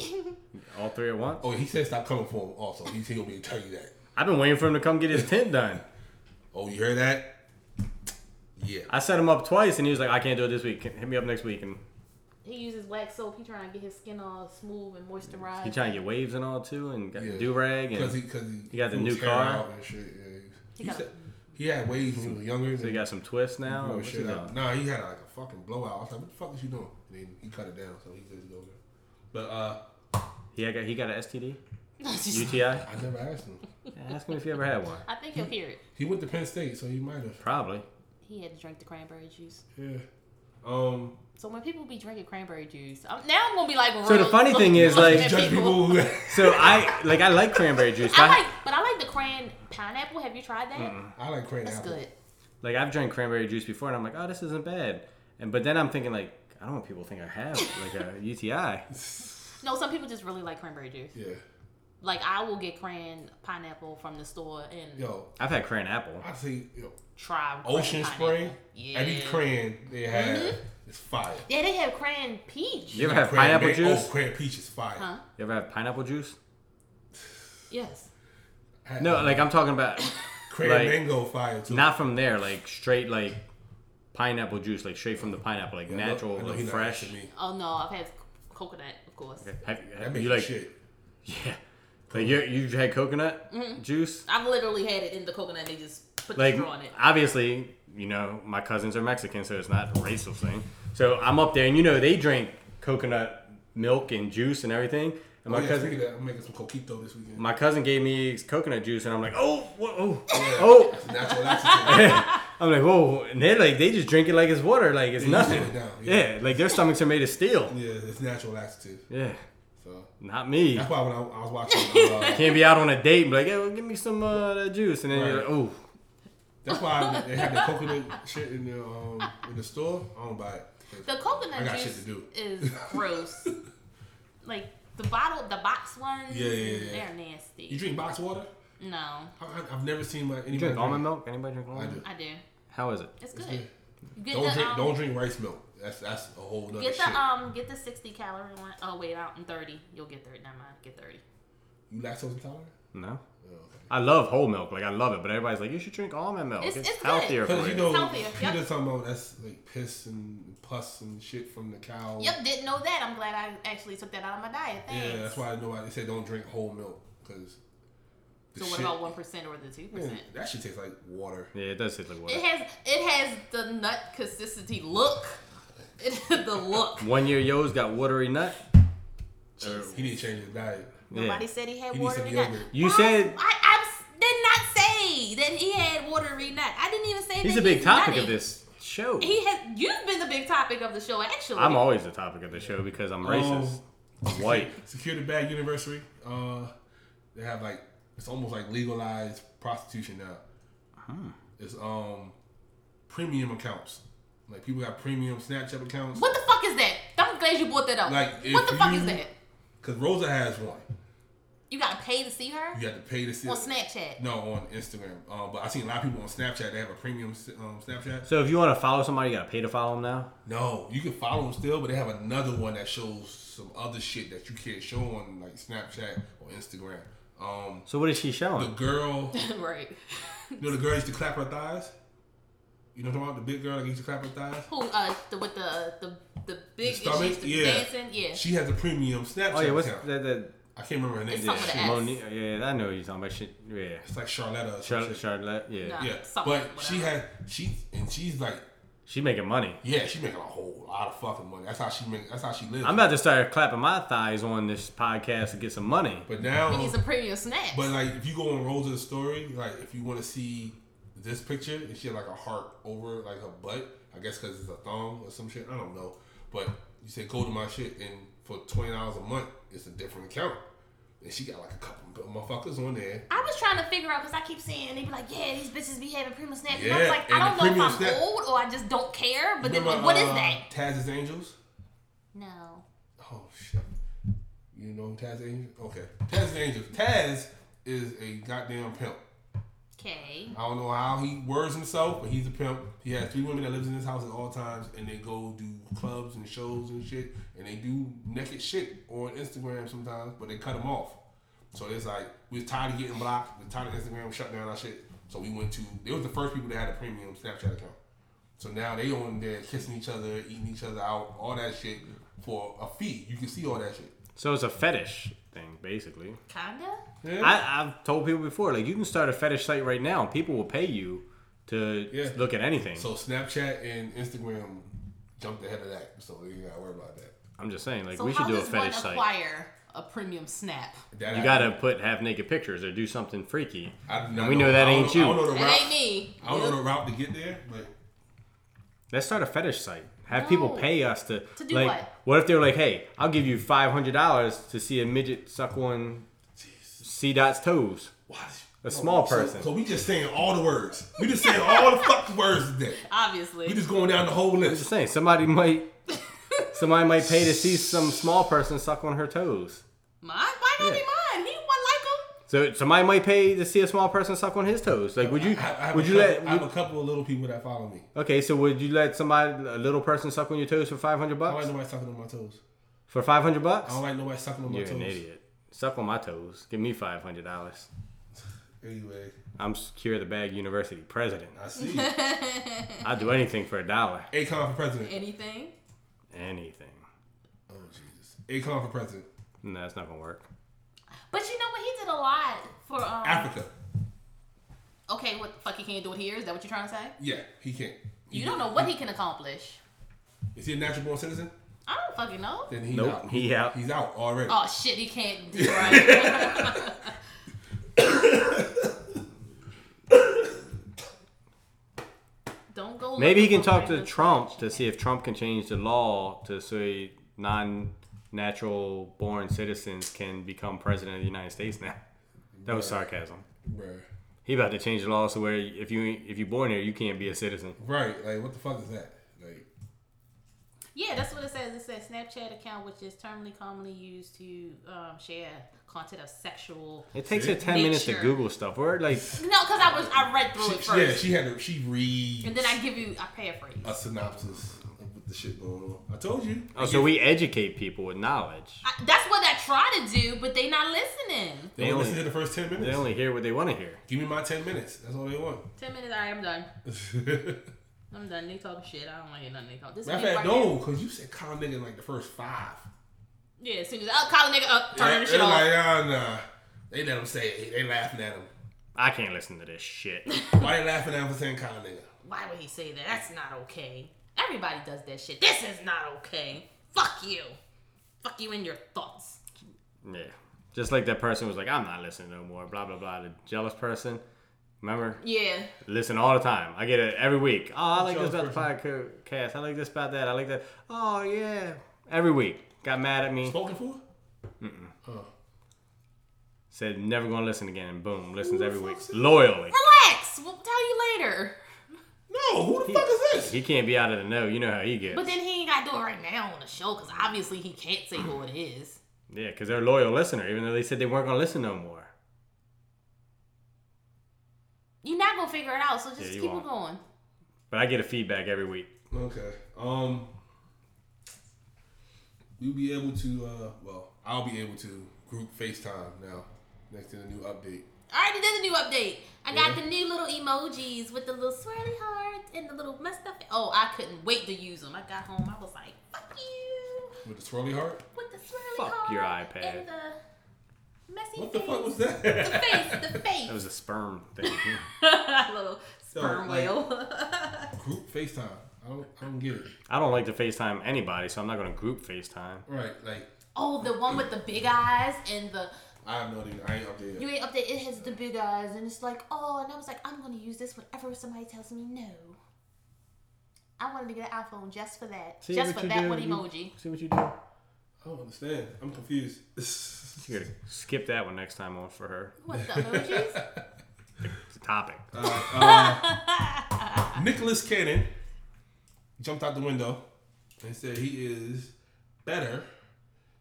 [SPEAKER 4] All three at once?
[SPEAKER 2] Oh, he said stop coming for him. Also, he told me to tell you that.
[SPEAKER 4] I've been waiting for him to come get his tent done.
[SPEAKER 2] Oh, you heard that? Yeah.
[SPEAKER 4] I set him up twice, and he was like, "I can't do it this week. Can- Hit me up next week." And
[SPEAKER 3] He uses wax soap. He trying to get his skin all smooth and moisturized.
[SPEAKER 4] he trying to get waves and all too, and got
[SPEAKER 2] Yeah.
[SPEAKER 4] do rag and
[SPEAKER 2] Because he,
[SPEAKER 4] so
[SPEAKER 2] cause he,
[SPEAKER 4] He got the
[SPEAKER 2] grew
[SPEAKER 4] new
[SPEAKER 2] his hair
[SPEAKER 4] car.
[SPEAKER 2] out and shit, yeah. He,
[SPEAKER 3] got-
[SPEAKER 2] said he had waves when he was younger. So
[SPEAKER 4] he got some twists now.
[SPEAKER 2] oh,
[SPEAKER 4] What's he
[SPEAKER 2] shit out.
[SPEAKER 4] doing?
[SPEAKER 2] Nah, he had like a fucking blowout. I was like, what the fuck is you doing? And then he cut it down, so he just go there. But uh,
[SPEAKER 4] He got he got an STD,
[SPEAKER 3] Just-
[SPEAKER 4] UTI. Yeah,
[SPEAKER 2] I never asked him.
[SPEAKER 4] Ask him if he ever had one.
[SPEAKER 3] I think he'll hear it.
[SPEAKER 2] He went to Penn State, so he might have.
[SPEAKER 4] Probably.
[SPEAKER 3] He had to drink the cranberry juice.
[SPEAKER 2] Yeah. Um.
[SPEAKER 3] So when people be drinking cranberry juice, I'm, now I'm gonna be like.
[SPEAKER 4] So the
[SPEAKER 3] real-
[SPEAKER 4] funny thing is, like-
[SPEAKER 3] at
[SPEAKER 2] Judge people who.
[SPEAKER 4] So I like I like cranberry juice. but
[SPEAKER 3] I
[SPEAKER 4] I-
[SPEAKER 3] like, but I like the cran pineapple. Have you tried that?
[SPEAKER 2] I like crayon
[SPEAKER 3] That's
[SPEAKER 2] apple.
[SPEAKER 3] good.
[SPEAKER 4] like I've drank cranberry juice before, and I'm like, oh, this isn't bad. And but then I'm thinking like, I don't want people to think I have like a UTI.
[SPEAKER 3] No, some people just really like cranberry juice.
[SPEAKER 2] Yeah.
[SPEAKER 3] Like I will get cran pineapple from the store and
[SPEAKER 2] Yo,
[SPEAKER 4] I've had cran apple.
[SPEAKER 2] I see. Yo,
[SPEAKER 3] try cran
[SPEAKER 2] Ocean Spray.
[SPEAKER 3] pineapple. Yeah.
[SPEAKER 2] Every crayon they have is fire.
[SPEAKER 3] yeah, they have cran peach.
[SPEAKER 4] You ever Mm-hmm. have
[SPEAKER 2] Crayon
[SPEAKER 4] pineapple
[SPEAKER 2] ba-
[SPEAKER 4] juice?
[SPEAKER 2] Oh, crayon peach is fire.
[SPEAKER 3] Huh?
[SPEAKER 4] You ever have pineapple juice?
[SPEAKER 3] Yes.
[SPEAKER 2] Had-
[SPEAKER 4] No, like I'm talking about
[SPEAKER 2] crayon
[SPEAKER 4] like-
[SPEAKER 2] mango fire too.
[SPEAKER 4] not from there, like straight like pineapple juice, like straight from the pineapple, like
[SPEAKER 2] I know-
[SPEAKER 4] natural,
[SPEAKER 2] I know
[SPEAKER 4] like,
[SPEAKER 2] he not
[SPEAKER 4] fresh.
[SPEAKER 2] asking Me.
[SPEAKER 3] Oh no, I've had c- coconut, of course.
[SPEAKER 4] Have,
[SPEAKER 2] That
[SPEAKER 4] have,
[SPEAKER 2] makes
[SPEAKER 4] you like
[SPEAKER 2] shit.
[SPEAKER 4] yeah, like you you had coconut juice.
[SPEAKER 3] I've literally had it in the coconut. They just put
[SPEAKER 4] Like
[SPEAKER 3] the straw in it.
[SPEAKER 4] obviously, you know my cousins are Mexican, so it's not a racial thing. So I'm up there, and you know they drink coconut milk and juice and everything. And
[SPEAKER 2] Oh,
[SPEAKER 4] my
[SPEAKER 2] yeah,
[SPEAKER 4] cousin,
[SPEAKER 2] speaking of that, I'm making some coquito this weekend.
[SPEAKER 4] my cousin gave me coconut juice, and I'm like, oh, whoa, oh,
[SPEAKER 2] Yeah.
[SPEAKER 4] oh.
[SPEAKER 2] It's a natural laxative.
[SPEAKER 4] I'm like, whoa, and they're like, they just drink it like it's water, like it's
[SPEAKER 2] you
[SPEAKER 4] nothing.
[SPEAKER 2] sit it down,
[SPEAKER 4] yeah.
[SPEAKER 2] yeah.
[SPEAKER 4] like their stomachs are made of steel.
[SPEAKER 2] yeah, it's natural laxative.
[SPEAKER 4] Yeah,
[SPEAKER 2] So
[SPEAKER 4] not me.
[SPEAKER 2] that's why when I, I was watching, uh,
[SPEAKER 4] Can't be out on a date and be like, hey, well, give me some uh, that juice, and then you're
[SPEAKER 2] Right.
[SPEAKER 4] like, oh,
[SPEAKER 2] that's why they had the coconut shit in the um, in the store. I don't buy it.
[SPEAKER 3] The coconut
[SPEAKER 2] I got
[SPEAKER 3] juice
[SPEAKER 2] shit to do.
[SPEAKER 3] is gross. like the bottle, the box ones.
[SPEAKER 2] Yeah, yeah, yeah.
[SPEAKER 3] They're nasty.
[SPEAKER 2] You drink box water?
[SPEAKER 3] no,
[SPEAKER 2] I, I- I've never seen my anybody
[SPEAKER 4] you drink almond milk. Anybody drink almond?
[SPEAKER 2] do.
[SPEAKER 4] milk?
[SPEAKER 3] I do.
[SPEAKER 4] How is it?
[SPEAKER 3] It's good. You Get
[SPEAKER 2] Don't
[SPEAKER 3] the,
[SPEAKER 2] drink,
[SPEAKER 3] um,
[SPEAKER 2] don't drink rice milk. That's that's a whole nother
[SPEAKER 3] Get
[SPEAKER 2] shit.
[SPEAKER 3] the um, get the sixty calorie one. Oh wait, out in thirty, you'll get thirty. Never mind, get thirty.
[SPEAKER 2] you lactose intolerant?
[SPEAKER 4] No.
[SPEAKER 2] Oh, okay.
[SPEAKER 4] I love whole milk, like I love it, but everybody's like, you should drink almond milk. It's,
[SPEAKER 3] It's- it's good.
[SPEAKER 4] healthier for
[SPEAKER 2] Because
[SPEAKER 4] you.
[SPEAKER 2] you know,
[SPEAKER 3] Healthier, yep.
[SPEAKER 2] Peter talking about that's like piss and pus and shit from the cow.
[SPEAKER 3] Yep, didn't know that. I'm glad I actually took that out of my diet. Thanks.
[SPEAKER 2] Yeah, that's why I know why they said don't drink whole milk because.
[SPEAKER 3] So what about one percent or the two percent?
[SPEAKER 2] that should taste like water.
[SPEAKER 4] yeah, it does taste like water.
[SPEAKER 3] It has it has the nut consistency look. It, the look.
[SPEAKER 4] One year yo's got watery nut.
[SPEAKER 2] He need to change his diet.
[SPEAKER 4] Yeah.
[SPEAKER 3] Nobody said he had
[SPEAKER 2] He needs
[SPEAKER 3] watery
[SPEAKER 2] some
[SPEAKER 3] nut.
[SPEAKER 2] yogurt.
[SPEAKER 4] You
[SPEAKER 3] Well,
[SPEAKER 4] said-
[SPEAKER 3] I, I s- did not say that he had watery nut. I didn't even say
[SPEAKER 4] He's
[SPEAKER 3] that
[SPEAKER 4] a big topic of
[SPEAKER 3] nutty.
[SPEAKER 4] this show.
[SPEAKER 3] He has. You've been the big topic of the show, actually.
[SPEAKER 4] I'm always the topic of the show because I'm racist.
[SPEAKER 2] Oh.
[SPEAKER 4] I'm white.
[SPEAKER 2] Security Bag University. Uh, they have like it's almost like legalized prostitution now. Uh-huh. It's um premium accounts. Like people got premium Snapchat accounts.
[SPEAKER 3] What the fuck is that? I'm glad you brought that up.
[SPEAKER 2] Like,
[SPEAKER 3] what
[SPEAKER 2] if
[SPEAKER 3] the fuck is
[SPEAKER 2] you-
[SPEAKER 3] that?
[SPEAKER 2] Cause Rosa has one.
[SPEAKER 3] You gotta pay to see her
[SPEAKER 2] You got to pay to see.
[SPEAKER 3] on Snapchat.
[SPEAKER 2] No, on Instagram. Uh, but I seen a lot of people on Snapchat. They have a premium um, Snapchat.
[SPEAKER 4] So if you want to follow somebody, you gotta pay to follow them now.
[SPEAKER 2] No, you can follow them still, but they have another one that shows some other shit that you can't show on like Snapchat or Instagram. Um,
[SPEAKER 4] So what is she
[SPEAKER 2] the
[SPEAKER 4] showing?
[SPEAKER 2] girl,
[SPEAKER 3] right.
[SPEAKER 2] you know, the girl used to clap her thighs. You know what I'm talking about? The big girl that used to clap her thighs.
[SPEAKER 3] Who uh the, with the the the big
[SPEAKER 2] The stomach?
[SPEAKER 3] issues, the
[SPEAKER 2] Yeah.
[SPEAKER 3] dancing, yeah.
[SPEAKER 2] She has a premium Snapchat
[SPEAKER 4] Oh yeah, what's
[SPEAKER 2] account.
[SPEAKER 4] that? that
[SPEAKER 2] I can't remember her name.
[SPEAKER 3] It's something with an
[SPEAKER 2] It's
[SPEAKER 3] S.
[SPEAKER 4] Moni- yeah, I know who you're talking about. She, yeah,
[SPEAKER 2] like Charlotta. Or some
[SPEAKER 4] Char-
[SPEAKER 2] shit.
[SPEAKER 4] Charlotte. Yeah,
[SPEAKER 3] No.
[SPEAKER 2] yeah,
[SPEAKER 3] Something,
[SPEAKER 2] but she
[SPEAKER 3] whatever.
[SPEAKER 2] had she and she's like,
[SPEAKER 4] she making money.
[SPEAKER 2] yeah, she making a whole lot of fucking money. That's how she make. That's how she lives.
[SPEAKER 4] I'm about to start clapping my thighs on this podcast to get some money.
[SPEAKER 2] But
[SPEAKER 3] We
[SPEAKER 2] now,
[SPEAKER 3] need some premium snacks.
[SPEAKER 2] but like, if you go on Rose's story, like, if you want to see this picture, and she had like a heart over like her butt. I guess because it's a thong or some shit. I don't know. But you say go to my shit, and for twenty dollars a month, it's a different account. And she got like a couple motherfuckers on there.
[SPEAKER 3] I was trying to figure out because I keep seeing they be like, yeah, these bitches be having premium snacks. and I
[SPEAKER 2] Yeah,
[SPEAKER 3] was like, I
[SPEAKER 2] and the
[SPEAKER 3] don't know if
[SPEAKER 2] premium
[SPEAKER 3] I'm
[SPEAKER 2] snack-
[SPEAKER 3] old or I just don't care. But then,
[SPEAKER 2] Remember,
[SPEAKER 3] what is
[SPEAKER 2] uh,
[SPEAKER 3] that?
[SPEAKER 2] Taz's Angels.
[SPEAKER 3] No.
[SPEAKER 2] Oh shit. You know Taz Angel? Okay. Taz Angel. Taz is a goddamn pimp.
[SPEAKER 3] Okay.
[SPEAKER 2] I don't know how he words himself, but he's a pimp. He has three women that lives in his house at all times and they go do clubs and shows and shit and they do naked shit on Instagram sometimes, but they cut him off. So it's like we was tired of getting blocked, we are tired of Instagram shutting down our shit. So we went to they was the first people that had a premium Snapchat account. So now they on there kissing each other, eating each other out, all that shit for a fee. You can see all that shit.
[SPEAKER 4] So it's a fetish thing, basically.
[SPEAKER 3] Kinda.
[SPEAKER 2] Yeah.
[SPEAKER 4] I, I've told people before, like you can start a fetish site right now, and people will pay you to
[SPEAKER 2] Yeah.
[SPEAKER 4] look at anything.
[SPEAKER 2] so Snapchat and Instagram jumped ahead of that. So you gotta worry about that.
[SPEAKER 4] I'm just saying, like
[SPEAKER 3] So
[SPEAKER 4] we
[SPEAKER 3] how
[SPEAKER 4] should do a
[SPEAKER 3] does one
[SPEAKER 4] fetish site.
[SPEAKER 3] acquire a premium snap?
[SPEAKER 2] that
[SPEAKER 4] You gotta put half naked pictures or do something freaky.
[SPEAKER 2] I, do not
[SPEAKER 4] and we know that
[SPEAKER 2] I don't
[SPEAKER 4] ain't
[SPEAKER 2] know-
[SPEAKER 4] you.
[SPEAKER 2] I don't know the
[SPEAKER 3] It
[SPEAKER 2] route.
[SPEAKER 3] ain't me.
[SPEAKER 2] I don't know the route to get there, but
[SPEAKER 4] Let's start a fetish site. Have people
[SPEAKER 3] No.
[SPEAKER 4] pay us to
[SPEAKER 3] To do
[SPEAKER 4] like,
[SPEAKER 3] what?
[SPEAKER 4] if they were like, hey, I'll give you five hundred dollars to see a midget suck on C dot's toes.
[SPEAKER 2] why?
[SPEAKER 4] A small
[SPEAKER 2] so-
[SPEAKER 4] person.
[SPEAKER 2] So, we just saying all the words. We just saying all the fucking words today.
[SPEAKER 3] Obviously.
[SPEAKER 2] We just going down the whole
[SPEAKER 4] Just
[SPEAKER 2] list.
[SPEAKER 4] saying, somebody might somebody might pay to see some small person suck on her toes.
[SPEAKER 3] mine? Why not be
[SPEAKER 4] Yeah.
[SPEAKER 3] mine? He wouldn't like him.
[SPEAKER 4] So somebody might pay to see a small person suck on his toes. Like, would you?
[SPEAKER 2] I, I have
[SPEAKER 4] would
[SPEAKER 2] a
[SPEAKER 4] you
[SPEAKER 2] couple,
[SPEAKER 4] let?
[SPEAKER 2] I have
[SPEAKER 4] would-
[SPEAKER 2] a couple of little people that follow me.
[SPEAKER 4] okay, so would you let somebody, a little person, suck on your toes for five hundred
[SPEAKER 2] Oh, I don't like
[SPEAKER 4] bucks?
[SPEAKER 2] nobody sucking on my toes.
[SPEAKER 4] For five hundred bucks?
[SPEAKER 2] I don't like nobody sucking on my
[SPEAKER 4] You're
[SPEAKER 2] toes.
[SPEAKER 4] an idiot. Suck on my toes. Give me five hundred dollars.
[SPEAKER 2] Anyway,
[SPEAKER 4] I'm Secure the Bag University president.
[SPEAKER 2] I see.
[SPEAKER 4] I'd do anything for a dollar.
[SPEAKER 2] Akon for president.
[SPEAKER 3] Anything?
[SPEAKER 4] Anything.
[SPEAKER 2] Oh Jesus. Akon for president.
[SPEAKER 4] No, that's not gonna work.
[SPEAKER 3] But you know what? He did a lot for um.
[SPEAKER 2] Africa.
[SPEAKER 3] Okay, what the fuck? He can't do it here. Is that what you're trying to say?
[SPEAKER 2] Yeah, he can't. He
[SPEAKER 3] You don't know what he can accomplish.
[SPEAKER 2] Is he a natural born citizen?
[SPEAKER 3] I don't fucking know.
[SPEAKER 2] Then he
[SPEAKER 4] Nope,
[SPEAKER 2] out.
[SPEAKER 4] he out.
[SPEAKER 2] He's out already.
[SPEAKER 3] Oh shit, he can't do right. Don't go.
[SPEAKER 4] Maybe he
[SPEAKER 3] looking
[SPEAKER 4] can
[SPEAKER 3] for
[SPEAKER 4] talk to
[SPEAKER 3] pregnant-
[SPEAKER 4] Trump to see if Trump can change the law to say non-natural born citizens can become president of the United States now. That was sarcasm.
[SPEAKER 2] Bruh.
[SPEAKER 4] He about to change the law so where if you ain't- if you born here, you can't be a citizen.
[SPEAKER 2] Right. Like, what the fuck is that? Like,
[SPEAKER 3] Yeah, that's what it says. It says Snapchat account, which is terminally commonly used to um, share content of sexual.
[SPEAKER 4] It takes her ten
[SPEAKER 3] Nature.
[SPEAKER 4] minutes to Google stuff. We're like,
[SPEAKER 3] No, because I was I read through it
[SPEAKER 2] she,
[SPEAKER 3] Oh, first,
[SPEAKER 2] yeah, she had to. She reads
[SPEAKER 3] and then I give you I paraphrase.
[SPEAKER 2] a synopsis of what the shit going on. I told you.
[SPEAKER 4] oh, so we educate people with knowledge.
[SPEAKER 3] I, that's what I try to do, but they not listening.
[SPEAKER 2] They only
[SPEAKER 4] only-
[SPEAKER 2] listen to the first ten minutes.
[SPEAKER 4] They only hear what they want to hear.
[SPEAKER 2] Give me my ten minutes. That's all they want.
[SPEAKER 3] Ten minutes. All right, I'm done.
[SPEAKER 2] Matter
[SPEAKER 3] I'm done. They talking shit. I don't want to hear nothing they talk. This
[SPEAKER 2] of
[SPEAKER 3] week
[SPEAKER 2] fact,
[SPEAKER 3] right here-
[SPEAKER 2] no, because you said call nigga in like the first five.
[SPEAKER 3] Yeah, as soon as I'll call a nigga up, turn the
[SPEAKER 2] They-
[SPEAKER 3] shit
[SPEAKER 2] they
[SPEAKER 3] off.
[SPEAKER 2] like, ah, nah. They let him say it. They laughing at him.
[SPEAKER 4] I can't listen to this shit.
[SPEAKER 2] Why they laughing at him for saying call nigga?
[SPEAKER 3] Why would he say that? That's not okay. Everybody does that shit. This is not okay. Fuck you. Fuck you and your thoughts.
[SPEAKER 4] Yeah. Just like that person was like, I'm not listening no more, blah, blah, blah. The jealous person, remember?
[SPEAKER 3] Yeah.
[SPEAKER 4] Listen all the time. I get it every week. Oh, I like this
[SPEAKER 2] Jealous
[SPEAKER 4] about the podcast. I like this about that. I like that. Oh, yeah. Every week. Got mad at me.
[SPEAKER 2] Spoken for? Oh.
[SPEAKER 4] Said, never going to listen again. And boom, listens
[SPEAKER 2] the
[SPEAKER 4] every
[SPEAKER 2] fuck
[SPEAKER 4] week.
[SPEAKER 2] said that?
[SPEAKER 4] Loyally.
[SPEAKER 3] Relax. We'll tell you later.
[SPEAKER 2] No, who the fuck is this?
[SPEAKER 4] He can't be out of the know. You know how he gets.
[SPEAKER 3] But then he ain't got to do it right now on the show because obviously he can't say who it is.
[SPEAKER 4] Yeah, because they're a loyal listener, even though they said they weren't gonna listen no more.
[SPEAKER 3] You're not gonna figure it out, so just
[SPEAKER 4] Yeah, you
[SPEAKER 3] keep
[SPEAKER 4] won't.
[SPEAKER 3] it going.
[SPEAKER 4] But I get a feedback every week.
[SPEAKER 2] Okay. Um, you'll be able to. Uh, well, I'll be able to group FaceTime now. Next to the new update.
[SPEAKER 3] I already did the new update. I got the new little emojis with the little swirly hearts and the little messed up. Oh, I couldn't wait to use them. I got home, I was like, "Fuck you!"
[SPEAKER 2] With the swirly heart?
[SPEAKER 3] With the swirly
[SPEAKER 4] Fuck
[SPEAKER 3] heart
[SPEAKER 4] your iPad.
[SPEAKER 3] and the messy
[SPEAKER 2] What the
[SPEAKER 3] face.
[SPEAKER 2] fuck was that?
[SPEAKER 3] The face, the face.
[SPEAKER 4] That was a sperm thing.
[SPEAKER 3] little sperm
[SPEAKER 2] sperm like-
[SPEAKER 3] whale.
[SPEAKER 2] Group FaceTime. I don't I don't get it.
[SPEAKER 4] I don't like to FaceTime anybody, so I'm not gonna group FaceTime.
[SPEAKER 2] Right, like
[SPEAKER 3] oh, the one with the big eyes and the
[SPEAKER 2] I have no idea. I ain't updated.
[SPEAKER 3] you ain't up there. It has the big eyes and it's like oh, and I was like I'm gonna use this whenever somebody tells me no. I wanted to get an iPhone just for that, just for that one emoji.
[SPEAKER 4] see what you do.
[SPEAKER 2] I don't understand. I'm confused.
[SPEAKER 4] You gotta skip that one next time on for her.
[SPEAKER 3] What the emojis?
[SPEAKER 4] It's a topic.
[SPEAKER 2] Nicholas Uh, Cannon jumped out the window and said he is better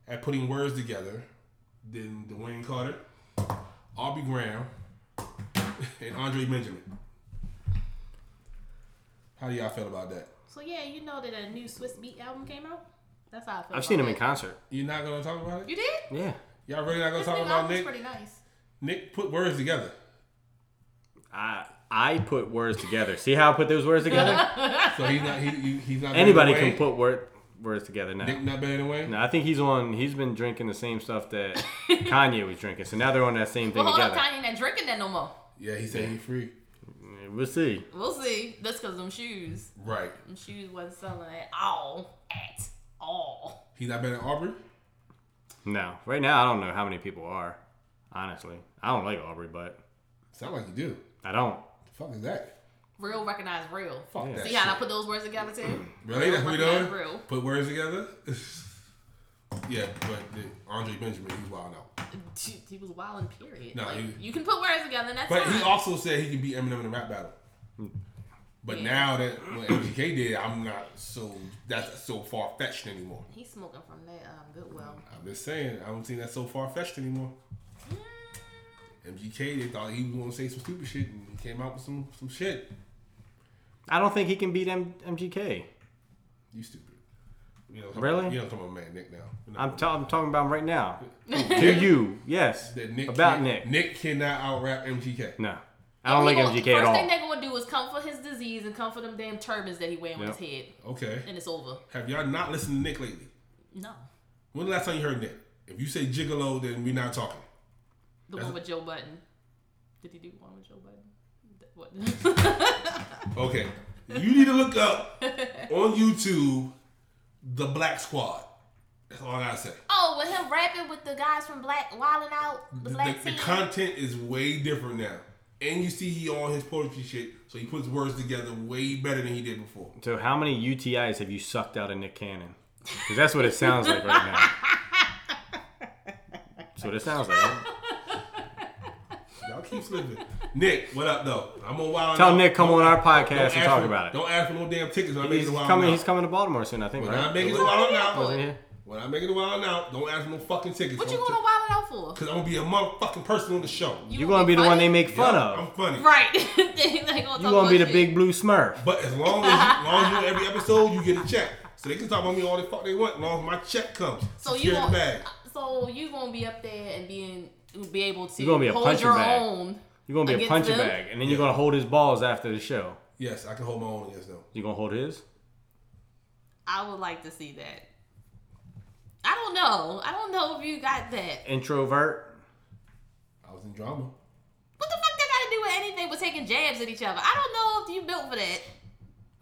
[SPEAKER 2] at putting words together than Dwayne Carter, Aubrey Graham, and Andre Benjamin. How do y'all feel about that?
[SPEAKER 3] so yeah, you know that a new Swiss Beat album came out. That's how I feel.
[SPEAKER 4] I've seen him
[SPEAKER 3] about
[SPEAKER 4] in
[SPEAKER 3] it.
[SPEAKER 4] concert.
[SPEAKER 2] You're not gonna talk about it?
[SPEAKER 3] You did?
[SPEAKER 4] Yeah,
[SPEAKER 2] Y'all really not gonna
[SPEAKER 3] His
[SPEAKER 2] talk
[SPEAKER 3] new
[SPEAKER 2] about
[SPEAKER 3] album's
[SPEAKER 2] Nick?
[SPEAKER 3] pretty nice.
[SPEAKER 2] Nick put words together.
[SPEAKER 4] I I put words together. See how I put those words together?
[SPEAKER 2] So he's not he, he- he's not better
[SPEAKER 4] Anybody
[SPEAKER 2] than
[SPEAKER 4] can
[SPEAKER 2] Wayne?
[SPEAKER 4] put word words together now.
[SPEAKER 2] Nick not better than Wayne?
[SPEAKER 4] No, I think he's on. He's been drinking the same stuff that Kanye was drinking. So now they're on that same thing
[SPEAKER 3] Well, hold up,
[SPEAKER 4] together.
[SPEAKER 3] Kanye not drinking that no more.
[SPEAKER 2] Yeah, he said he's free.
[SPEAKER 4] We'll see.
[SPEAKER 3] We'll see. That's because them shoes.
[SPEAKER 2] Right.
[SPEAKER 3] Them shoes wasn't selling at all. At all.
[SPEAKER 2] He's not better than Aubrey?
[SPEAKER 4] No, right now I don't know how many people are. Honestly, I don't like Aubrey, but
[SPEAKER 2] Sound like you do.
[SPEAKER 4] I don't.
[SPEAKER 2] The fuck is that?
[SPEAKER 3] Real recognize real.
[SPEAKER 2] Fuck that.
[SPEAKER 3] See how
[SPEAKER 2] shit.
[SPEAKER 3] I put those words together too?
[SPEAKER 2] Really? That's what we doing?
[SPEAKER 3] Real.
[SPEAKER 2] Put words together? yeah, but the Andre Benjamin, he's wild out.
[SPEAKER 3] Dude, he was wild and period.
[SPEAKER 2] Mm. No,
[SPEAKER 3] Like,
[SPEAKER 2] he-
[SPEAKER 3] you can put words together and that's
[SPEAKER 2] But
[SPEAKER 3] fine.
[SPEAKER 2] he also said he can beat Eminem in a rap battle. But now that what MGK did, I'm not so that's so far fetched anymore.
[SPEAKER 3] He's smoking from that um, Goodwill.
[SPEAKER 2] I'm just saying, I don't think that's so far fetched anymore. MGK, they thought he was gonna say some stupid shit, and he came out with some some shit.
[SPEAKER 4] I don't think he can beat M- MGK.
[SPEAKER 2] You stupid. You know,
[SPEAKER 4] Really?
[SPEAKER 2] You know, talking about man Nick now. We're not
[SPEAKER 4] I'm,
[SPEAKER 2] talking
[SPEAKER 4] ta- I'm talking about him right now. to you, yes.
[SPEAKER 2] that Nick
[SPEAKER 4] about
[SPEAKER 2] can-
[SPEAKER 4] Nick.
[SPEAKER 2] Nick cannot out rap MGK.
[SPEAKER 4] No, I don't like
[SPEAKER 3] He gonna-
[SPEAKER 4] MGK at
[SPEAKER 3] First thing
[SPEAKER 4] all.
[SPEAKER 3] they're gonna do is come for his disease and come for them damn turbans that he wearing on
[SPEAKER 4] Yep.
[SPEAKER 3] his head.
[SPEAKER 2] Okay.
[SPEAKER 3] And it's over.
[SPEAKER 2] Have y'all not listened to Nick lately?
[SPEAKER 3] No.
[SPEAKER 2] When the last time you heard Nick? If you say gigolo, then we're not talking.
[SPEAKER 3] The
[SPEAKER 2] That's-
[SPEAKER 3] one with Joe Button. Did he do one with Joe Button? Th- What?
[SPEAKER 2] Okay. You need to look up on YouTube the Black Squad. That's all I gotta say.
[SPEAKER 3] oh, with him rapping with the guys from Black Wildin' Out, the
[SPEAKER 2] The,
[SPEAKER 3] Black
[SPEAKER 2] the
[SPEAKER 3] Team.
[SPEAKER 2] content is way different now. And you see he on his poetry shit, so he puts words together way better than he did before.
[SPEAKER 4] So how many UTIs have you sucked out of Nick Cannon? Because that's what it sounds like right now. That's what it sounds like.
[SPEAKER 2] Y'all keep slipping. Nick, what up though? I'm on Wild.
[SPEAKER 4] Tell
[SPEAKER 2] Out.
[SPEAKER 4] Nick come on our podcast
[SPEAKER 2] Don't
[SPEAKER 4] and
[SPEAKER 2] ask
[SPEAKER 4] talk
[SPEAKER 2] for-
[SPEAKER 4] about it.
[SPEAKER 2] Don't ask for no damn tickets. When I make it
[SPEAKER 4] He's
[SPEAKER 2] to Wild
[SPEAKER 4] coming.
[SPEAKER 2] Out.
[SPEAKER 4] He's coming to Baltimore soon, I think.
[SPEAKER 2] When I
[SPEAKER 4] Right?
[SPEAKER 2] make it to Wild
[SPEAKER 3] Wasn't
[SPEAKER 2] Out.
[SPEAKER 3] he?
[SPEAKER 4] Yeah.
[SPEAKER 2] When I make it to Wild Out, don't ask for no fucking tickets.
[SPEAKER 3] What you
[SPEAKER 2] I'm
[SPEAKER 3] going to
[SPEAKER 2] t-
[SPEAKER 3] Wild Out for?
[SPEAKER 2] Cause I'm gonna be a motherfucking person on the show.
[SPEAKER 4] You're gonna be the one they make fun
[SPEAKER 2] Yeah,
[SPEAKER 4] of.
[SPEAKER 2] I'm funny.
[SPEAKER 3] Right. they they gonna
[SPEAKER 4] You're gonna be the
[SPEAKER 3] bullshit.
[SPEAKER 4] big blue Smurf.
[SPEAKER 2] But as long as, you, as long as you every episode, you get a check. So they can talk about me all the fuck they want, as long as my check comes.
[SPEAKER 3] So you
[SPEAKER 2] Secure the
[SPEAKER 3] gonna,
[SPEAKER 2] bag.
[SPEAKER 3] so you gonna be up there and being be able to
[SPEAKER 4] You're gonna be a
[SPEAKER 3] hold
[SPEAKER 4] punching
[SPEAKER 3] your
[SPEAKER 4] bag.
[SPEAKER 3] own.
[SPEAKER 4] You're gonna be a
[SPEAKER 3] Against
[SPEAKER 4] punching
[SPEAKER 3] them?
[SPEAKER 4] bag, and then you're gonna hold his balls after the show.
[SPEAKER 2] Yes, I can hold my own against them.
[SPEAKER 4] You gonna hold his?
[SPEAKER 3] I would like to see that. I don't know. I don't know if you got that.
[SPEAKER 4] Introvert.
[SPEAKER 2] I was in drama.
[SPEAKER 3] What the fuck that got to do with anything but taking jabs at each other? I don't know if you built for that.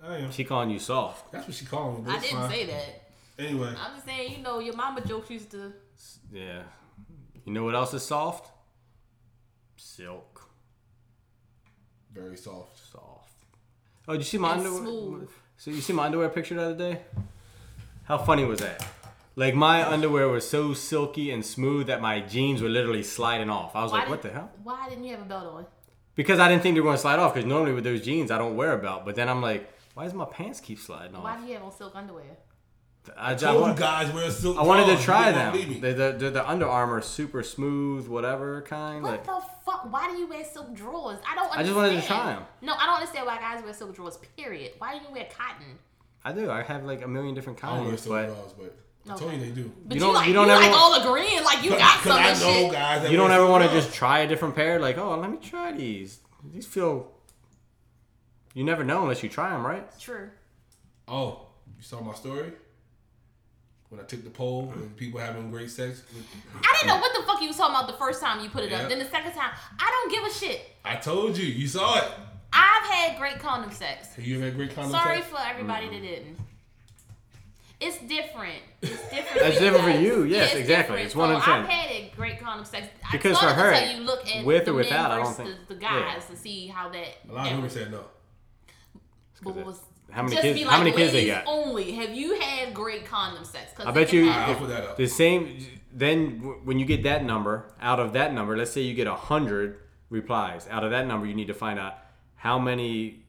[SPEAKER 2] I am.
[SPEAKER 4] She calling you soft.
[SPEAKER 2] That's what she called me. But
[SPEAKER 3] I
[SPEAKER 2] it's
[SPEAKER 3] didn't
[SPEAKER 2] fine.
[SPEAKER 3] say that.
[SPEAKER 2] Anyway,
[SPEAKER 3] I'm just saying, you know, your mama jokes used to.
[SPEAKER 4] Yeah. You know what else is soft? Silk.
[SPEAKER 2] very soft.
[SPEAKER 4] Soft. Oh, did you see my
[SPEAKER 3] And
[SPEAKER 4] underwear?
[SPEAKER 3] smooth.
[SPEAKER 4] So you see my underwear picture the other day? How funny was that? Like my underwear was so silky and smooth that my jeans were literally sliding off. I was like,
[SPEAKER 3] did-
[SPEAKER 4] what the hell?
[SPEAKER 3] Why didn't you have a belt on?
[SPEAKER 4] Because I didn't think they were going to slide off. Because normally with those jeans, I don't wear a belt. But then I'm like, why does my pants keep sliding off?
[SPEAKER 3] Why do you have on silk underwear?
[SPEAKER 4] I, I,
[SPEAKER 2] Told
[SPEAKER 4] wa-
[SPEAKER 2] you guys wear silk.
[SPEAKER 4] I wanted to
[SPEAKER 2] drawers.
[SPEAKER 4] try
[SPEAKER 2] You
[SPEAKER 4] them.
[SPEAKER 2] won't believe me.
[SPEAKER 4] They, the, the, the Under Armour super smooth, whatever kind.
[SPEAKER 3] What
[SPEAKER 4] like,
[SPEAKER 3] the fuck? Why do you wear silk drawers? I don't understand.
[SPEAKER 4] I just wanted to try 'em.
[SPEAKER 3] No, I don't understand why guys wear silk drawers, period. Why do you wear cotton?
[SPEAKER 4] I do. I have like a million different
[SPEAKER 2] I don't wear
[SPEAKER 4] kinds,
[SPEAKER 2] silk
[SPEAKER 4] but
[SPEAKER 2] drawers, but I told you they do.
[SPEAKER 3] But you,
[SPEAKER 4] You don't-
[SPEAKER 3] like,
[SPEAKER 4] you
[SPEAKER 3] you,
[SPEAKER 4] don't ever
[SPEAKER 3] like
[SPEAKER 4] wa-
[SPEAKER 3] all agreeing, like you got some
[SPEAKER 2] I
[SPEAKER 3] and
[SPEAKER 2] know
[SPEAKER 3] shit.
[SPEAKER 2] guys. That
[SPEAKER 4] you don't
[SPEAKER 2] wear
[SPEAKER 4] ever
[SPEAKER 2] silk
[SPEAKER 4] want to
[SPEAKER 2] drawers.
[SPEAKER 4] just try a different pair. Like, oh, let me try these. These feel. You never know unless you try them, right?
[SPEAKER 3] True.
[SPEAKER 2] Oh, you saw my story when I took the poll and people having great sex. with-
[SPEAKER 3] I didn't know what the fuck you was talking about the first time you put it
[SPEAKER 2] Yeah.
[SPEAKER 3] up. Then the second time, I don't give a shit.
[SPEAKER 2] I told you, you saw it.
[SPEAKER 3] I've had great condom sex.
[SPEAKER 2] Have you ever had great condom
[SPEAKER 3] Sorry
[SPEAKER 2] sex?
[SPEAKER 3] for everybody
[SPEAKER 4] Mm-hmm.
[SPEAKER 3] that didn't. It's different. It's different.
[SPEAKER 4] That's different for
[SPEAKER 3] because-
[SPEAKER 4] you. Yes,
[SPEAKER 3] it's
[SPEAKER 4] exactly.
[SPEAKER 3] different.
[SPEAKER 4] It's one hundred
[SPEAKER 3] So I've
[SPEAKER 4] percent.
[SPEAKER 3] had a great condom sex.
[SPEAKER 4] Because
[SPEAKER 3] I
[SPEAKER 4] for her,
[SPEAKER 3] until you look at
[SPEAKER 4] with or
[SPEAKER 3] the
[SPEAKER 4] without, I
[SPEAKER 3] men
[SPEAKER 4] don't
[SPEAKER 3] versus
[SPEAKER 4] think-
[SPEAKER 3] the
[SPEAKER 4] yeah.
[SPEAKER 3] guys to see how that.
[SPEAKER 2] A lot of women said no.
[SPEAKER 3] but
[SPEAKER 4] that-
[SPEAKER 3] was-
[SPEAKER 4] how many
[SPEAKER 3] just
[SPEAKER 4] kids-
[SPEAKER 3] Be
[SPEAKER 4] how
[SPEAKER 3] like, oh
[SPEAKER 4] many kids they
[SPEAKER 3] ladies
[SPEAKER 4] got?
[SPEAKER 3] Only have you had great condom sex? 'Cause
[SPEAKER 4] I
[SPEAKER 3] it
[SPEAKER 4] bet
[SPEAKER 3] can
[SPEAKER 4] you
[SPEAKER 2] I'll
[SPEAKER 3] happen.
[SPEAKER 2] put that up.
[SPEAKER 4] The same. Then w- when you get that number out of that number, let's say you get hundred replies out of that number, you need to find out how many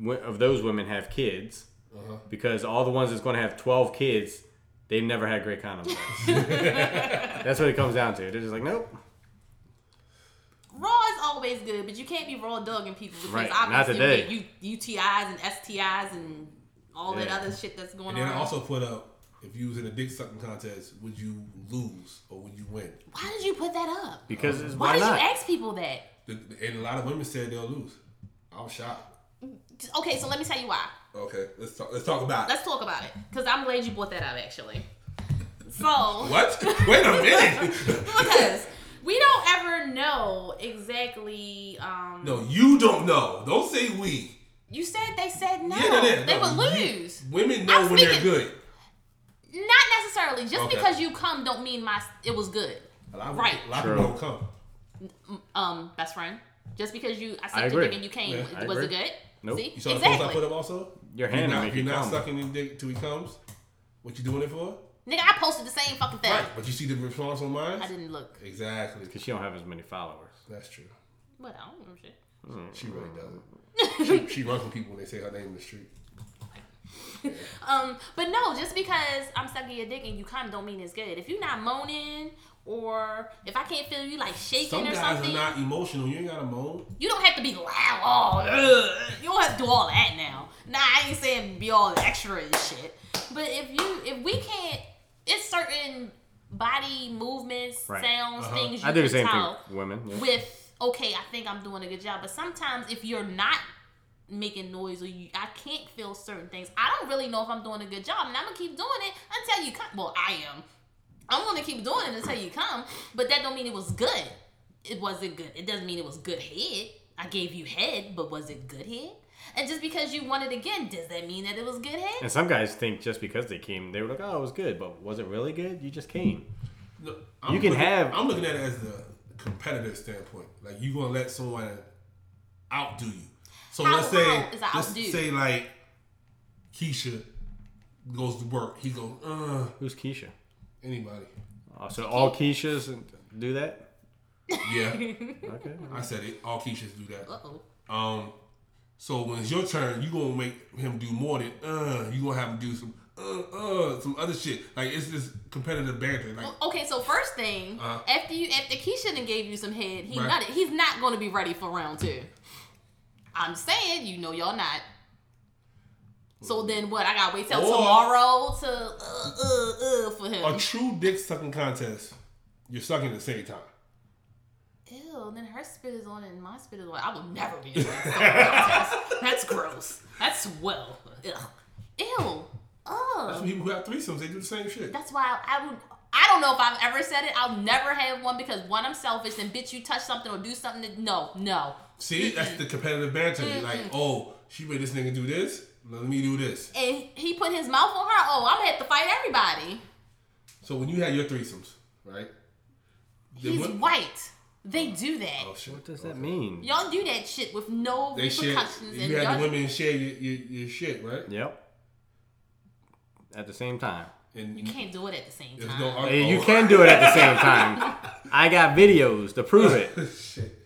[SPEAKER 4] w- of those women have kids,
[SPEAKER 2] Uh-huh.
[SPEAKER 4] because all the ones that's going to have twelve kids, they've never had great condoms. that's what it comes down to. They're just like, nope.
[SPEAKER 3] Raw is always good, but you can't be raw dogging people because
[SPEAKER 4] Right, not
[SPEAKER 3] obviously
[SPEAKER 4] today.
[SPEAKER 3] you get U- UTIs and STIs and all that
[SPEAKER 4] Yeah.
[SPEAKER 3] other shit that's going
[SPEAKER 2] And then
[SPEAKER 3] on.
[SPEAKER 2] I also put up if you was in a dick sucking contest, would you lose or would you win?
[SPEAKER 3] Why did you put that up?
[SPEAKER 4] Because it's,
[SPEAKER 3] Why
[SPEAKER 4] why,
[SPEAKER 3] did
[SPEAKER 4] not?
[SPEAKER 3] you ask people that?
[SPEAKER 2] The- the- And a lot of women said they'll lose. I was shocked.
[SPEAKER 3] Just- Okay, so let me tell you why.
[SPEAKER 2] Okay, let's talk. Let's talk about it.
[SPEAKER 3] Let's talk about it because I'm glad you brought that up actually. So
[SPEAKER 2] What? Wait a minute.
[SPEAKER 3] because we don't ever know exactly. Um,
[SPEAKER 2] no, you don't know. Don't say we.
[SPEAKER 3] You said they said no.
[SPEAKER 2] Yeah, yeah, yeah.
[SPEAKER 3] They
[SPEAKER 2] No,
[SPEAKER 3] would
[SPEAKER 2] you-
[SPEAKER 3] lose.
[SPEAKER 2] women know
[SPEAKER 3] I'm
[SPEAKER 2] when they're
[SPEAKER 3] speaking-
[SPEAKER 2] good.
[SPEAKER 3] Not necessarily. Just
[SPEAKER 2] Okay.
[SPEAKER 3] because you come don't mean my it was good.
[SPEAKER 2] A lot of,
[SPEAKER 3] Right.
[SPEAKER 2] A lot of people don't come.
[SPEAKER 3] Um, best friend. Just because you I
[SPEAKER 4] I
[SPEAKER 3] sucked your
[SPEAKER 4] agree.
[SPEAKER 3] dick and you came,
[SPEAKER 2] Yeah,
[SPEAKER 4] I
[SPEAKER 3] was it
[SPEAKER 4] agree.
[SPEAKER 3] good?
[SPEAKER 4] Nope.
[SPEAKER 3] See?
[SPEAKER 2] You saw the post I put up also?
[SPEAKER 4] Your
[SPEAKER 2] If you're
[SPEAKER 4] hand will
[SPEAKER 2] not,
[SPEAKER 4] make
[SPEAKER 2] if you're
[SPEAKER 4] you
[SPEAKER 2] not
[SPEAKER 4] come.
[SPEAKER 2] sucking his dick till he comes, what you doing it for?
[SPEAKER 3] Nigga, I posted the same fucking thing.
[SPEAKER 2] Right. But you see the response on mine?
[SPEAKER 3] I didn't look.
[SPEAKER 2] Exactly.
[SPEAKER 4] Because she don't have as many followers.
[SPEAKER 2] That's true.
[SPEAKER 3] But I don't remember shit.
[SPEAKER 2] She
[SPEAKER 4] Mm.
[SPEAKER 2] really doesn't. she, she runs with people when they say her name in the street.
[SPEAKER 3] Um, but no, just because I'm sucking your dick and you come don't mean it's good. If you're not moaning or if I can't feel you like shaking
[SPEAKER 2] Some
[SPEAKER 3] or
[SPEAKER 2] guys are
[SPEAKER 3] something,
[SPEAKER 2] not emotional. You ain't gotta moan.
[SPEAKER 3] you don't have to be loud. Oh, ugh. you don't have to do all that now. Nah, I ain't saying be all extra and shit. But if you, if we can't, it's certain body movements,
[SPEAKER 4] Right.
[SPEAKER 3] sounds,
[SPEAKER 2] Uh-huh.
[SPEAKER 3] things you
[SPEAKER 4] I do the
[SPEAKER 3] can
[SPEAKER 4] same
[SPEAKER 3] tell.
[SPEAKER 4] thing, with women. yeah.
[SPEAKER 3] with okay, I think I'm doing a good job. But sometimes if you're not making noise or you, I can't feel certain things, I don't really know if I'm doing a good job, and I'm gonna keep doing it until you come. Well, I am. I'm gonna keep doing it until you come. But that don't mean it was good. It wasn't good. It doesn't mean it was good head. I gave you head, but was it good head? And just because you won it again, does that mean that it was good head?
[SPEAKER 4] And some guys think just because they came, they were like, oh, it was good, but was it really good? You just came.
[SPEAKER 2] Look, I'm
[SPEAKER 4] You can
[SPEAKER 2] looking-
[SPEAKER 4] have-
[SPEAKER 2] I'm looking at it as the competitive standpoint. Like you gonna let someone outdo you. So
[SPEAKER 3] How-
[SPEAKER 2] let's say,
[SPEAKER 3] how is that
[SPEAKER 2] let's
[SPEAKER 3] outdo?
[SPEAKER 2] say like Keisha goes to work. He goes, uh,
[SPEAKER 4] Who's Keisha?
[SPEAKER 2] anybody?
[SPEAKER 4] Oh, so all Keishas do that?
[SPEAKER 2] Yeah,
[SPEAKER 4] Okay.
[SPEAKER 2] I said it. All Keishas do that.
[SPEAKER 3] Uh oh.
[SPEAKER 2] Um, so when it's your turn, you gonna make him do more than uh. You gonna have him do some uh uh some other shit. Like it's just competitive banter. Like
[SPEAKER 3] Okay, so first thing,
[SPEAKER 2] Uh-huh.
[SPEAKER 3] after you after Keisha done gave you some head, he
[SPEAKER 2] Right.
[SPEAKER 3] nutted. He's not going to be ready for round two. I'm saying, you know, y'all not. So then what? I gotta wait till
[SPEAKER 2] Or-
[SPEAKER 3] tomorrow to uh uh uh for him.
[SPEAKER 2] a true dick sucking contest. You're sucking at the same time.
[SPEAKER 3] Ew. Then her spit is on and my spit is on. I would never be. in that contest. That's gross. That's well. Ew. Ew.
[SPEAKER 2] That's
[SPEAKER 3] Ugh.
[SPEAKER 2] what people who have threesomes. They do the same shit.
[SPEAKER 3] That's why I would. I don't know if I've ever said it. I'll never have one because one, I'm selfish, and bitch, you touch something or do something. That, no, no.
[SPEAKER 2] See, that's the competitive banter.
[SPEAKER 3] Mm-hmm.
[SPEAKER 2] Like, oh, she made this nigga do this. Let me do this.
[SPEAKER 3] And he put his mouth on her. Oh, I'm gonna have to fight everybody.
[SPEAKER 2] So when you had your threesomes, right? the
[SPEAKER 3] He's
[SPEAKER 2] wo-
[SPEAKER 3] white. They do that.
[SPEAKER 2] Oh shit.
[SPEAKER 4] What does that mean?
[SPEAKER 3] Y'all do that shit with no
[SPEAKER 2] They share.
[SPEAKER 3] repercussions. and
[SPEAKER 2] You had
[SPEAKER 3] y'all-
[SPEAKER 2] the women share your, your, your shit, right?
[SPEAKER 4] Yep. At the same time.
[SPEAKER 2] And
[SPEAKER 3] You can't do it at the same
[SPEAKER 2] there's
[SPEAKER 3] time.
[SPEAKER 2] no Oh,
[SPEAKER 4] Hey, You can do it at the same time. I got videos to prove it.
[SPEAKER 2] shit.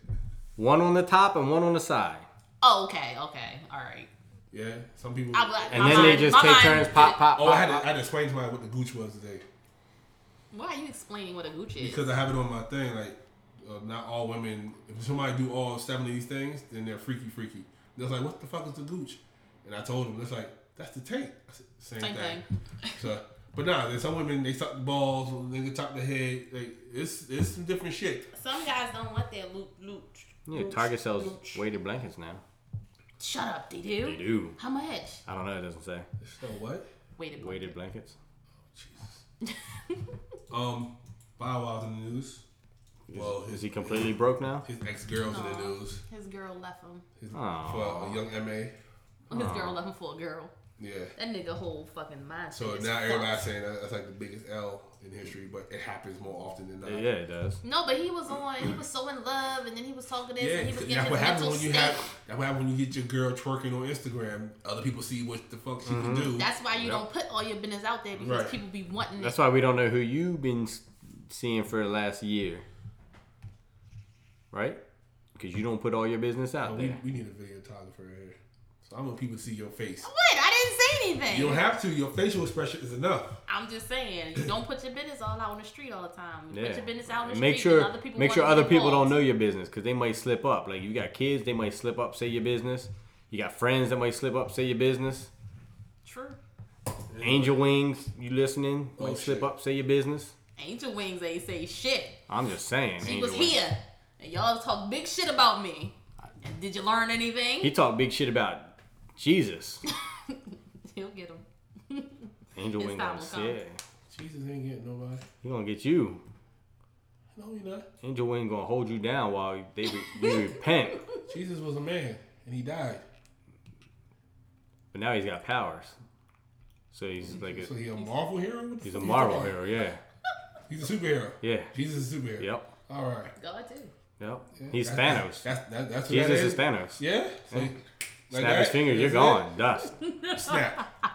[SPEAKER 4] One on the top and one on the side.
[SPEAKER 3] oh, okay, okay, all right.
[SPEAKER 2] Yeah, some people.
[SPEAKER 3] I, like,
[SPEAKER 4] And
[SPEAKER 3] my
[SPEAKER 4] then they
[SPEAKER 3] mind-
[SPEAKER 4] just
[SPEAKER 3] my
[SPEAKER 4] take
[SPEAKER 3] mind-
[SPEAKER 4] turns pop, pop,
[SPEAKER 2] oh,
[SPEAKER 4] pop.
[SPEAKER 2] I had to,
[SPEAKER 4] pop.
[SPEAKER 2] I had to explain to somebody what the gooch was today
[SPEAKER 3] Why are you explaining what a gooch is?
[SPEAKER 2] because I have it on my thing. Like, uh, not all women. If somebody do all seven of these things, then they're freaky, freaky. They're like, what the fuck is the gooch? And I told them, it's like that's the tank. I said, Same,
[SPEAKER 3] Same
[SPEAKER 2] thing.
[SPEAKER 3] thing.
[SPEAKER 2] So, but nah, there's some women they suck the balls, they can top the head. Like, it's it's some different shit.
[SPEAKER 5] Some guys don't want that loop loop.
[SPEAKER 4] Yeah, Target sells weighted blankets now.
[SPEAKER 3] Shut up, they do.
[SPEAKER 4] They do.
[SPEAKER 3] How much?
[SPEAKER 4] I don't know. It doesn't say
[SPEAKER 2] So what?
[SPEAKER 3] Waited.
[SPEAKER 4] weighted blankets.
[SPEAKER 2] Um, Bow Wow's in the news. Well, his
[SPEAKER 4] Is he completely broke now?
[SPEAKER 2] his ex girl's in the
[SPEAKER 3] Aw.
[SPEAKER 2] news.
[SPEAKER 3] His girl left him.
[SPEAKER 2] His,
[SPEAKER 4] Aw.
[SPEAKER 2] for a young ma.
[SPEAKER 4] Uh-huh.
[SPEAKER 3] His girl left him for a girl.
[SPEAKER 2] Yeah.
[SPEAKER 3] That nigga whole fucking mindset.
[SPEAKER 2] So
[SPEAKER 3] is
[SPEAKER 2] now
[SPEAKER 3] fucked.
[SPEAKER 2] everybody's saying that, that's like the biggest L in history, but it happens more often than not.
[SPEAKER 4] Yeah, it does.
[SPEAKER 3] No, but he was on. He was so in love, and then he was talking this,
[SPEAKER 2] Yeah,
[SPEAKER 3] and he was
[SPEAKER 2] that's
[SPEAKER 3] getting his
[SPEAKER 2] what happens
[SPEAKER 3] mental
[SPEAKER 2] when you
[SPEAKER 3] state.
[SPEAKER 2] have. That's what happens when you get your girl twerking on Instagram. Other people see what the fuck she
[SPEAKER 4] Mm-hmm.
[SPEAKER 2] can do.
[SPEAKER 3] That's why you
[SPEAKER 4] Yep.
[SPEAKER 3] don't put all your business out there because
[SPEAKER 2] Right.
[SPEAKER 3] people be wanting
[SPEAKER 4] That's
[SPEAKER 3] it.
[SPEAKER 4] why we don't know who you've been s- seeing for the last year, right? Because you don't put all your business out
[SPEAKER 2] we,
[SPEAKER 4] there.
[SPEAKER 2] we need a videographer here. So I want people to see your face.
[SPEAKER 3] What? I didn't say
[SPEAKER 2] You don't
[SPEAKER 3] anything.
[SPEAKER 2] have to. Your facial expression is enough.
[SPEAKER 3] I'm just saying, you don't put your business all out on the street all the time. You
[SPEAKER 4] Yeah.
[SPEAKER 3] Put your business out on the
[SPEAKER 4] And make
[SPEAKER 3] street.
[SPEAKER 4] sure
[SPEAKER 3] and other people
[SPEAKER 4] make
[SPEAKER 3] wanna
[SPEAKER 4] sure
[SPEAKER 3] be
[SPEAKER 4] other people
[SPEAKER 3] involved.
[SPEAKER 4] don't know your business because they might slip up. Like you got kids, they might slip up, say your business. You got friends that might slip up, say your business.
[SPEAKER 3] True.
[SPEAKER 4] Angel Wings, you listening?
[SPEAKER 2] Oh,
[SPEAKER 4] Might slip
[SPEAKER 2] shit.
[SPEAKER 4] up, say your business.
[SPEAKER 3] Angel Wings ain't say shit.
[SPEAKER 4] I'm just saying.
[SPEAKER 3] She
[SPEAKER 4] Angel
[SPEAKER 3] was
[SPEAKER 4] Wings.
[SPEAKER 3] here, and y'all talk big shit about me. And did you learn anything?
[SPEAKER 4] He talked big shit about Jesus.
[SPEAKER 3] He'll get him.
[SPEAKER 4] Angel
[SPEAKER 3] His
[SPEAKER 4] Wings,
[SPEAKER 3] time
[SPEAKER 4] gonna-
[SPEAKER 3] will come.
[SPEAKER 4] yeah,
[SPEAKER 2] Jesus ain't getting nobody.
[SPEAKER 4] he gonna get you.
[SPEAKER 2] No, he not.
[SPEAKER 4] Angel Wing gonna hold you down while they re- you repent.
[SPEAKER 2] Jesus was a man and he died.
[SPEAKER 4] But now he's got powers. So he's like
[SPEAKER 2] So
[SPEAKER 4] a,
[SPEAKER 2] he a Marvel hero? What the
[SPEAKER 4] he's a
[SPEAKER 2] fuck
[SPEAKER 4] Marvel
[SPEAKER 2] talking
[SPEAKER 4] hero, yeah.
[SPEAKER 2] about? He's a superhero.
[SPEAKER 4] Yeah.
[SPEAKER 2] Jesus is a superhero.
[SPEAKER 4] Yep.
[SPEAKER 2] All right.
[SPEAKER 3] God too.
[SPEAKER 4] Yep. He's
[SPEAKER 2] That-
[SPEAKER 4] Thanos.
[SPEAKER 2] That's that, that's who
[SPEAKER 4] Jesus
[SPEAKER 2] that
[SPEAKER 4] is Thanos.
[SPEAKER 2] Yeah. So he- like
[SPEAKER 4] Snap his
[SPEAKER 2] that,
[SPEAKER 4] fingers, you're
[SPEAKER 2] that's
[SPEAKER 4] gone. Dust.
[SPEAKER 2] it. Snap.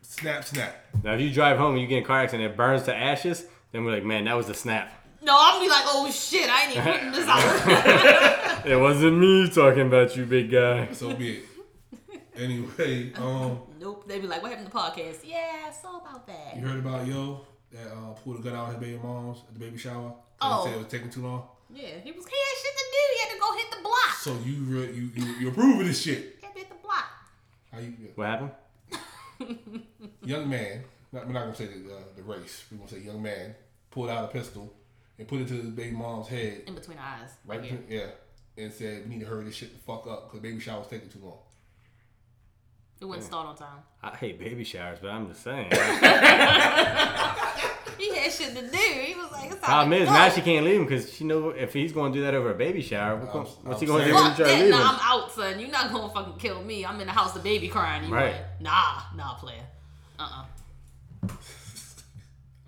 [SPEAKER 2] snap. Snap.
[SPEAKER 4] Now if you drive home and you get in a car accident, it burns to ashes, then we're like, man, that was the snap.
[SPEAKER 3] No, I'm be like, oh shit, I ain't even putting this out.
[SPEAKER 4] It wasn't me talking about you, big guy.
[SPEAKER 2] So be it. Anyway, um,
[SPEAKER 3] nope. They be like, what happened to the podcast? Yeah, it's all about that.
[SPEAKER 2] you heard about yo that uh, pulled a gun out of his baby mom's at the baby shower? 'Cause
[SPEAKER 3] Oh.
[SPEAKER 2] He said it was taking too long.
[SPEAKER 3] Yeah, he was he had shit to do. He had to go hit the block.
[SPEAKER 2] So you re- you you you approve of this shit?
[SPEAKER 3] He had to hit the block.
[SPEAKER 2] How you?
[SPEAKER 4] What happened?
[SPEAKER 2] young man, not, we're not gonna say the, uh, the race, we're gonna say young man, pulled out a pistol and put it to his baby mom's head,
[SPEAKER 3] In between our eyes.
[SPEAKER 2] right?
[SPEAKER 3] Right here.
[SPEAKER 2] between- yeah, and said, "We need to hurry this shit the fuck up because baby shower's taking too long."
[SPEAKER 3] It wouldn't start on time.
[SPEAKER 4] I hate baby showers, but I'm just saying.
[SPEAKER 3] He had shit to do. He was like, it's time
[SPEAKER 4] Problem
[SPEAKER 3] to
[SPEAKER 4] is,
[SPEAKER 3] go.
[SPEAKER 4] now she can't leave him because she know if he's going to do that over a baby shower, what-
[SPEAKER 2] I'm-
[SPEAKER 4] what's he
[SPEAKER 2] I'm
[SPEAKER 4] going to do when
[SPEAKER 2] saying-
[SPEAKER 4] you
[SPEAKER 3] Fuck
[SPEAKER 4] try to
[SPEAKER 3] that.
[SPEAKER 4] leave
[SPEAKER 3] Nah,
[SPEAKER 4] him?
[SPEAKER 3] I'm out, son. You're not gonna fucking kill me. I'm in the house, the baby crying. You
[SPEAKER 4] Right.
[SPEAKER 3] right. Nah, nah, player. Uh-uh.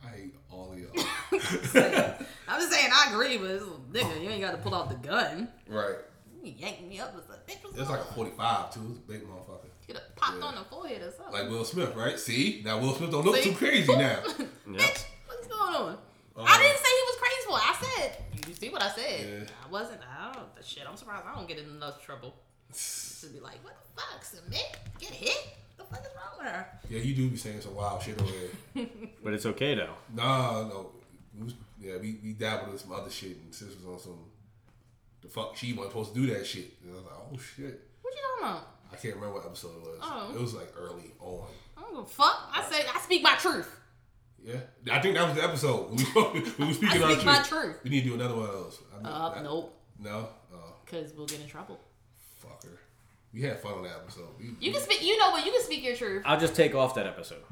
[SPEAKER 2] I hate all of y'all.
[SPEAKER 3] I'm just saying, I agree, but it's, nigga, you ain't got to pull out the gun.
[SPEAKER 2] right?
[SPEAKER 3] You yanked me up with a bitch.
[SPEAKER 2] It's like a forty-five too, it's a big motherfucker.
[SPEAKER 3] Get have popped on the forehead or something.
[SPEAKER 2] Like Will Smith, right? See, now Will Smith don't look
[SPEAKER 3] See?
[SPEAKER 2] too crazy now. Uh,
[SPEAKER 4] Yep.
[SPEAKER 3] Bitch, what's going on? I didn't say he was crazy for it. I said, you see what I said.
[SPEAKER 2] Yeah.
[SPEAKER 3] I wasn't, I don't, shit, I'm surprised I don't get in enough trouble. To be like, what the fuck, submit? Get hit? The fuck is wrong with her?
[SPEAKER 2] Yeah, you do be saying some wild shit over there.
[SPEAKER 4] But it's okay though.
[SPEAKER 2] Nah, no, we was- yeah, we we dabbled in some other shit, and sis was on some. The fuck, she wasn't supposed to do that shit. And I was like, oh shit.
[SPEAKER 3] What you talking about?
[SPEAKER 2] I can't remember what episode it was.
[SPEAKER 3] Oh.
[SPEAKER 2] It was like early on.
[SPEAKER 3] I don't give a fuck. I said, I speak my truth.
[SPEAKER 2] Yeah, I think that was the episode. We were, we were speaking
[SPEAKER 3] I
[SPEAKER 2] our
[SPEAKER 3] speak my
[SPEAKER 2] truth.
[SPEAKER 3] truth.
[SPEAKER 2] We need to do another one of those. I mean,
[SPEAKER 3] Uh,
[SPEAKER 2] I-
[SPEAKER 3] nope,
[SPEAKER 2] No, oh
[SPEAKER 3] because we'll get in trouble.
[SPEAKER 2] fucker. We had fun on that episode. We,
[SPEAKER 3] You can speak, you know what, you can speak your truth.
[SPEAKER 4] I'll just take off that episode.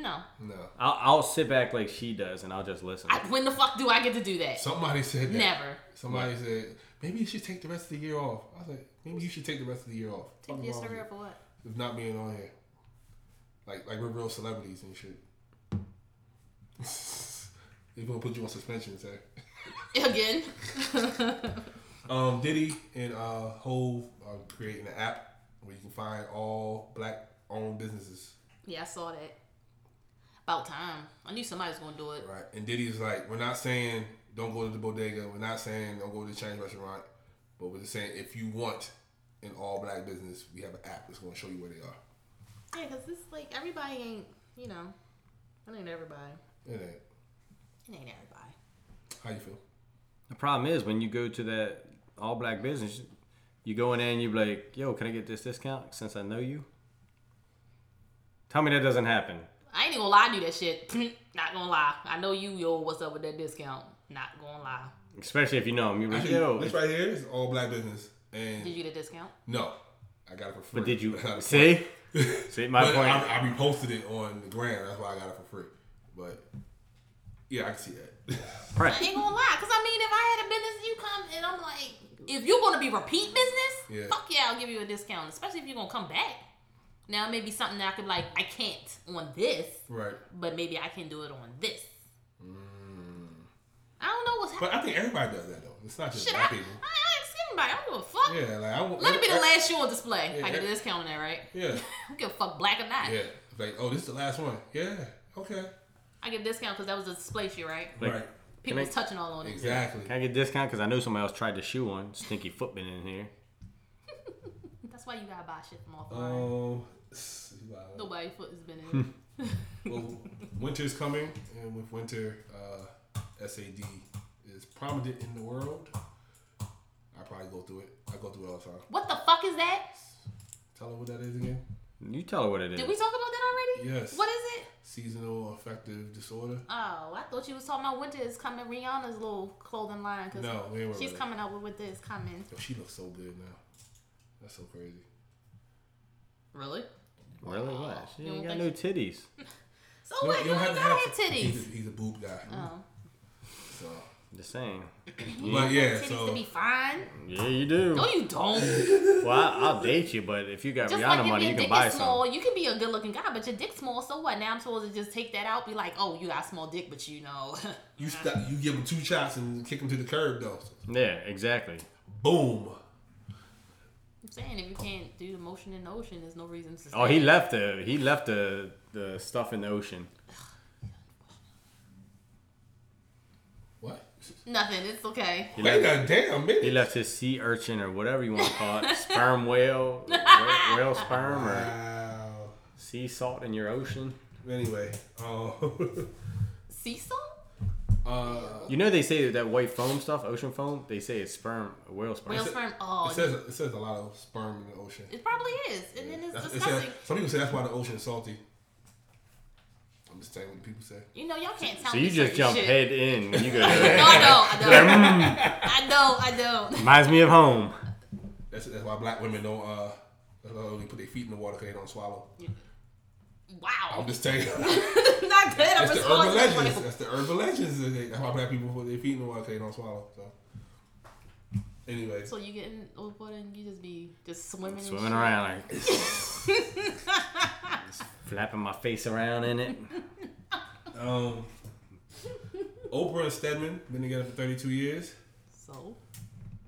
[SPEAKER 3] No.
[SPEAKER 2] no.
[SPEAKER 4] I'll, I'll sit back like she does and I'll just listen.
[SPEAKER 2] Mm.
[SPEAKER 3] I, when the fuck do I get to do that?
[SPEAKER 2] Somebody said that.
[SPEAKER 3] Never.
[SPEAKER 2] Somebody said maybe you should take the rest of the year off. I was like, maybe you should take the rest of the year off. Fucking wrong with you.
[SPEAKER 3] for what?
[SPEAKER 2] Of not being on here. Like like we're real celebrities and shit. They're gonna put you on suspension, sir.
[SPEAKER 3] Again?
[SPEAKER 2] Um, Diddy and uh, Hove are creating an app where you can find all black-owned businesses.
[SPEAKER 3] Yeah, I saw that. About time. I knew somebody was gonna do it.
[SPEAKER 2] Right, and Diddy's like, we're not saying don't go to the bodega. We're not saying don't go to the Chinese restaurant, but we're just saying if you want in all black business, we have an app that's going to show you where they are.
[SPEAKER 5] Yeah, because this like everybody ain't you know, it ain't everybody.
[SPEAKER 2] It ain't.
[SPEAKER 5] It ain't everybody.
[SPEAKER 2] How you feel?
[SPEAKER 4] The problem is when you go to that all black business, you go in there and you be like, "Yo, can I get this discount since I know you?" Tell me that doesn't happen.
[SPEAKER 3] I ain't even gonna lie, I do that shit. Not gonna lie. I know you, yo, what's up with that discount? Not gonna lie.
[SPEAKER 4] Especially if you know him, you be like,
[SPEAKER 2] Actually,
[SPEAKER 4] "Yo."
[SPEAKER 2] this right here is all black business, and
[SPEAKER 3] Did you get a discount?
[SPEAKER 2] no, I got it for free.
[SPEAKER 4] But did you
[SPEAKER 2] That's not the point.
[SPEAKER 4] see? See my
[SPEAKER 2] But
[SPEAKER 4] point.
[SPEAKER 2] I, I reposted it on the gram. That's why I got it for free. But yeah, I can see that.
[SPEAKER 4] Right.
[SPEAKER 3] I ain't gonna lie, cause I mean, if I had a business, you come and I'm like, if you're gonna be repeat business,
[SPEAKER 2] Yeah.
[SPEAKER 3] fuck yeah, I'll give you a discount, especially if you're gonna come back. Now maybe something that I could like, I can't on this,
[SPEAKER 2] right.
[SPEAKER 3] but maybe I can do it on this.
[SPEAKER 2] Mm.
[SPEAKER 3] I don't know what's
[SPEAKER 2] But
[SPEAKER 3] happening.
[SPEAKER 2] I think everybody does that though. It's not just
[SPEAKER 3] Shit, I, I,
[SPEAKER 2] black
[SPEAKER 3] I
[SPEAKER 2] people.
[SPEAKER 3] ask everybody. I don't give a fuck.
[SPEAKER 2] Yeah, like I
[SPEAKER 3] Let it be the last shoe on display.
[SPEAKER 2] Yeah,
[SPEAKER 3] I get a
[SPEAKER 2] every-
[SPEAKER 3] discount on that, right?
[SPEAKER 2] Yeah,
[SPEAKER 3] I don't give a fuck, black or not.
[SPEAKER 2] yeah. It's like, oh, this is the last one. Yeah. Okay.
[SPEAKER 3] I get a discount because that was a display shoe, right?
[SPEAKER 4] Like,
[SPEAKER 2] right.
[SPEAKER 3] People was touching all on it.
[SPEAKER 2] Exactly.
[SPEAKER 4] Can I get a discount? Because I know somebody else tried the shoe on. Stinky foot been in here.
[SPEAKER 3] That's why you gotta buy shit from offline.
[SPEAKER 2] Um.
[SPEAKER 3] Nobody foot has been in. it.
[SPEAKER 2] Well, winter's coming, and with winter, uh, SAD is prominent in the world. I probably go through it. I go through it all the time.
[SPEAKER 3] What the fuck is that?
[SPEAKER 2] Tell her what that is again.
[SPEAKER 4] You tell her what it is.
[SPEAKER 3] Did we talk about that already?
[SPEAKER 2] Yes.
[SPEAKER 3] What is it?
[SPEAKER 2] Seasonal affective disorder.
[SPEAKER 3] Oh, I thought you was talking about winter is coming. Rihanna's little clothing line because
[SPEAKER 2] No, we ain't worried
[SPEAKER 3] she's
[SPEAKER 2] about
[SPEAKER 3] coming out with winter is coming.
[SPEAKER 2] Yo, she looks so good now. That's so crazy.
[SPEAKER 3] Really?
[SPEAKER 4] Really? What? She
[SPEAKER 3] You
[SPEAKER 4] ain't got
[SPEAKER 3] don't
[SPEAKER 4] no titties.
[SPEAKER 3] So what? You, don't got
[SPEAKER 2] have
[SPEAKER 3] have titties.
[SPEAKER 2] He's a, he's a boob guy.
[SPEAKER 3] Oh,
[SPEAKER 2] So,
[SPEAKER 4] Just saying.
[SPEAKER 2] but yeah,
[SPEAKER 3] titties
[SPEAKER 2] so
[SPEAKER 3] to be fine.
[SPEAKER 4] Yeah, you do.
[SPEAKER 3] No, you don't.
[SPEAKER 4] Well, I, I'll date you, but if you got
[SPEAKER 3] Just
[SPEAKER 4] Rihanna
[SPEAKER 3] like if
[SPEAKER 4] money,
[SPEAKER 3] your
[SPEAKER 4] you
[SPEAKER 3] dick
[SPEAKER 4] can buy
[SPEAKER 3] is
[SPEAKER 4] some.
[SPEAKER 3] small, you can be a good-looking guy, but your dick's small. So what? Now I'm supposed to just take that out, be like, oh, you got a small dick, but you know,
[SPEAKER 2] you stop, you give him two chops and kick him to the curb though.
[SPEAKER 4] Yeah, exactly.
[SPEAKER 2] Boom.
[SPEAKER 3] I'm saying if you can't do the motion in the ocean, there's no reason to.
[SPEAKER 4] Oh,
[SPEAKER 3] stay.
[SPEAKER 4] he left the he left the the stuff in the ocean.
[SPEAKER 2] What?
[SPEAKER 3] Nothing. It's okay.
[SPEAKER 4] He
[SPEAKER 2] Wait
[SPEAKER 4] left,
[SPEAKER 2] a damn
[SPEAKER 4] he
[SPEAKER 2] minute.
[SPEAKER 4] left his sea urchin or whatever you want to call it, sperm whale, whale, whale sperm or
[SPEAKER 2] Wow.
[SPEAKER 4] sea salt in your ocean.
[SPEAKER 2] Anyway, oh,
[SPEAKER 3] Cecil?
[SPEAKER 2] uh,
[SPEAKER 4] You know they say that, that white foam stuff, ocean foam. They say it's sperm, whale sperm.
[SPEAKER 3] Whale sperm? Oh,
[SPEAKER 2] it says it says a lot of sperm in the ocean.
[SPEAKER 3] It probably is, and then it's
[SPEAKER 2] That's- it says,
[SPEAKER 3] disgusting.
[SPEAKER 2] some people say that's why the ocean is salty. I'm just telling you what the people say.
[SPEAKER 3] You know, y'all can't tell
[SPEAKER 4] So
[SPEAKER 3] me
[SPEAKER 4] you just
[SPEAKER 3] certain
[SPEAKER 4] jump
[SPEAKER 3] shit.
[SPEAKER 4] head mm. in when you go.
[SPEAKER 3] No,
[SPEAKER 4] There.
[SPEAKER 3] I don't. I don't. I don't. I don't.
[SPEAKER 4] Reminds me of home.
[SPEAKER 2] That's that's why black women don't uh, that's why they only put their feet in the water because they don't swallow. I'm
[SPEAKER 4] Oh.
[SPEAKER 3] Wow.
[SPEAKER 2] just telling you.
[SPEAKER 3] Not good. I'm
[SPEAKER 2] That's the urban legends.
[SPEAKER 3] responsible.
[SPEAKER 2] That's the urban legends. that they- That's why black people put their feet in the water 'cause they don't swallow. So, anyway,
[SPEAKER 3] So you get in old water and you just be just swimming, and
[SPEAKER 4] Swimming
[SPEAKER 3] shit?
[SPEAKER 4] around like flapping my face around in it.
[SPEAKER 2] um, Oprah and Stedman been together for 32 years.
[SPEAKER 3] So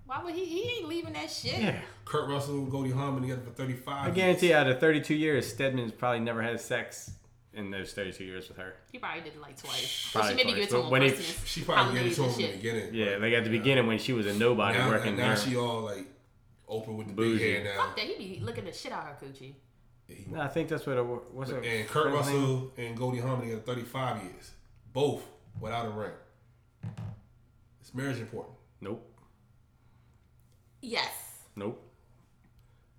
[SPEAKER 3] why would he? He ain't leaving that shit.
[SPEAKER 4] Yeah.
[SPEAKER 2] Kurt Russell and Goldie Hawn been together for 35.
[SPEAKER 4] I guarantee out of 32 years, Stedman's probably never had sex in those 32 years with her.
[SPEAKER 3] He probably did it like twice.
[SPEAKER 4] Probably
[SPEAKER 3] but she maybe
[SPEAKER 4] twice,
[SPEAKER 3] gave it to
[SPEAKER 4] but
[SPEAKER 3] him
[SPEAKER 4] when
[SPEAKER 3] on
[SPEAKER 4] he-
[SPEAKER 3] Christmas.
[SPEAKER 2] She probably gave it to him
[SPEAKER 3] Holidays
[SPEAKER 2] in the
[SPEAKER 3] and shit.
[SPEAKER 2] beginning.
[SPEAKER 4] Yeah, like at the beginning when she was a nobody
[SPEAKER 2] Now,
[SPEAKER 4] working
[SPEAKER 2] now
[SPEAKER 4] there.
[SPEAKER 2] she all like Oprah with the
[SPEAKER 4] Bougie.
[SPEAKER 2] big hair now.
[SPEAKER 3] Fuck that. He be looking the shit out of her coochie.
[SPEAKER 2] He-
[SPEAKER 4] No, I think that's what it wa- what's her
[SPEAKER 2] And Kurt
[SPEAKER 4] friend's name?
[SPEAKER 2] Russell and Goldie Hawn been together 35 years, both without a ring. Is marriage important?
[SPEAKER 4] Nope.
[SPEAKER 3] Yes.
[SPEAKER 4] Nope.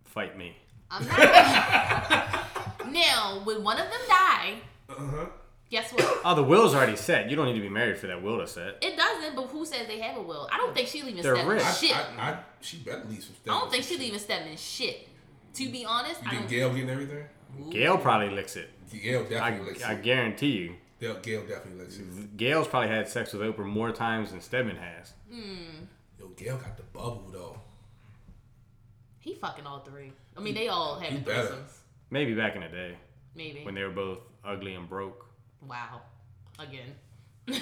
[SPEAKER 4] Fight me.
[SPEAKER 3] I'm not. now, when one of them die,
[SPEAKER 2] Uh-huh.
[SPEAKER 3] guess what?
[SPEAKER 4] Oh, the will's already set. You don't need to be married for that will to set.
[SPEAKER 3] It doesn't, but who says they have a will? I don't think she leaving
[SPEAKER 4] They're
[SPEAKER 3] Stedman
[SPEAKER 4] rich.
[SPEAKER 2] I,
[SPEAKER 3] shit. I,
[SPEAKER 2] I, I, she better leave some stuff.
[SPEAKER 3] don't think she leaving Stedman shit. To be honest,
[SPEAKER 2] You
[SPEAKER 3] I
[SPEAKER 2] think
[SPEAKER 3] don't.
[SPEAKER 2] Gail getting everything?
[SPEAKER 4] Gail probably licks it.
[SPEAKER 2] Gail
[SPEAKER 4] I,
[SPEAKER 2] definitely
[SPEAKER 4] I
[SPEAKER 2] likes it.
[SPEAKER 4] guarantee you.
[SPEAKER 2] Gail, Gail definitely likes it.
[SPEAKER 4] Gail's probably had sex with Oprah more times than Stedman has.
[SPEAKER 2] Yo, Gail got the bubble though.
[SPEAKER 3] He fucking all three. I mean, they all having
[SPEAKER 2] better.
[SPEAKER 3] threesomes.
[SPEAKER 4] Maybe back in the day
[SPEAKER 3] Maybe.
[SPEAKER 4] when they were both ugly and broke.
[SPEAKER 3] wow. Again.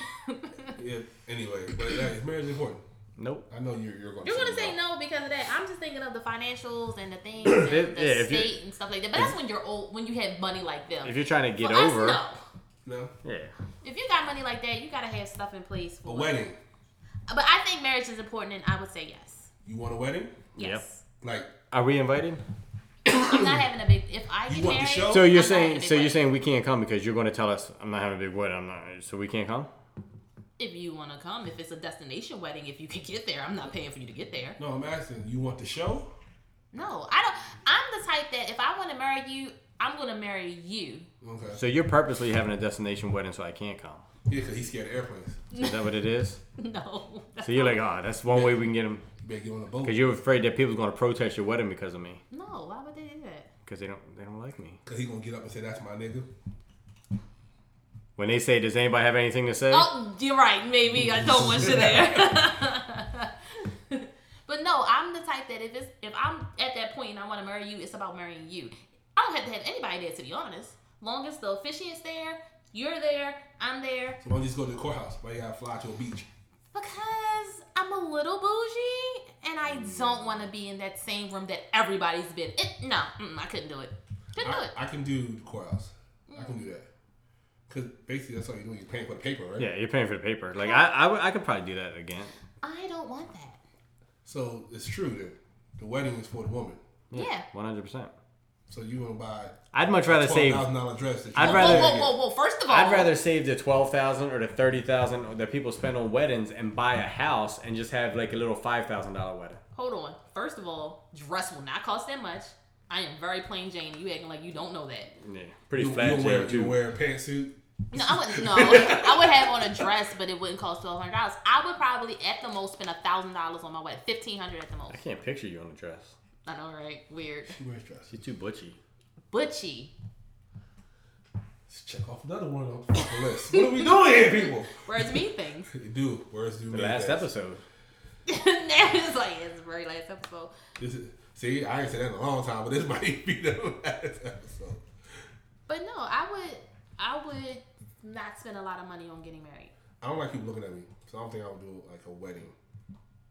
[SPEAKER 2] Yeah. Anyway, but yeah, is marriage important?
[SPEAKER 4] Nope.
[SPEAKER 2] I know you're you're going.
[SPEAKER 3] You're gonna say no because of that. I'm just thinking of the financials and the things, and the
[SPEAKER 4] If- yeah, if you-
[SPEAKER 3] state and stuff like that. But that's when you're old, when you have money like them.
[SPEAKER 4] If you're trying to get
[SPEAKER 3] For us,
[SPEAKER 4] over,
[SPEAKER 3] no.
[SPEAKER 2] No.
[SPEAKER 4] yeah.
[SPEAKER 3] If you got money like that, you gotta have stuff in place for
[SPEAKER 2] A wedding.
[SPEAKER 3] But I think marriage is important, and I would say yes.
[SPEAKER 2] You want a wedding?
[SPEAKER 3] Yes.
[SPEAKER 4] Yep.
[SPEAKER 2] Like
[SPEAKER 4] Are we invited?
[SPEAKER 3] I'm not having a big. If I get
[SPEAKER 2] You want the
[SPEAKER 3] married,
[SPEAKER 2] show?
[SPEAKER 4] So you're
[SPEAKER 3] Oh, I'm not having a
[SPEAKER 4] saying
[SPEAKER 3] big
[SPEAKER 4] so you're
[SPEAKER 3] wedding.
[SPEAKER 4] saying we can't come because you're going to tell us I'm not having a big wedding. I'm not. So we can't come.
[SPEAKER 3] if you want to come, if it's a destination wedding, if you can get there, I'm not paying for you to get there.
[SPEAKER 2] No, I'm asking. You want the show?
[SPEAKER 3] No, I don't. I'm the type that if I want to marry you, I'm gonna marry you.
[SPEAKER 2] Okay.
[SPEAKER 4] So you're purposely having a destination wedding so I can't come.
[SPEAKER 2] Yeah, because he's scared of airplanes.
[SPEAKER 4] Is that what it is?
[SPEAKER 3] No.
[SPEAKER 4] So you're like, oh, that's one way we can get them
[SPEAKER 2] You better get on a boat.
[SPEAKER 4] because you're afraid that people's going to protest your wedding because of me
[SPEAKER 3] No. Why would they do that?
[SPEAKER 4] because they don't they don't like me.
[SPEAKER 2] Because he's going to get up and say, that's my nigga.
[SPEAKER 4] When they say, does anybody have anything to say?
[SPEAKER 3] Oh, you're right. Maybe I don't want you there. but no, I'm the type that if it's if I'm at that point and I want to marry you, it's about marrying you. I don't have to have anybody there to be honest. Long as the officiant's there, you're there, I'm there.
[SPEAKER 2] So why don't you just go to the courthouse? Why you got to fly to a beach?
[SPEAKER 3] Because I'm a little bougie and I
[SPEAKER 4] Mm.
[SPEAKER 3] don't want to be in that same room that everybody's been. It, no, mm, I couldn't do it. Couldn't do
[SPEAKER 2] I,
[SPEAKER 3] it.
[SPEAKER 2] I can do the courthouse. I can do
[SPEAKER 3] Mm.
[SPEAKER 2] that. Because basically, that's all you're doing. You're paying for the paper, right?
[SPEAKER 4] Yeah, you're paying for the paper. Like I, I, would- I could probably do that again.
[SPEAKER 3] I don't want that.
[SPEAKER 2] So it's true that the wedding is for the woman.
[SPEAKER 3] Yeah.
[SPEAKER 4] One hundred percent.
[SPEAKER 2] So you want to buy
[SPEAKER 4] I'd much rather save.
[SPEAKER 2] $12,000 dress that you
[SPEAKER 4] I'd
[SPEAKER 2] don't
[SPEAKER 4] rather-
[SPEAKER 2] wanna
[SPEAKER 3] whoa,
[SPEAKER 2] get.
[SPEAKER 3] whoa, whoa, whoa! First of all,
[SPEAKER 4] I'd rather save the twelve thousand or the thirty thousand that people spend on weddings and buy a house and just have like a little five thousand dollar wedding.
[SPEAKER 3] hold on. First of all, dress will not cost that much. I am very plain Jane. You acting like you don't know that.
[SPEAKER 4] Yeah, pretty
[SPEAKER 2] You, you,
[SPEAKER 4] flat
[SPEAKER 2] don't wear,
[SPEAKER 4] Jane
[SPEAKER 2] you
[SPEAKER 4] too.
[SPEAKER 2] don't wear a pantsuit.
[SPEAKER 3] No, I would no. I would have on a dress, but it wouldn't cost twelve hundred dollars. I would probably at the most spend thousand dollars on my wedding. Fifteen hundred at the most.
[SPEAKER 4] I can't picture you on a dress.
[SPEAKER 3] I know, right? Weird.
[SPEAKER 2] She wears dresses.
[SPEAKER 4] She's too butchy.
[SPEAKER 3] Butchie.
[SPEAKER 2] Let's check off another one off the fucking list. What are we doing here, people?
[SPEAKER 3] Whereas me things.
[SPEAKER 2] Dude, where's the
[SPEAKER 4] The last episode.
[SPEAKER 3] now it's like it's the very last episode.
[SPEAKER 2] This is, see, I ain't said that in a long time, but this might be the last episode.
[SPEAKER 3] But no, I would I would not spend a lot of money on getting married.
[SPEAKER 2] I don't like people looking at me, so I don't think I would do like a wedding.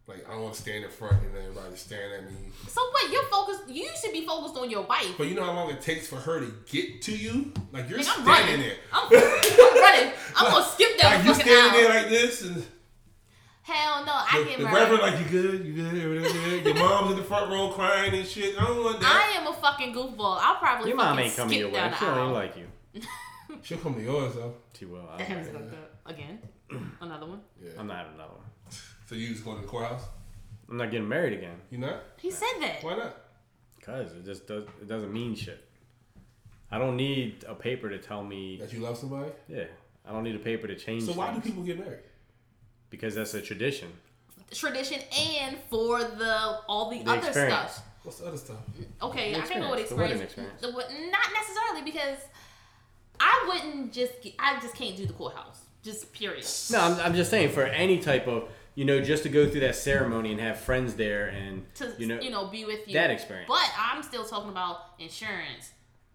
[SPEAKER 2] Like I don't want to stand in front and everybody staring at me.
[SPEAKER 3] So what? You're focused. You should be focused on your wife.
[SPEAKER 2] But you know how long it takes for her to get to you? Like you're
[SPEAKER 3] Like, I'm
[SPEAKER 2] standing
[SPEAKER 3] running.
[SPEAKER 2] there.
[SPEAKER 3] I'm, I'm running. I'm gonna skip that
[SPEAKER 2] Like you
[SPEAKER 3] fucking aisle.
[SPEAKER 2] standing there like this, and
[SPEAKER 3] Hell no, I
[SPEAKER 2] the,
[SPEAKER 3] get
[SPEAKER 2] the
[SPEAKER 3] married.
[SPEAKER 2] reverend like you good, you good, everything good. Your mom's in the front row crying and shit. I don't want that.
[SPEAKER 3] I am a fucking goofball. I'll probably
[SPEAKER 4] Your mom
[SPEAKER 3] fucking
[SPEAKER 4] ain't coming
[SPEAKER 3] skip
[SPEAKER 4] your way.
[SPEAKER 3] down the
[SPEAKER 4] She don't even
[SPEAKER 3] aisle.
[SPEAKER 4] like you.
[SPEAKER 2] She'll come to yours though.
[SPEAKER 4] She will. I-
[SPEAKER 3] That is fucked up. Again, another one.
[SPEAKER 4] I'm not having another one.
[SPEAKER 2] So you just going to the courthouse?
[SPEAKER 4] I'm not getting married again
[SPEAKER 2] You not?
[SPEAKER 3] He said that.
[SPEAKER 2] Why not?
[SPEAKER 4] because it just does. It doesn't mean shit. I don't need a paper to tell me.
[SPEAKER 2] That you love somebody.
[SPEAKER 4] Yeah, I don't need a paper to change.
[SPEAKER 2] So why do
[SPEAKER 4] things.
[SPEAKER 2] people get married?
[SPEAKER 4] Because that's a tradition.
[SPEAKER 3] Tradition and for the all the,
[SPEAKER 4] The
[SPEAKER 3] other
[SPEAKER 4] experience.
[SPEAKER 3] stuff.
[SPEAKER 2] What's the other stuff?
[SPEAKER 3] Okay,
[SPEAKER 4] The
[SPEAKER 3] I can't go with
[SPEAKER 4] experience, the wedding
[SPEAKER 3] experience. The wed- not necessarily because I wouldn't just. Get, I just can't do the courthouse. Just period.
[SPEAKER 4] No, I'm, I'm just saying for any type of you know just to go through that ceremony and have friends there and
[SPEAKER 3] to
[SPEAKER 4] you know
[SPEAKER 3] be with you
[SPEAKER 4] that experience.
[SPEAKER 3] But I'm still talking about insurance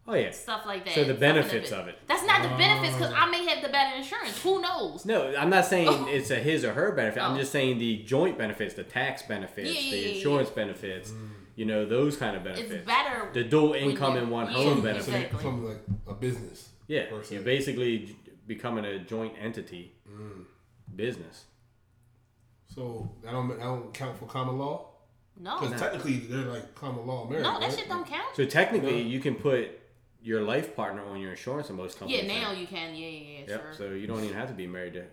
[SPEAKER 4] oh yeah.
[SPEAKER 3] stuff like that.
[SPEAKER 4] So the
[SPEAKER 3] Stuff
[SPEAKER 4] benefits of it.
[SPEAKER 3] That's not the benefits because I may have the better insurance. Who knows?
[SPEAKER 4] No, I'm not saying it's a his or her benefit. I'm
[SPEAKER 3] Oh.
[SPEAKER 4] just saying the joint benefits, the tax benefits,
[SPEAKER 3] Yeah, yeah, yeah,
[SPEAKER 4] the
[SPEAKER 3] yeah.
[SPEAKER 4] insurance benefits, you know those kind of
[SPEAKER 3] It's
[SPEAKER 4] benefits.
[SPEAKER 3] better.
[SPEAKER 4] the dual income in one
[SPEAKER 3] yeah,
[SPEAKER 4] home
[SPEAKER 3] yeah,
[SPEAKER 4] benefit.
[SPEAKER 2] So you
[SPEAKER 3] Exactly.
[SPEAKER 2] become like a business.
[SPEAKER 4] Yeah,
[SPEAKER 2] person.
[SPEAKER 4] you're basically j- becoming a joint entity business.
[SPEAKER 2] So that don't that don't count for common law
[SPEAKER 3] no,
[SPEAKER 2] because
[SPEAKER 3] Oh, no,
[SPEAKER 2] technically they're like common law marriage.
[SPEAKER 3] that
[SPEAKER 2] right?
[SPEAKER 3] shit don't count.
[SPEAKER 4] So technically, you can put your life partner on your insurance in most companies.
[SPEAKER 3] Yeah, now
[SPEAKER 4] now.
[SPEAKER 3] you can. Yeah, yeah, yeah.
[SPEAKER 4] Yep.
[SPEAKER 3] Sure.
[SPEAKER 4] So you don't even have to be married to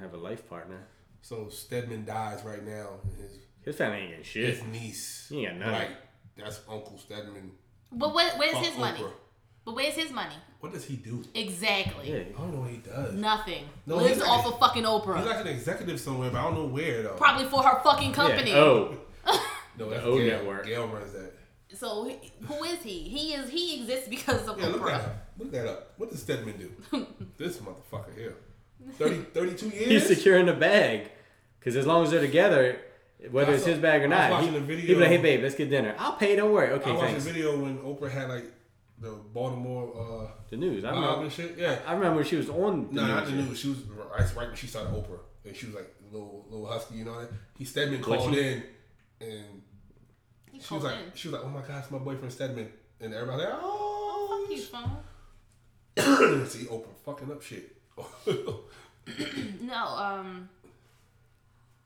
[SPEAKER 4] have a life partner.
[SPEAKER 2] So Stedman dies right now. and His
[SPEAKER 4] His family ain't getting shit.
[SPEAKER 2] his niece.
[SPEAKER 4] He ain't got none.
[SPEAKER 2] Right. That's Uncle Stedman.
[SPEAKER 3] but what, where's
[SPEAKER 2] Fuck
[SPEAKER 3] his money?
[SPEAKER 2] Oprah.
[SPEAKER 3] But where's his money?
[SPEAKER 2] What does he do?
[SPEAKER 3] Exactly.
[SPEAKER 4] Yeah.
[SPEAKER 2] I don't know what he does.
[SPEAKER 3] Nothing.
[SPEAKER 2] No,
[SPEAKER 3] Lives
[SPEAKER 2] he's like-
[SPEAKER 3] off of fucking
[SPEAKER 2] He's
[SPEAKER 3] Oprah.
[SPEAKER 2] like an executive somewhere, but I don't know where though.
[SPEAKER 3] Probably for her fucking company.
[SPEAKER 4] Yeah. Oh,
[SPEAKER 2] no, that's
[SPEAKER 4] O
[SPEAKER 2] Gail.
[SPEAKER 4] Network.
[SPEAKER 2] Gail runs that.
[SPEAKER 3] So he- who is he? He is. He exists because of
[SPEAKER 2] Yeah, look that
[SPEAKER 3] Oprah.
[SPEAKER 2] up. Look that up. What does Stedman do? this motherfucker here. 30, 32
[SPEAKER 4] he's
[SPEAKER 2] years.
[SPEAKER 4] securing the bag because as long as they're together, whether
[SPEAKER 2] I
[SPEAKER 4] it's
[SPEAKER 2] saw-
[SPEAKER 4] his bag or
[SPEAKER 2] I was
[SPEAKER 4] not,
[SPEAKER 2] watching
[SPEAKER 4] he,
[SPEAKER 2] a video-
[SPEAKER 4] he'd be like, "Hey, babe, let's get dinner. I'll pay. Don't worry.
[SPEAKER 2] I
[SPEAKER 4] Okay,
[SPEAKER 2] watched a
[SPEAKER 4] thanks."
[SPEAKER 2] video when Oprah had like the Baltimore uh,
[SPEAKER 4] The news. I
[SPEAKER 2] mob
[SPEAKER 4] remember.
[SPEAKER 2] and shit. Yeah.
[SPEAKER 4] I remember she was on. The
[SPEAKER 2] No, not the
[SPEAKER 4] news.
[SPEAKER 2] news. She was right right when she started Oprah, and she was like little little husky, you know. That? He Stedman
[SPEAKER 4] What
[SPEAKER 2] called
[SPEAKER 4] she-
[SPEAKER 2] in, and
[SPEAKER 3] He
[SPEAKER 2] she
[SPEAKER 3] called
[SPEAKER 2] was like,
[SPEAKER 3] in.
[SPEAKER 2] she was like, oh my gosh, my boyfriend Stedman, and everybody like, oh,
[SPEAKER 3] Fuck you, phone.
[SPEAKER 2] see Oprah fucking up shit.
[SPEAKER 3] No, um.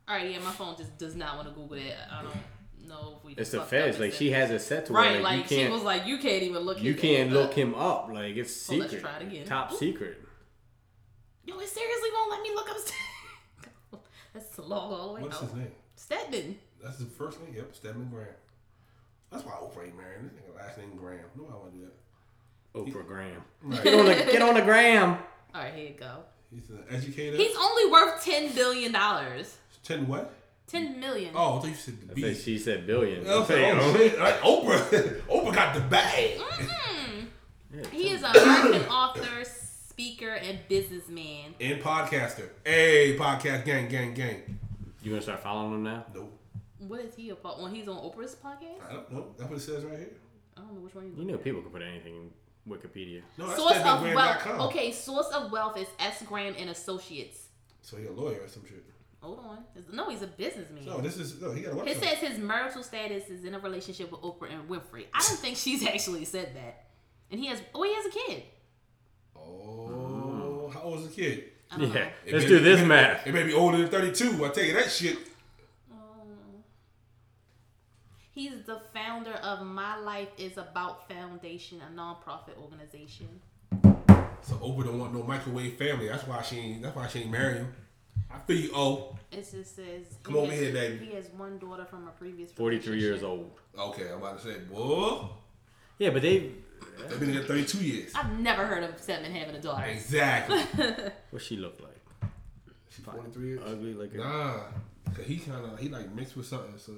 [SPEAKER 3] All right, yeah, my phone just does not want to Google it. I don't. know if we.
[SPEAKER 4] It's the
[SPEAKER 3] fucked
[SPEAKER 4] feds.
[SPEAKER 3] up
[SPEAKER 4] Like
[SPEAKER 3] and
[SPEAKER 4] she
[SPEAKER 3] said-
[SPEAKER 4] has it set to where
[SPEAKER 3] Right,
[SPEAKER 4] like,
[SPEAKER 3] like,
[SPEAKER 4] you
[SPEAKER 3] she
[SPEAKER 4] can't
[SPEAKER 3] was like, you can't even look.
[SPEAKER 4] you
[SPEAKER 3] his
[SPEAKER 4] can't
[SPEAKER 3] name
[SPEAKER 4] look
[SPEAKER 3] up.
[SPEAKER 4] him up. Like it's
[SPEAKER 3] Well, let's
[SPEAKER 4] secret,
[SPEAKER 3] try it again.
[SPEAKER 4] top secret.
[SPEAKER 3] Yo, it seriously won't let me look up. That's long all the way
[SPEAKER 2] What's
[SPEAKER 3] out.
[SPEAKER 2] his name?
[SPEAKER 3] Stedman.
[SPEAKER 2] That's his first name. Yep, Stedman Graham. That's why Oprah ain't married. This nigga last name Graham. No, I want to do that.
[SPEAKER 4] Oprah Graham.
[SPEAKER 2] Right.
[SPEAKER 4] Get on the get on the gram.
[SPEAKER 3] All right, here you go.
[SPEAKER 2] He's an educator.
[SPEAKER 3] He's only worth ten billion dollars.
[SPEAKER 2] Ten what?
[SPEAKER 3] Ten million.
[SPEAKER 2] Oh, I thought you said the
[SPEAKER 4] I said
[SPEAKER 2] beast.
[SPEAKER 4] she said billion.
[SPEAKER 2] I was like, oh shit! Like, Oprah, Oprah got the bag.
[SPEAKER 3] He is an American author, speaker, and businessman.
[SPEAKER 2] And podcaster. Hey, podcast gang, gang, gang.
[SPEAKER 4] You gonna start following him now?
[SPEAKER 2] Nope.
[SPEAKER 3] What is he about? When he's on Oprah's podcast?
[SPEAKER 2] I don't know. That's what it says right here.
[SPEAKER 3] I don't know which one. He's
[SPEAKER 4] You know people can put anything in Wikipedia.
[SPEAKER 2] No, that's
[SPEAKER 3] Source of wealth.
[SPEAKER 2] StedmanGraham.com.
[SPEAKER 3] Okay, source of wealth is S. Graham and Associates.
[SPEAKER 2] So he a lawyer or some shit.
[SPEAKER 3] Hold on. No, he's a businessman.
[SPEAKER 2] No, this is no. He got a
[SPEAKER 3] It
[SPEAKER 2] website.
[SPEAKER 3] says his marital status is in a relationship with Oprah and Winfrey. I don't think she's actually said that. And he has, oh, he has a kid.
[SPEAKER 2] oh, how old is the kid?
[SPEAKER 3] I don't
[SPEAKER 4] Yeah.
[SPEAKER 3] know.
[SPEAKER 2] It
[SPEAKER 4] Let's
[SPEAKER 2] may
[SPEAKER 4] do
[SPEAKER 2] be-
[SPEAKER 4] this
[SPEAKER 2] it may-
[SPEAKER 4] math.
[SPEAKER 2] It may be older than thirty-two. I tell you that shit.
[SPEAKER 3] Um, He's the founder of My Life is About Foundation, a nonprofit organization.
[SPEAKER 2] So Oprah don't want no microwave family. That's why she ain't. That's why she ain't marrying him. I feel you. Oh,
[SPEAKER 3] It just says
[SPEAKER 2] Come
[SPEAKER 3] he
[SPEAKER 2] over
[SPEAKER 3] has-
[SPEAKER 2] here, baby.
[SPEAKER 3] He has one daughter from a previous.
[SPEAKER 4] Forty three years
[SPEAKER 3] relationship.
[SPEAKER 4] old.
[SPEAKER 2] okay. I'm about to say, whoa.
[SPEAKER 4] Yeah, but they
[SPEAKER 2] They've been together thirty-two years.
[SPEAKER 3] I've never heard of Stedman having a daughter.
[SPEAKER 2] Exactly.
[SPEAKER 4] what she look like?
[SPEAKER 2] She forty-three years.
[SPEAKER 4] Ugly looking.
[SPEAKER 2] Nah, 'cause he kind of he like mixed with something. So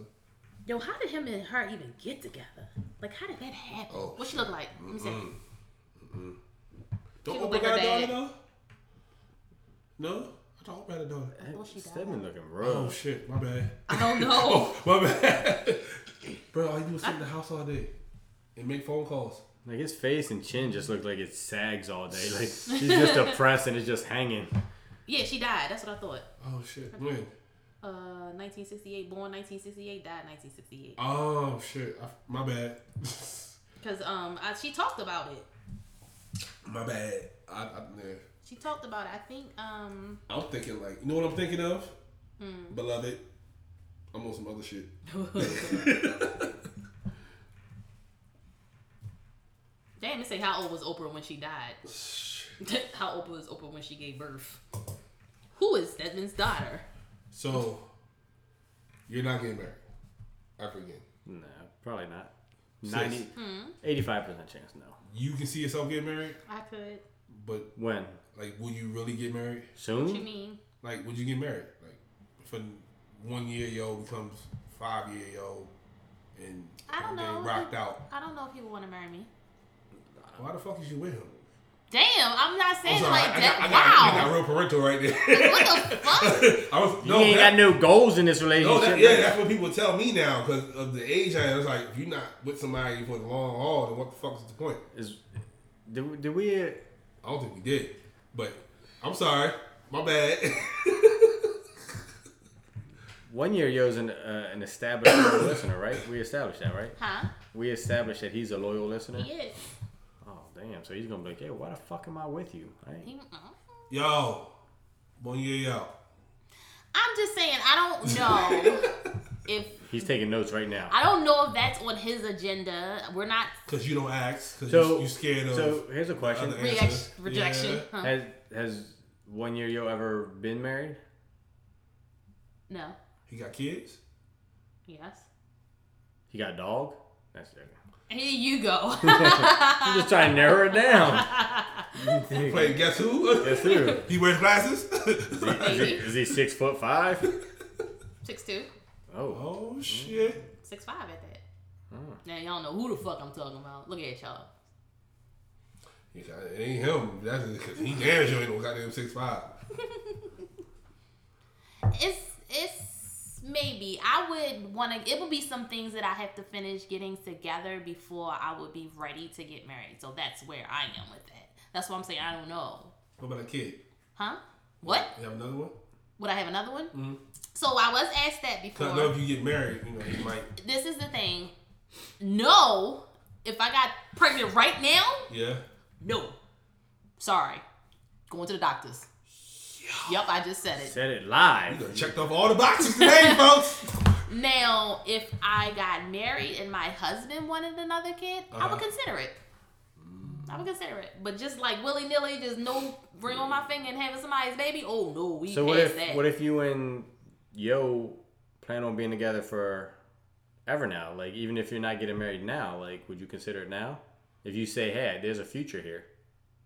[SPEAKER 3] Yo, how did him and her even get together? Like, how did that happen?
[SPEAKER 2] Oh,
[SPEAKER 3] what she look like? Let me see.
[SPEAKER 2] don't
[SPEAKER 3] She look
[SPEAKER 2] Oprah
[SPEAKER 3] like
[SPEAKER 2] got
[SPEAKER 3] her
[SPEAKER 2] a daughter
[SPEAKER 3] dad.
[SPEAKER 2] though? No, I thought Oprah had a daughter.
[SPEAKER 3] Well, she died.
[SPEAKER 4] Stedman looking
[SPEAKER 2] Oh
[SPEAKER 4] rough.
[SPEAKER 2] shit, my bad. Oh,
[SPEAKER 3] I don't know.
[SPEAKER 2] My bad. Bro, all you do is sit in the house all day and make phone calls.
[SPEAKER 4] Like his face and chin just look like it sags all day. Like she's just depressed and it's just hanging.
[SPEAKER 3] yeah, she died. That's what I thought.
[SPEAKER 2] Oh shit. When?
[SPEAKER 3] Uh, 1968, born 1968, died 1968.
[SPEAKER 2] Oh shit. I, my bad.
[SPEAKER 3] Because um, I, she talked about it.
[SPEAKER 2] my bad. I, I, yeah.
[SPEAKER 3] She talked about it. I think um,
[SPEAKER 2] I'm thinking like, you know what I'm thinking of?
[SPEAKER 3] Hmm.
[SPEAKER 2] Beloved. I'm on some other shit.
[SPEAKER 3] damn, it say how old was Oprah when she died? how old was Oprah when she gave birth? Who is Stedman's daughter?
[SPEAKER 2] So, you're not getting married ever again.
[SPEAKER 4] Nah, probably not. 90,
[SPEAKER 3] Hmm.
[SPEAKER 4] 85 percent chance. No.
[SPEAKER 2] You can see yourself getting married,
[SPEAKER 3] I could.
[SPEAKER 2] but
[SPEAKER 4] When
[SPEAKER 2] like, will you really get married?
[SPEAKER 3] What you
[SPEAKER 4] soon?
[SPEAKER 3] mean?
[SPEAKER 2] Like, would you get married? Like, for one year yo becomes five year yo, and
[SPEAKER 3] I don't
[SPEAKER 2] everything
[SPEAKER 3] know.
[SPEAKER 2] rocked out.
[SPEAKER 3] I don't know if people want to marry me.
[SPEAKER 2] Why the fuck is you with him?
[SPEAKER 3] Damn, I'm not saying
[SPEAKER 2] I'm sorry,
[SPEAKER 3] like
[SPEAKER 2] I, I
[SPEAKER 3] that.
[SPEAKER 2] got, I, got, I got
[SPEAKER 3] wow.
[SPEAKER 2] real parental right there.
[SPEAKER 3] What the fuck?
[SPEAKER 2] I was
[SPEAKER 4] You
[SPEAKER 2] no,
[SPEAKER 4] ain't
[SPEAKER 2] that-
[SPEAKER 4] got no goals in this
[SPEAKER 2] no,
[SPEAKER 4] relationship.
[SPEAKER 2] Oh, that- yeah, that's what people tell me now because of the age I am. It's like if you're not with somebody for the long haul, then what the fuck is the point?
[SPEAKER 4] Is, did, did we? uh,
[SPEAKER 2] I don't think we did, but I'm sorry, my bad.
[SPEAKER 4] One year Yo's an, uh, an established loyal listener, right? We established that, right?
[SPEAKER 3] Huh?
[SPEAKER 4] We established that he's a loyal listener.
[SPEAKER 3] Yes.
[SPEAKER 4] Oh damn! So he's gonna be like, "Yeah, why the fuck am I with you?" Right?
[SPEAKER 2] yo, one year yo.
[SPEAKER 3] I'm just saying, I don't know if
[SPEAKER 4] He's taking notes right now.
[SPEAKER 3] I don't know if that's on his agenda. We're not
[SPEAKER 2] Cause you don't ask, cause
[SPEAKER 4] So
[SPEAKER 2] you, you scared of.
[SPEAKER 4] So here's a question:
[SPEAKER 2] other
[SPEAKER 3] react-
[SPEAKER 2] answers.
[SPEAKER 3] rejection.
[SPEAKER 2] Yeah.
[SPEAKER 3] Huh.
[SPEAKER 4] Has has one year Yo ever been married?
[SPEAKER 3] No.
[SPEAKER 2] He got kids.
[SPEAKER 3] Yes.
[SPEAKER 4] He got a dog. That's it.
[SPEAKER 3] Here you go.
[SPEAKER 4] I'm just trying to narrow it down.
[SPEAKER 2] Play guess who?
[SPEAKER 4] That's true.
[SPEAKER 2] he wears glasses.
[SPEAKER 4] Is he, is he six foot five?
[SPEAKER 3] Six two,
[SPEAKER 4] Oh,
[SPEAKER 2] oh shit.
[SPEAKER 3] six five at that. Now y'all know who the fuck I'm talking about. Look at y'all.
[SPEAKER 2] He said, It ain't him. That's because he damn sure ain't no goddamn six five.
[SPEAKER 3] It's it's maybe I would want to. It would be some things that I have to finish getting together before I would be ready to get married. So that's where I am with that. That's why I'm saying I don't know.
[SPEAKER 2] What about a kid?
[SPEAKER 3] Huh? What?
[SPEAKER 2] You have another one?
[SPEAKER 3] Would I have another one? So I was asked that before.
[SPEAKER 2] Cause I know if you get married, you know you might.
[SPEAKER 3] this is the thing. No, if I got pregnant right now,
[SPEAKER 2] Yeah.
[SPEAKER 3] no. Sorry. Going to the doctors. Yep, I just said it.
[SPEAKER 4] said it
[SPEAKER 2] You
[SPEAKER 4] live.
[SPEAKER 2] done checked off all the boxes today, folks.
[SPEAKER 3] Now, if I got married and my husband wanted another kid, I
[SPEAKER 4] Uh-huh.
[SPEAKER 3] would consider it. I would consider it, but just like willy nilly, just no ring on my finger and having somebody's baby. Oh no, we
[SPEAKER 4] So
[SPEAKER 3] passed
[SPEAKER 4] what if
[SPEAKER 3] that.
[SPEAKER 4] what if you and Yo plan on being together for ever now? Like even if you're not getting married now, like would you consider it now? If you say, "Hey, there's a future here,"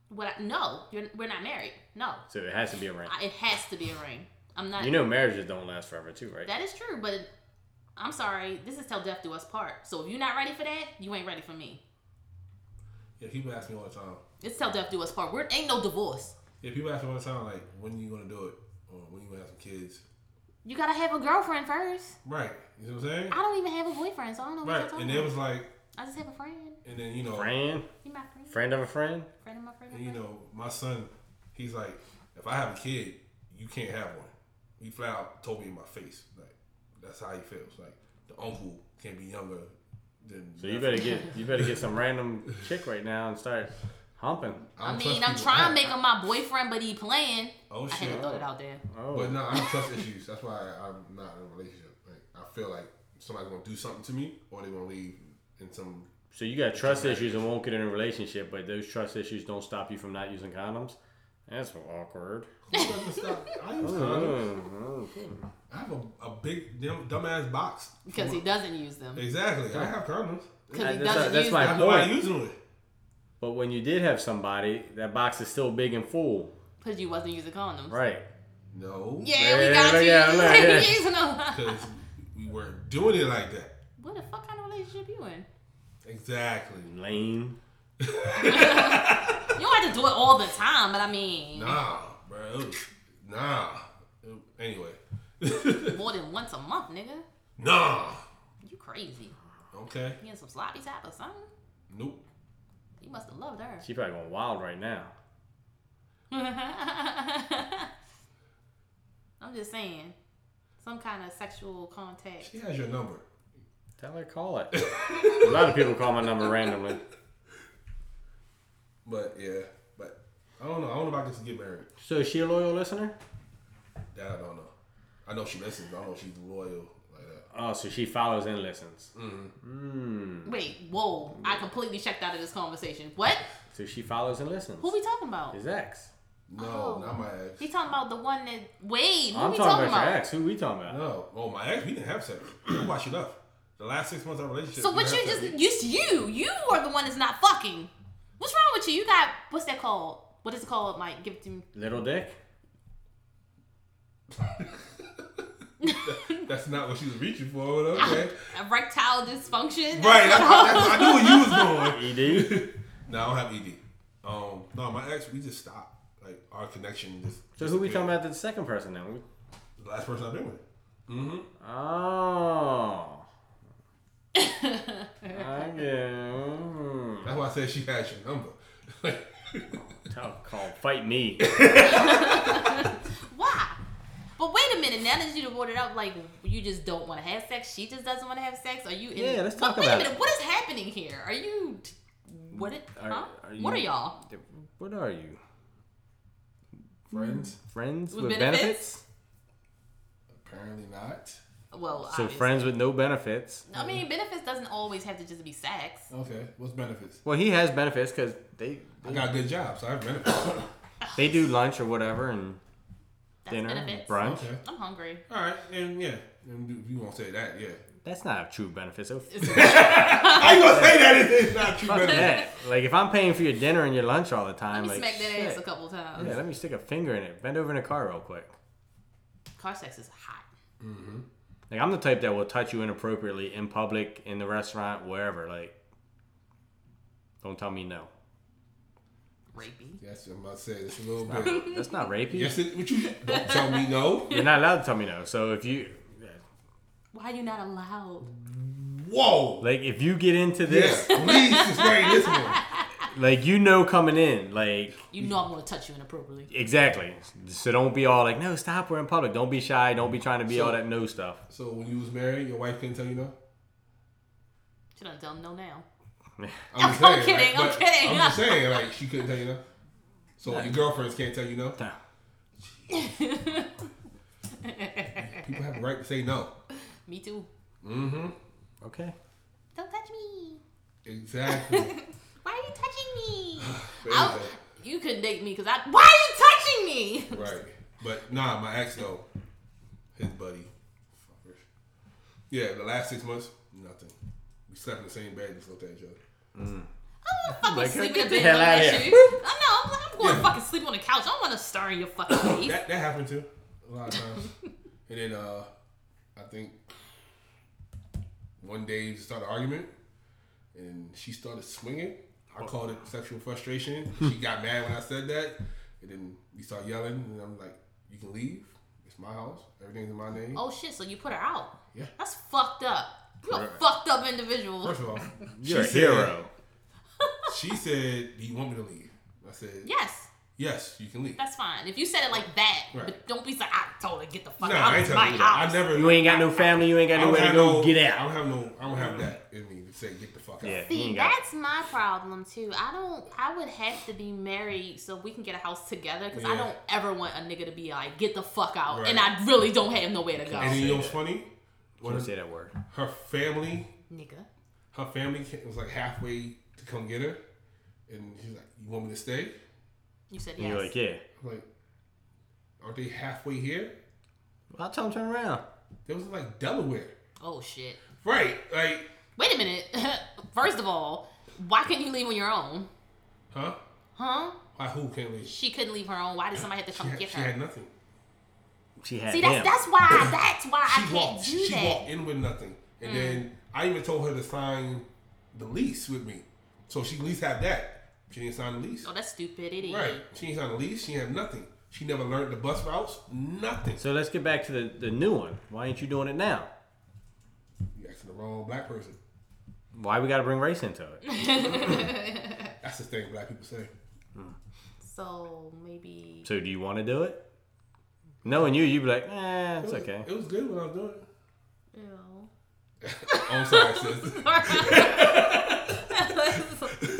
[SPEAKER 3] What I- no, you're, we're not married. No,
[SPEAKER 4] so it has to be a ring.
[SPEAKER 3] I, it has to be a ring. I'm not.
[SPEAKER 4] You know, marriages don't last forever, too, right?
[SPEAKER 3] that is true, but I'm sorry. This is till death do us part. So if you're not ready for that, you ain't ready for me.
[SPEAKER 2] Yeah, people ask me all the time.
[SPEAKER 3] It's till death do us part. We're ain't no divorce.
[SPEAKER 2] Yeah, people ask me all the time, like, when you gonna do it, or when you gonna have some kids.
[SPEAKER 3] You gotta have a girlfriend first.
[SPEAKER 2] Right. You know what I'm saying?
[SPEAKER 3] I don't even have a boyfriend, so I don't know what you're
[SPEAKER 2] Right.
[SPEAKER 3] talking
[SPEAKER 2] And it
[SPEAKER 3] about.
[SPEAKER 2] was like,
[SPEAKER 3] I just have a friend.
[SPEAKER 2] and then you know,
[SPEAKER 4] Friend,
[SPEAKER 3] You my friend.
[SPEAKER 4] friend of a friend.
[SPEAKER 3] Friend of my friend. of
[SPEAKER 2] and, you
[SPEAKER 3] mine.
[SPEAKER 2] know, my son, he's like, if I have a kid, you can't have one. He flat out told me in my face, like, that's how he feels. Like, the uncle can't be younger than.
[SPEAKER 4] So you better get you better get some random chick right now and start humping.
[SPEAKER 3] I
[SPEAKER 2] don't
[SPEAKER 3] mean,
[SPEAKER 2] trust
[SPEAKER 3] I'm
[SPEAKER 2] people.
[SPEAKER 3] trying to
[SPEAKER 2] I-
[SPEAKER 3] make him my boyfriend, but he playing.
[SPEAKER 2] Oh
[SPEAKER 3] I had to
[SPEAKER 2] shit.
[SPEAKER 3] throw that out there.
[SPEAKER 4] Oh,
[SPEAKER 2] But no, I have trust issues. That's why I'm not in a relationship. Like, I feel like somebody's gonna do something to me, or they're gonna leave in some.
[SPEAKER 4] so you got trust issues and won't get in a relationship, but those trust issues don't stop you from not using condoms. That's awkward. Mm-hmm.
[SPEAKER 2] Who doesn't stop? I use condoms. I have a, a big dumb, dumbass box.
[SPEAKER 3] Because he doesn't use them.
[SPEAKER 2] Exactly. I have condoms.
[SPEAKER 3] Because he
[SPEAKER 4] That's-
[SPEAKER 3] doesn't
[SPEAKER 4] that's
[SPEAKER 3] use
[SPEAKER 4] my
[SPEAKER 2] I
[SPEAKER 3] them.
[SPEAKER 2] have nobody
[SPEAKER 4] Boy.
[SPEAKER 2] using it.
[SPEAKER 4] But when you did have somebody, that box is still big and full,
[SPEAKER 3] Because you wasn't using condoms.
[SPEAKER 4] right?
[SPEAKER 2] No.
[SPEAKER 3] Yeah, we
[SPEAKER 4] Yeah,
[SPEAKER 3] got you.
[SPEAKER 4] yeah,
[SPEAKER 3] you
[SPEAKER 4] look,
[SPEAKER 3] ain't
[SPEAKER 4] yeah.
[SPEAKER 3] using them.
[SPEAKER 2] Because we weren't doing it like that.
[SPEAKER 3] what the fuck kind of relationship you in?
[SPEAKER 2] Exactly.
[SPEAKER 4] Lame.
[SPEAKER 3] You don't have to do it all the time, but I mean,
[SPEAKER 2] Nah, bro. Nah. Anyway.
[SPEAKER 3] more than once a month, nigga.
[SPEAKER 2] nah.
[SPEAKER 3] You crazy.
[SPEAKER 2] Okay.
[SPEAKER 3] You in some sloppy tap or something?
[SPEAKER 2] Nope.
[SPEAKER 3] You must have loved her.
[SPEAKER 4] She probably going wild right now.
[SPEAKER 3] I'm just saying. Some kind of sexual contact.
[SPEAKER 2] She has your number.
[SPEAKER 4] Tell her call it. a lot of people call my number randomly.
[SPEAKER 2] But yeah. But I don't know. I don't know if I can get married.
[SPEAKER 4] So is she a loyal listener?
[SPEAKER 2] That I don't know. I know she listens. I don't know if she's loyal like that.
[SPEAKER 4] Oh, so she follows and listens.
[SPEAKER 3] Wait, whoa. I completely checked out of this conversation. What?
[SPEAKER 4] So she follows and listens.
[SPEAKER 3] Who we talking about?
[SPEAKER 4] His ex.
[SPEAKER 2] No,
[SPEAKER 3] Oh.
[SPEAKER 2] not my ex.
[SPEAKER 3] He talking about the one that. Wait, who
[SPEAKER 4] I'm
[SPEAKER 3] we
[SPEAKER 4] talking,
[SPEAKER 3] talking
[SPEAKER 4] about,
[SPEAKER 3] about?
[SPEAKER 4] your ex. Who we talking about?
[SPEAKER 2] No. Oh, my ex, we didn't have sex. That's why she left. The last six months of our relationship.
[SPEAKER 3] So
[SPEAKER 2] we
[SPEAKER 3] what
[SPEAKER 2] didn't
[SPEAKER 3] you
[SPEAKER 2] have
[SPEAKER 3] just
[SPEAKER 2] sex.
[SPEAKER 3] you you you are the one that's not fucking. What's wrong with you? You got what's that called? What is it called? Mike, give it to me.
[SPEAKER 4] Little dick.
[SPEAKER 2] That's not what she was reaching for, but okay.
[SPEAKER 3] Erectile dysfunction.
[SPEAKER 2] right. That's, that's, I knew what you was going.
[SPEAKER 4] E Ed.
[SPEAKER 2] No, I don't have ED. Um, no, my ex, we just stopped. Like our connection just.
[SPEAKER 4] So who we talking about? The second person now. We-
[SPEAKER 2] The last person I've been with.
[SPEAKER 4] Oh. I
[SPEAKER 3] Mm-hmm.
[SPEAKER 4] get.
[SPEAKER 2] That's why I said she has your number.
[SPEAKER 4] Tell call fight me.
[SPEAKER 3] Why? But wait a minute. Now that you brought it up, like you just don't want to have sex. She just doesn't want to have sex. Are you? In,
[SPEAKER 4] Yeah, let's
[SPEAKER 3] But
[SPEAKER 4] talk
[SPEAKER 3] wait
[SPEAKER 4] about
[SPEAKER 3] a minute.
[SPEAKER 4] it.
[SPEAKER 3] What is happening here? Are you? What? It,
[SPEAKER 4] Are-
[SPEAKER 3] huh?
[SPEAKER 4] are you-
[SPEAKER 3] what are y'all?
[SPEAKER 4] What are you?
[SPEAKER 2] Friends?
[SPEAKER 4] Friends
[SPEAKER 3] With
[SPEAKER 4] with,
[SPEAKER 3] benefits?
[SPEAKER 4] benefits?
[SPEAKER 2] Apparently not.
[SPEAKER 3] Well,
[SPEAKER 4] So
[SPEAKER 3] obviously.
[SPEAKER 4] friends with no benefits.
[SPEAKER 3] I mean, benefits doesn't always have to just be sex.
[SPEAKER 2] Okay. What's benefits?
[SPEAKER 4] Well, he has benefits because they
[SPEAKER 2] I got a good job, so I have benefits.
[SPEAKER 4] they do lunch or whatever and
[SPEAKER 3] That's
[SPEAKER 4] dinner and
[SPEAKER 3] benefits.
[SPEAKER 4] brunch.
[SPEAKER 2] okay.
[SPEAKER 3] I'm hungry.
[SPEAKER 2] All right. And yeah, and if you won't say that, yeah.
[SPEAKER 4] That's not a true benefit. So fuck
[SPEAKER 2] I ain't gonna say that if it's not true benefits.
[SPEAKER 4] that. Like if I'm paying for your dinner and your lunch all the time,
[SPEAKER 3] Let me
[SPEAKER 4] like
[SPEAKER 3] smack that
[SPEAKER 4] shit.
[SPEAKER 3] ass a couple times.
[SPEAKER 4] Yeah, let me stick a finger in it. Bend over in a car real quick.
[SPEAKER 3] Car sex is hot.
[SPEAKER 4] Like I'm the type that will touch you inappropriately in public, in the restaurant, wherever. Like, don't tell me no.
[SPEAKER 3] Rapey.
[SPEAKER 2] Yes, I'm about to say this a little bit.
[SPEAKER 4] That's not rapey.
[SPEAKER 2] Yes, it, what you don't tell me no.
[SPEAKER 4] You're not allowed to tell me no. So if you
[SPEAKER 3] Why you not allowed?
[SPEAKER 2] Whoa.
[SPEAKER 4] like, if you get into
[SPEAKER 2] Yes,
[SPEAKER 4] this,
[SPEAKER 2] please explain this one.
[SPEAKER 4] like you know coming in, like
[SPEAKER 3] You know I'm gonna touch you inappropriately.
[SPEAKER 4] exactly. So don't be all like, no, stop. We're in public. Don't be shy. Don't be trying to be
[SPEAKER 2] So-
[SPEAKER 4] all that no stuff.
[SPEAKER 2] So when you was married, your wife couldn't tell you no.
[SPEAKER 3] She done tell him no now.
[SPEAKER 2] I'm, just
[SPEAKER 3] I'm kidding,
[SPEAKER 2] like,
[SPEAKER 3] I'm
[SPEAKER 2] but
[SPEAKER 3] kidding.
[SPEAKER 2] I'm just saying, like she couldn't tell you no. So your girlfriends can't tell you no.
[SPEAKER 4] No.
[SPEAKER 2] People have a right to say no.
[SPEAKER 3] Me too.
[SPEAKER 2] Mm-hmm.
[SPEAKER 4] Okay.
[SPEAKER 3] Don't touch me.
[SPEAKER 2] Exactly.
[SPEAKER 3] Why are you touching me? I,
[SPEAKER 2] Anyway,
[SPEAKER 3] you couldn't date me because I. Why are you touching me?
[SPEAKER 2] right. But nah, my ex though, his buddy, fuckers. Yeah, the last six months, nothing. We slept in the same bed, just looked at each other.
[SPEAKER 3] I'm
[SPEAKER 4] Like,
[SPEAKER 3] fucking sleep in
[SPEAKER 4] get
[SPEAKER 3] a
[SPEAKER 4] the
[SPEAKER 3] bed
[SPEAKER 4] hell
[SPEAKER 3] like
[SPEAKER 4] outta
[SPEAKER 3] that
[SPEAKER 4] here.
[SPEAKER 3] shit. I know. I'm, I'm going to
[SPEAKER 2] Yeah.
[SPEAKER 3] fucking sleep on the couch. I don't want to star in your fucking face.
[SPEAKER 2] That that happened too a lot of times. and then uh, I think one day we started an argument, and she started swinging. I called it sexual frustration. she got mad when I said that, and then we started yelling. And I'm like, "You can leave. It's my house. Everything's in my name."
[SPEAKER 3] oh shit! So you put her out?
[SPEAKER 2] Yeah.
[SPEAKER 3] That's fucked up. You're a
[SPEAKER 4] Correct.
[SPEAKER 3] fucked up individual.
[SPEAKER 2] First of all,
[SPEAKER 4] You're a
[SPEAKER 2] said-
[SPEAKER 4] hero.
[SPEAKER 2] she said, "Do you want me to leave?" I said,
[SPEAKER 3] Yes,
[SPEAKER 2] "Yes, you can leave."
[SPEAKER 3] that's fine. If you said it like that,
[SPEAKER 2] Right.
[SPEAKER 3] but don't be like, I told her get the fuck
[SPEAKER 2] No,
[SPEAKER 3] out
[SPEAKER 2] I ain't
[SPEAKER 3] of my
[SPEAKER 2] telling you that. I
[SPEAKER 3] house.
[SPEAKER 2] never.
[SPEAKER 4] You ain't got no family. You ain't got
[SPEAKER 2] I don't
[SPEAKER 4] nowhere to
[SPEAKER 2] have
[SPEAKER 4] go.
[SPEAKER 2] no.
[SPEAKER 4] Get
[SPEAKER 2] I
[SPEAKER 4] out.
[SPEAKER 2] don't have no. I don't have that in me to say get the fuck out.
[SPEAKER 4] Yeah. you
[SPEAKER 3] See,
[SPEAKER 4] ain't got-
[SPEAKER 3] that's my problem too. I don't. I would have to be married so we can get a house together because I
[SPEAKER 2] Yeah.
[SPEAKER 3] don't ever want a nigga to be like, get the fuck out,
[SPEAKER 2] Right.
[SPEAKER 3] and I really don't have nowhere to go.
[SPEAKER 2] And then
[SPEAKER 4] say
[SPEAKER 2] you know what's
[SPEAKER 4] that.
[SPEAKER 2] funny? When
[SPEAKER 4] Don't say that word.
[SPEAKER 2] her family,
[SPEAKER 3] Nigga,
[SPEAKER 2] her family ca- was like halfway to come get her, and she's like, "You want me to stay?"
[SPEAKER 3] you said
[SPEAKER 4] And
[SPEAKER 3] yes.
[SPEAKER 4] You're like, yeah.
[SPEAKER 2] I'm like, "Are they halfway here?"
[SPEAKER 4] Well, I'll tell him to turn around.
[SPEAKER 2] They was like Delaware,
[SPEAKER 3] Oh shit!
[SPEAKER 2] right? Like,
[SPEAKER 3] Wait a minute. First of all, why couldn't you leave on your own?
[SPEAKER 2] huh?
[SPEAKER 3] Huh?
[SPEAKER 2] Why who can't leave? She,
[SPEAKER 3] She couldn't leave her own. Why did somebody have to come
[SPEAKER 2] had,
[SPEAKER 3] get
[SPEAKER 2] she
[SPEAKER 3] her?
[SPEAKER 2] had nothing.
[SPEAKER 4] She had
[SPEAKER 3] See,
[SPEAKER 4] him.
[SPEAKER 3] that's that's why that's why I
[SPEAKER 2] She
[SPEAKER 3] can't
[SPEAKER 2] walked.
[SPEAKER 3] do
[SPEAKER 2] She
[SPEAKER 3] that. Mm.
[SPEAKER 2] walked in with nothing, and then I even told her to sign the lease with me, so she at least had that. She didn't sign the lease.
[SPEAKER 3] Oh, that's stupidity.
[SPEAKER 2] Right? She didn't sign the lease. She had nothing. She never learned the bus routes. Nothing.
[SPEAKER 4] So let's get back to the, the new one. Why ain't you doing it now?
[SPEAKER 2] You asking the wrong black person.
[SPEAKER 4] Why we got to bring race into it?
[SPEAKER 2] That's the thing black people say.
[SPEAKER 3] So maybe
[SPEAKER 4] So do you want to do it? Knowing you, you'd be like, eh, it's
[SPEAKER 2] It was-
[SPEAKER 4] okay.
[SPEAKER 2] It was good when I was doing it.
[SPEAKER 3] Ew.
[SPEAKER 2] Oh, I'm sorry, sis. But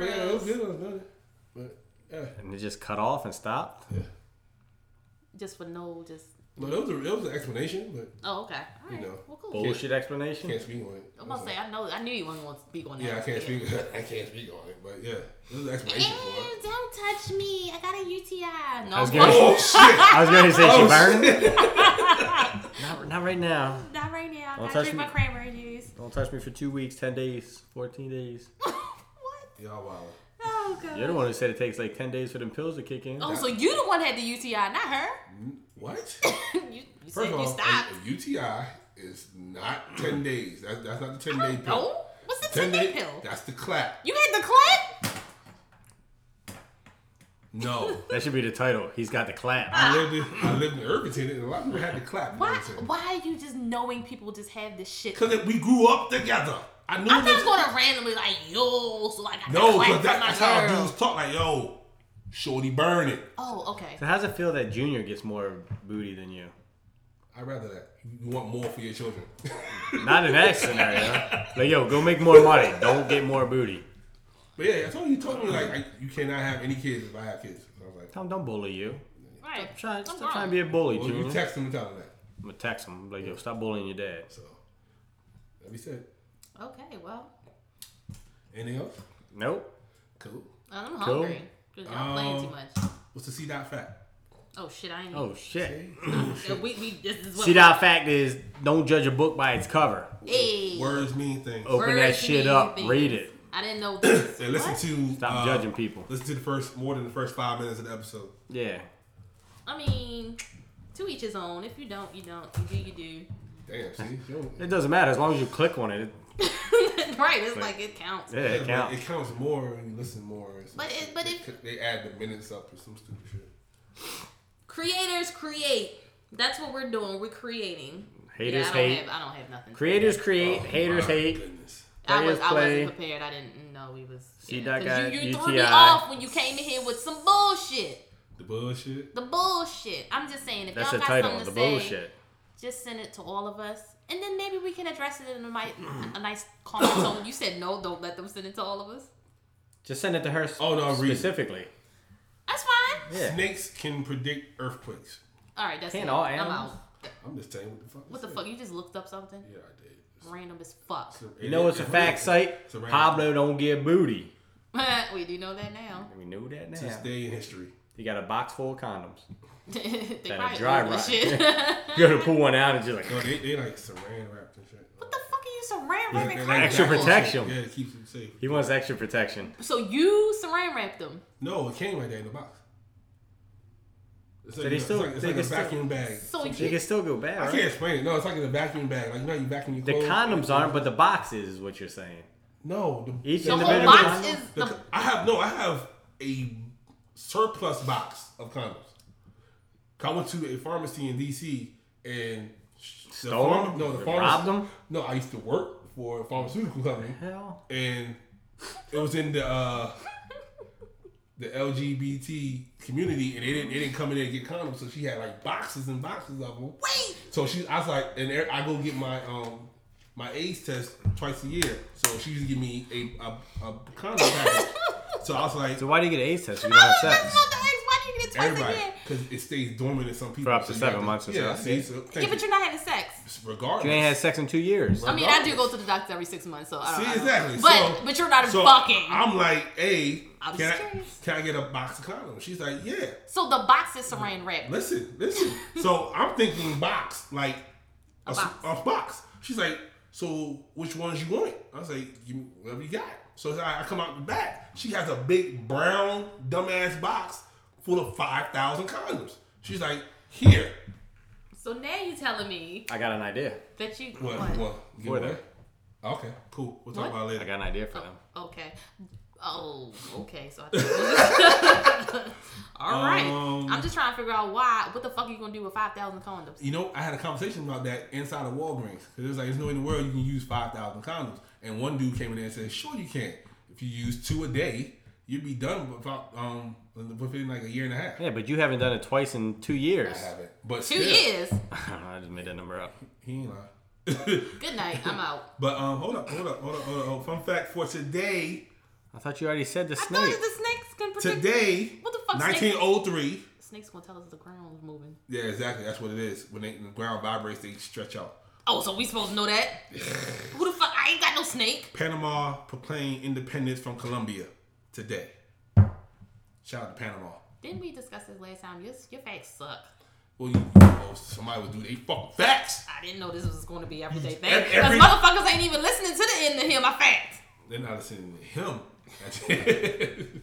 [SPEAKER 2] yeah, it was good when I was doing it. But yeah,
[SPEAKER 4] And it just cut off and stopped.
[SPEAKER 2] yeah.
[SPEAKER 3] just for no, just
[SPEAKER 2] Well, it was a, it was an explanation, but
[SPEAKER 3] oh okay. All
[SPEAKER 2] You
[SPEAKER 3] right.
[SPEAKER 2] know.
[SPEAKER 3] well, cool.
[SPEAKER 4] Bullshit explanation.
[SPEAKER 2] can't speak on it.
[SPEAKER 3] I'm gonna say I know I knew you wasn't gonna speak on that.
[SPEAKER 2] Yeah, I can't speak. I can't speak on it. But yeah, it was an explanation for
[SPEAKER 3] Ew,
[SPEAKER 2] it.
[SPEAKER 3] don't touch me. I got a UTI. No,
[SPEAKER 4] I was
[SPEAKER 3] fuck
[SPEAKER 4] gonna-
[SPEAKER 2] Oh shit!
[SPEAKER 4] I was going to say,
[SPEAKER 2] Oh,
[SPEAKER 4] she burning? not, not right now.
[SPEAKER 3] Not right now.
[SPEAKER 4] Don't
[SPEAKER 3] I gotta
[SPEAKER 4] touch
[SPEAKER 3] drink
[SPEAKER 4] me.
[SPEAKER 3] my cranberry juice.
[SPEAKER 4] Don't touch me for two weeks, 10 days, 14 days.
[SPEAKER 3] what?
[SPEAKER 2] Y'all wild.
[SPEAKER 3] Oh god.
[SPEAKER 4] You're the one who said it takes like 10 days for them pills to kick in.
[SPEAKER 3] Oh, so you the one had the UTI, not her.
[SPEAKER 2] What?
[SPEAKER 3] you you
[SPEAKER 2] First
[SPEAKER 3] said
[SPEAKER 2] of all,
[SPEAKER 3] you stopped.
[SPEAKER 2] a, a UTI is not ten days. That's that's not the ten day pill.
[SPEAKER 3] No. What's the ten day pill?
[SPEAKER 2] That's the clap.
[SPEAKER 3] You had the clap.
[SPEAKER 2] No.
[SPEAKER 4] That should be the title. He's got the clap.
[SPEAKER 2] I lived in I lived in Irvington, and a lot of people had the clap. in
[SPEAKER 3] Why?
[SPEAKER 2] Irvington.
[SPEAKER 3] Why are you just knowing people just have this shit?
[SPEAKER 2] Cause it- we grew up together. I knew.
[SPEAKER 3] I'm
[SPEAKER 2] this-
[SPEAKER 3] not gonna randomly like yo, so I got
[SPEAKER 2] No,
[SPEAKER 3] the clap
[SPEAKER 2] because that,
[SPEAKER 3] from my
[SPEAKER 2] that's how
[SPEAKER 3] girl.
[SPEAKER 2] dudes talk. Like, yo, shorty, burn it.
[SPEAKER 3] Oh, okay.
[SPEAKER 4] So how's it feel that Junior gets more booty than you?
[SPEAKER 2] I'd rather that. You want more for your children.
[SPEAKER 4] Not in that scenario. Like, yo, go make more money. Don't get more booty.
[SPEAKER 2] but yeah, I told you, you told me like, I, you cannot have any kids if I have kids. So I was like,
[SPEAKER 4] Tom, don't bully you.
[SPEAKER 3] Right.
[SPEAKER 4] Try, stop
[SPEAKER 3] wrong.
[SPEAKER 4] trying to be a bully,
[SPEAKER 2] well,
[SPEAKER 4] Junior.
[SPEAKER 2] you text them and tell them that.
[SPEAKER 4] I'm gonna text him. Like, yo, stop bullying your dad.
[SPEAKER 2] So that be said.
[SPEAKER 3] Okay. Well,
[SPEAKER 2] Anything else?
[SPEAKER 4] Nope.
[SPEAKER 2] Cool.
[SPEAKER 3] I'm hungry. Cause y'all playing too
[SPEAKER 2] Um,
[SPEAKER 3] much.
[SPEAKER 2] What's the C dot fact?
[SPEAKER 3] Oh shit! I ain't.
[SPEAKER 4] Oh shit.
[SPEAKER 2] Hey,
[SPEAKER 3] Yeah, we, we, this is what
[SPEAKER 4] See that fact is, don't judge a book by its cover.
[SPEAKER 3] Hey.
[SPEAKER 2] Words mean things.
[SPEAKER 4] Open
[SPEAKER 3] Words
[SPEAKER 4] that shit
[SPEAKER 3] mean
[SPEAKER 4] up.
[SPEAKER 3] things.
[SPEAKER 4] Read it.
[SPEAKER 3] I didn't know this.
[SPEAKER 2] And listen
[SPEAKER 3] What?
[SPEAKER 2] to
[SPEAKER 4] Stop
[SPEAKER 2] uh,
[SPEAKER 4] judging people.
[SPEAKER 2] Listen to the first more than the first five minutes of the episode.
[SPEAKER 4] Yeah.
[SPEAKER 3] I mean, to each his own. If you don't, you don't. You do, you
[SPEAKER 2] Damn, see, Yo,
[SPEAKER 4] It doesn't matter as long as you click on it.
[SPEAKER 3] do. right. It's like it counts.
[SPEAKER 4] Yeah, it
[SPEAKER 2] but
[SPEAKER 4] counts.
[SPEAKER 2] It counts more when you listen more. and some
[SPEAKER 3] But it-
[SPEAKER 2] shit.
[SPEAKER 3] but
[SPEAKER 2] they,
[SPEAKER 3] if-
[SPEAKER 2] they add the minutes up or some stupid shit.
[SPEAKER 3] Creators create. That's what we're doing. We're creating.
[SPEAKER 4] Haters
[SPEAKER 3] yeah, I don't
[SPEAKER 4] hate.
[SPEAKER 3] Have, I don't have nothing.
[SPEAKER 4] Creators create.
[SPEAKER 2] Oh,
[SPEAKER 4] haters
[SPEAKER 2] my
[SPEAKER 4] hate.
[SPEAKER 2] Goodness.
[SPEAKER 3] I was
[SPEAKER 4] Players
[SPEAKER 3] I
[SPEAKER 4] play.
[SPEAKER 3] wasn't prepared. I didn't know we was.
[SPEAKER 4] See,
[SPEAKER 3] yeah,
[SPEAKER 4] that
[SPEAKER 3] 'cause
[SPEAKER 4] guy,
[SPEAKER 3] you, you threw me
[SPEAKER 4] UTI.
[SPEAKER 3] off when you came in here with some bullshit.
[SPEAKER 2] The bullshit.
[SPEAKER 3] The bullshit. I'm just saying, if
[SPEAKER 4] That's the
[SPEAKER 3] y'all got
[SPEAKER 4] title.
[SPEAKER 3] something to
[SPEAKER 4] The
[SPEAKER 3] say,
[SPEAKER 4] bullshit.
[SPEAKER 3] just send it to all of us, and then maybe we can address it in a, mi- a nice calm tone. You said no, don't let them send it to all of us.
[SPEAKER 4] Just send it to her.
[SPEAKER 2] Oh, no, read it.
[SPEAKER 4] specifically.
[SPEAKER 3] That's fine.
[SPEAKER 4] Yeah.
[SPEAKER 2] Snakes can predict earthquakes.
[SPEAKER 3] All right, that's
[SPEAKER 4] Can't
[SPEAKER 3] it.
[SPEAKER 4] all
[SPEAKER 3] I'm
[SPEAKER 4] animals?
[SPEAKER 3] out.
[SPEAKER 2] I'm just telling you what the fuck.
[SPEAKER 3] What the
[SPEAKER 2] this
[SPEAKER 3] fuck?
[SPEAKER 2] is.
[SPEAKER 3] You just looked up something
[SPEAKER 2] Yeah, I did. It's-
[SPEAKER 3] random as fuck.
[SPEAKER 2] it's-
[SPEAKER 4] You know it's a fact site.
[SPEAKER 2] It's a random-
[SPEAKER 4] Pablo don't get booty.
[SPEAKER 3] we do know that now.
[SPEAKER 4] We know that
[SPEAKER 2] To
[SPEAKER 4] now.
[SPEAKER 2] stay in history.
[SPEAKER 4] You got a box full of condoms.
[SPEAKER 3] they
[SPEAKER 4] a
[SPEAKER 3] probably
[SPEAKER 4] dry
[SPEAKER 3] own this
[SPEAKER 4] rot.
[SPEAKER 3] shit. what
[SPEAKER 4] You go to pull one out and just like
[SPEAKER 2] No, they, they like saran wrapped and shit. What
[SPEAKER 3] the fuck are you saran wrapping?
[SPEAKER 2] They,
[SPEAKER 3] condoms
[SPEAKER 2] like
[SPEAKER 4] Extra
[SPEAKER 2] that
[SPEAKER 3] for?
[SPEAKER 4] protection.
[SPEAKER 2] shit. Yeah, it keeps you safe.
[SPEAKER 4] he wants extra protection.
[SPEAKER 3] So you saran wrapped them.
[SPEAKER 2] No, it came like that in the box. It's like,
[SPEAKER 4] they
[SPEAKER 2] it's
[SPEAKER 4] still-
[SPEAKER 2] like, it's
[SPEAKER 4] they
[SPEAKER 2] like a
[SPEAKER 4] can still-
[SPEAKER 2] vacuum bag.
[SPEAKER 3] So
[SPEAKER 4] They
[SPEAKER 3] you,
[SPEAKER 4] can still go bad,
[SPEAKER 2] I can't
[SPEAKER 4] right?
[SPEAKER 2] explain it. No, it's like in a vacuum bag. Like you know, how you vacuum your
[SPEAKER 4] The
[SPEAKER 2] clothes.
[SPEAKER 4] condoms aren't, but the box is, is what you're saying.
[SPEAKER 2] No, the,
[SPEAKER 4] Each
[SPEAKER 3] the whole
[SPEAKER 4] individual
[SPEAKER 3] box
[SPEAKER 4] condom?
[SPEAKER 3] is
[SPEAKER 2] the,
[SPEAKER 3] the,
[SPEAKER 2] I have no. I have a surplus box of condoms. I went to a pharmacy in DC and the
[SPEAKER 4] Stole
[SPEAKER 2] pharma-
[SPEAKER 4] them?
[SPEAKER 2] No, the
[SPEAKER 4] They
[SPEAKER 2] pharmacy,
[SPEAKER 4] robbed them?
[SPEAKER 2] No, I used to work for a pharmaceutical company,
[SPEAKER 4] Hell.
[SPEAKER 2] and it was in the uh, the LGBT community, and they didn't they didn't come in there and get condoms, so she had like boxes and boxes of them. Wait. So she, I was like, and there- I go get my um my AIDS test twice a year, so she used to give me a a, a condom package. so I was like,
[SPEAKER 4] So why do you get an AIDS test if you don't have sex?
[SPEAKER 3] not the eggs. Why do you get it twice
[SPEAKER 2] everybody,
[SPEAKER 3] again?
[SPEAKER 2] because it stays dormant in some people
[SPEAKER 4] For up to
[SPEAKER 2] you
[SPEAKER 4] seven
[SPEAKER 2] have
[SPEAKER 4] months or
[SPEAKER 2] Yeah,
[SPEAKER 4] so.
[SPEAKER 2] see, so
[SPEAKER 3] Yeah,
[SPEAKER 2] thank
[SPEAKER 3] but
[SPEAKER 2] you.
[SPEAKER 3] you're not having sex.
[SPEAKER 2] regardless.
[SPEAKER 4] You ain't had sex in two years.
[SPEAKER 3] I mean, I do go to the doctor every six months, so I don't.
[SPEAKER 2] See,
[SPEAKER 3] I don't-
[SPEAKER 2] exactly.
[SPEAKER 3] But
[SPEAKER 2] So-
[SPEAKER 3] but you're not
[SPEAKER 2] So
[SPEAKER 3] fucking.
[SPEAKER 2] I'm like, hey,
[SPEAKER 3] I'm
[SPEAKER 2] can
[SPEAKER 3] just
[SPEAKER 2] I,
[SPEAKER 3] curious.
[SPEAKER 2] can I get a box of condoms? She's like, yeah.
[SPEAKER 3] so the box is saran wrapped.
[SPEAKER 2] Listen, listen. so I'm thinking box, like a, s-
[SPEAKER 3] box.
[SPEAKER 2] a box. She's like, so which ones you want? I was like, you, whatever you got. So I, I come out the back. She has a big brown dumbass box full of five thousand condoms. She's like, here.
[SPEAKER 3] So now you're telling me
[SPEAKER 4] I got an idea.
[SPEAKER 3] that you
[SPEAKER 2] What?
[SPEAKER 3] what?
[SPEAKER 2] What? Give
[SPEAKER 4] More
[SPEAKER 2] away?
[SPEAKER 4] there.
[SPEAKER 2] Okay, cool. We'll talk
[SPEAKER 3] What?
[SPEAKER 2] about it
[SPEAKER 4] I
[SPEAKER 2] later.
[SPEAKER 4] got an idea for them.
[SPEAKER 3] Okay. Oh, okay. So I All right.
[SPEAKER 2] Um,
[SPEAKER 3] I'm just trying to figure out why. What the fuck are you gonna do with five thousand condoms?
[SPEAKER 2] You know, I had a conversation about that inside of Walgreens. Cause it was like, there's no way in the world you can use 5,000 condoms. And one dude came in there and said, sure you can. If you use two a day, you'd be done about, um, within like a year and a half.
[SPEAKER 4] Yeah, but you haven't done it twice in two years.
[SPEAKER 2] I haven't. But
[SPEAKER 3] Two
[SPEAKER 2] still,
[SPEAKER 3] years.
[SPEAKER 4] I don't know. I just made that number up.
[SPEAKER 2] He ain't lying.
[SPEAKER 3] Good night. I'm out.
[SPEAKER 2] but um, hold up, hold up, hold up, hold up, hold up. Fun fact for today,
[SPEAKER 4] I thought you already said the
[SPEAKER 3] I thought
[SPEAKER 4] snake.
[SPEAKER 3] that the snakes can protect.
[SPEAKER 2] today, oh-
[SPEAKER 3] What the fuck, snake?
[SPEAKER 2] 1903.
[SPEAKER 3] Snakes gonna tell us the ground is moving.
[SPEAKER 2] Yeah, exactly. That's what it is. When they, the ground vibrates, they stretch out.
[SPEAKER 3] Oh, so we supposed to know that? Who the fuck? I ain't got no snake.
[SPEAKER 2] Panama proclaimed independence from Colombia today. Shout out to Panama.
[SPEAKER 3] Didn't we discuss this last time? Your, your facts suck.
[SPEAKER 2] Well, you, oh, somebody would do they fuck facts.
[SPEAKER 3] I didn't know this was going to be everyday thing.
[SPEAKER 2] Ev-
[SPEAKER 3] Because
[SPEAKER 2] every-
[SPEAKER 3] motherfuckers ain't even listening to the end of here, my facts.
[SPEAKER 2] They're not listening to him.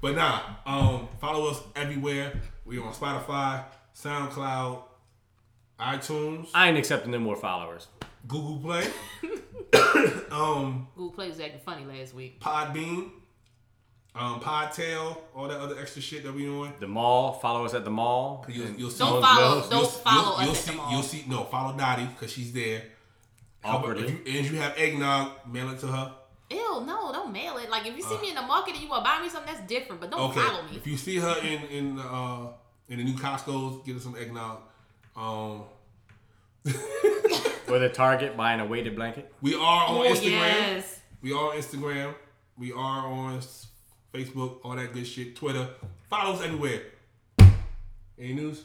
[SPEAKER 2] but nah, um, follow us everywhere. We on Spotify, SoundCloud, iTunes,
[SPEAKER 4] I ain't accepting no more followers.
[SPEAKER 2] Google Play, um,
[SPEAKER 3] Google Play was acting funny last week.
[SPEAKER 2] Podbean, um, Podtail, all that other extra shit that we on.
[SPEAKER 4] The mall. Follow us at the mall.
[SPEAKER 2] You'll, you'll see.
[SPEAKER 3] Don't
[SPEAKER 4] Those
[SPEAKER 3] follow.
[SPEAKER 4] girls,
[SPEAKER 3] Don't
[SPEAKER 2] you'll-
[SPEAKER 3] follow
[SPEAKER 2] you'll,
[SPEAKER 3] us
[SPEAKER 2] see,
[SPEAKER 3] at the mall.
[SPEAKER 2] You'll see. No, follow Dottie because she's there. How about if
[SPEAKER 4] Awkwardly.
[SPEAKER 2] you, and if you have eggnog, mail it to her.
[SPEAKER 3] Ew, no, don't mail it. Like if you see me in the market and you want to buy me something, that's different. But don't
[SPEAKER 2] Uh. Okay.
[SPEAKER 3] follow me.
[SPEAKER 2] If you see her in in uh in the new Costco's, get her some eggnog. Um,
[SPEAKER 4] Or the Target buying a weighted blanket.
[SPEAKER 2] we are on
[SPEAKER 3] Oh
[SPEAKER 2] Instagram.
[SPEAKER 3] yes.
[SPEAKER 2] We are on Instagram. We are on s- Facebook. All that good shit. Twitter. Follow us everywhere. Any news?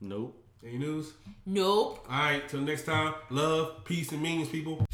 [SPEAKER 4] Nope.
[SPEAKER 2] Any news?
[SPEAKER 3] Nope.
[SPEAKER 2] All right. Till next time. Love, peace, and meanings, people.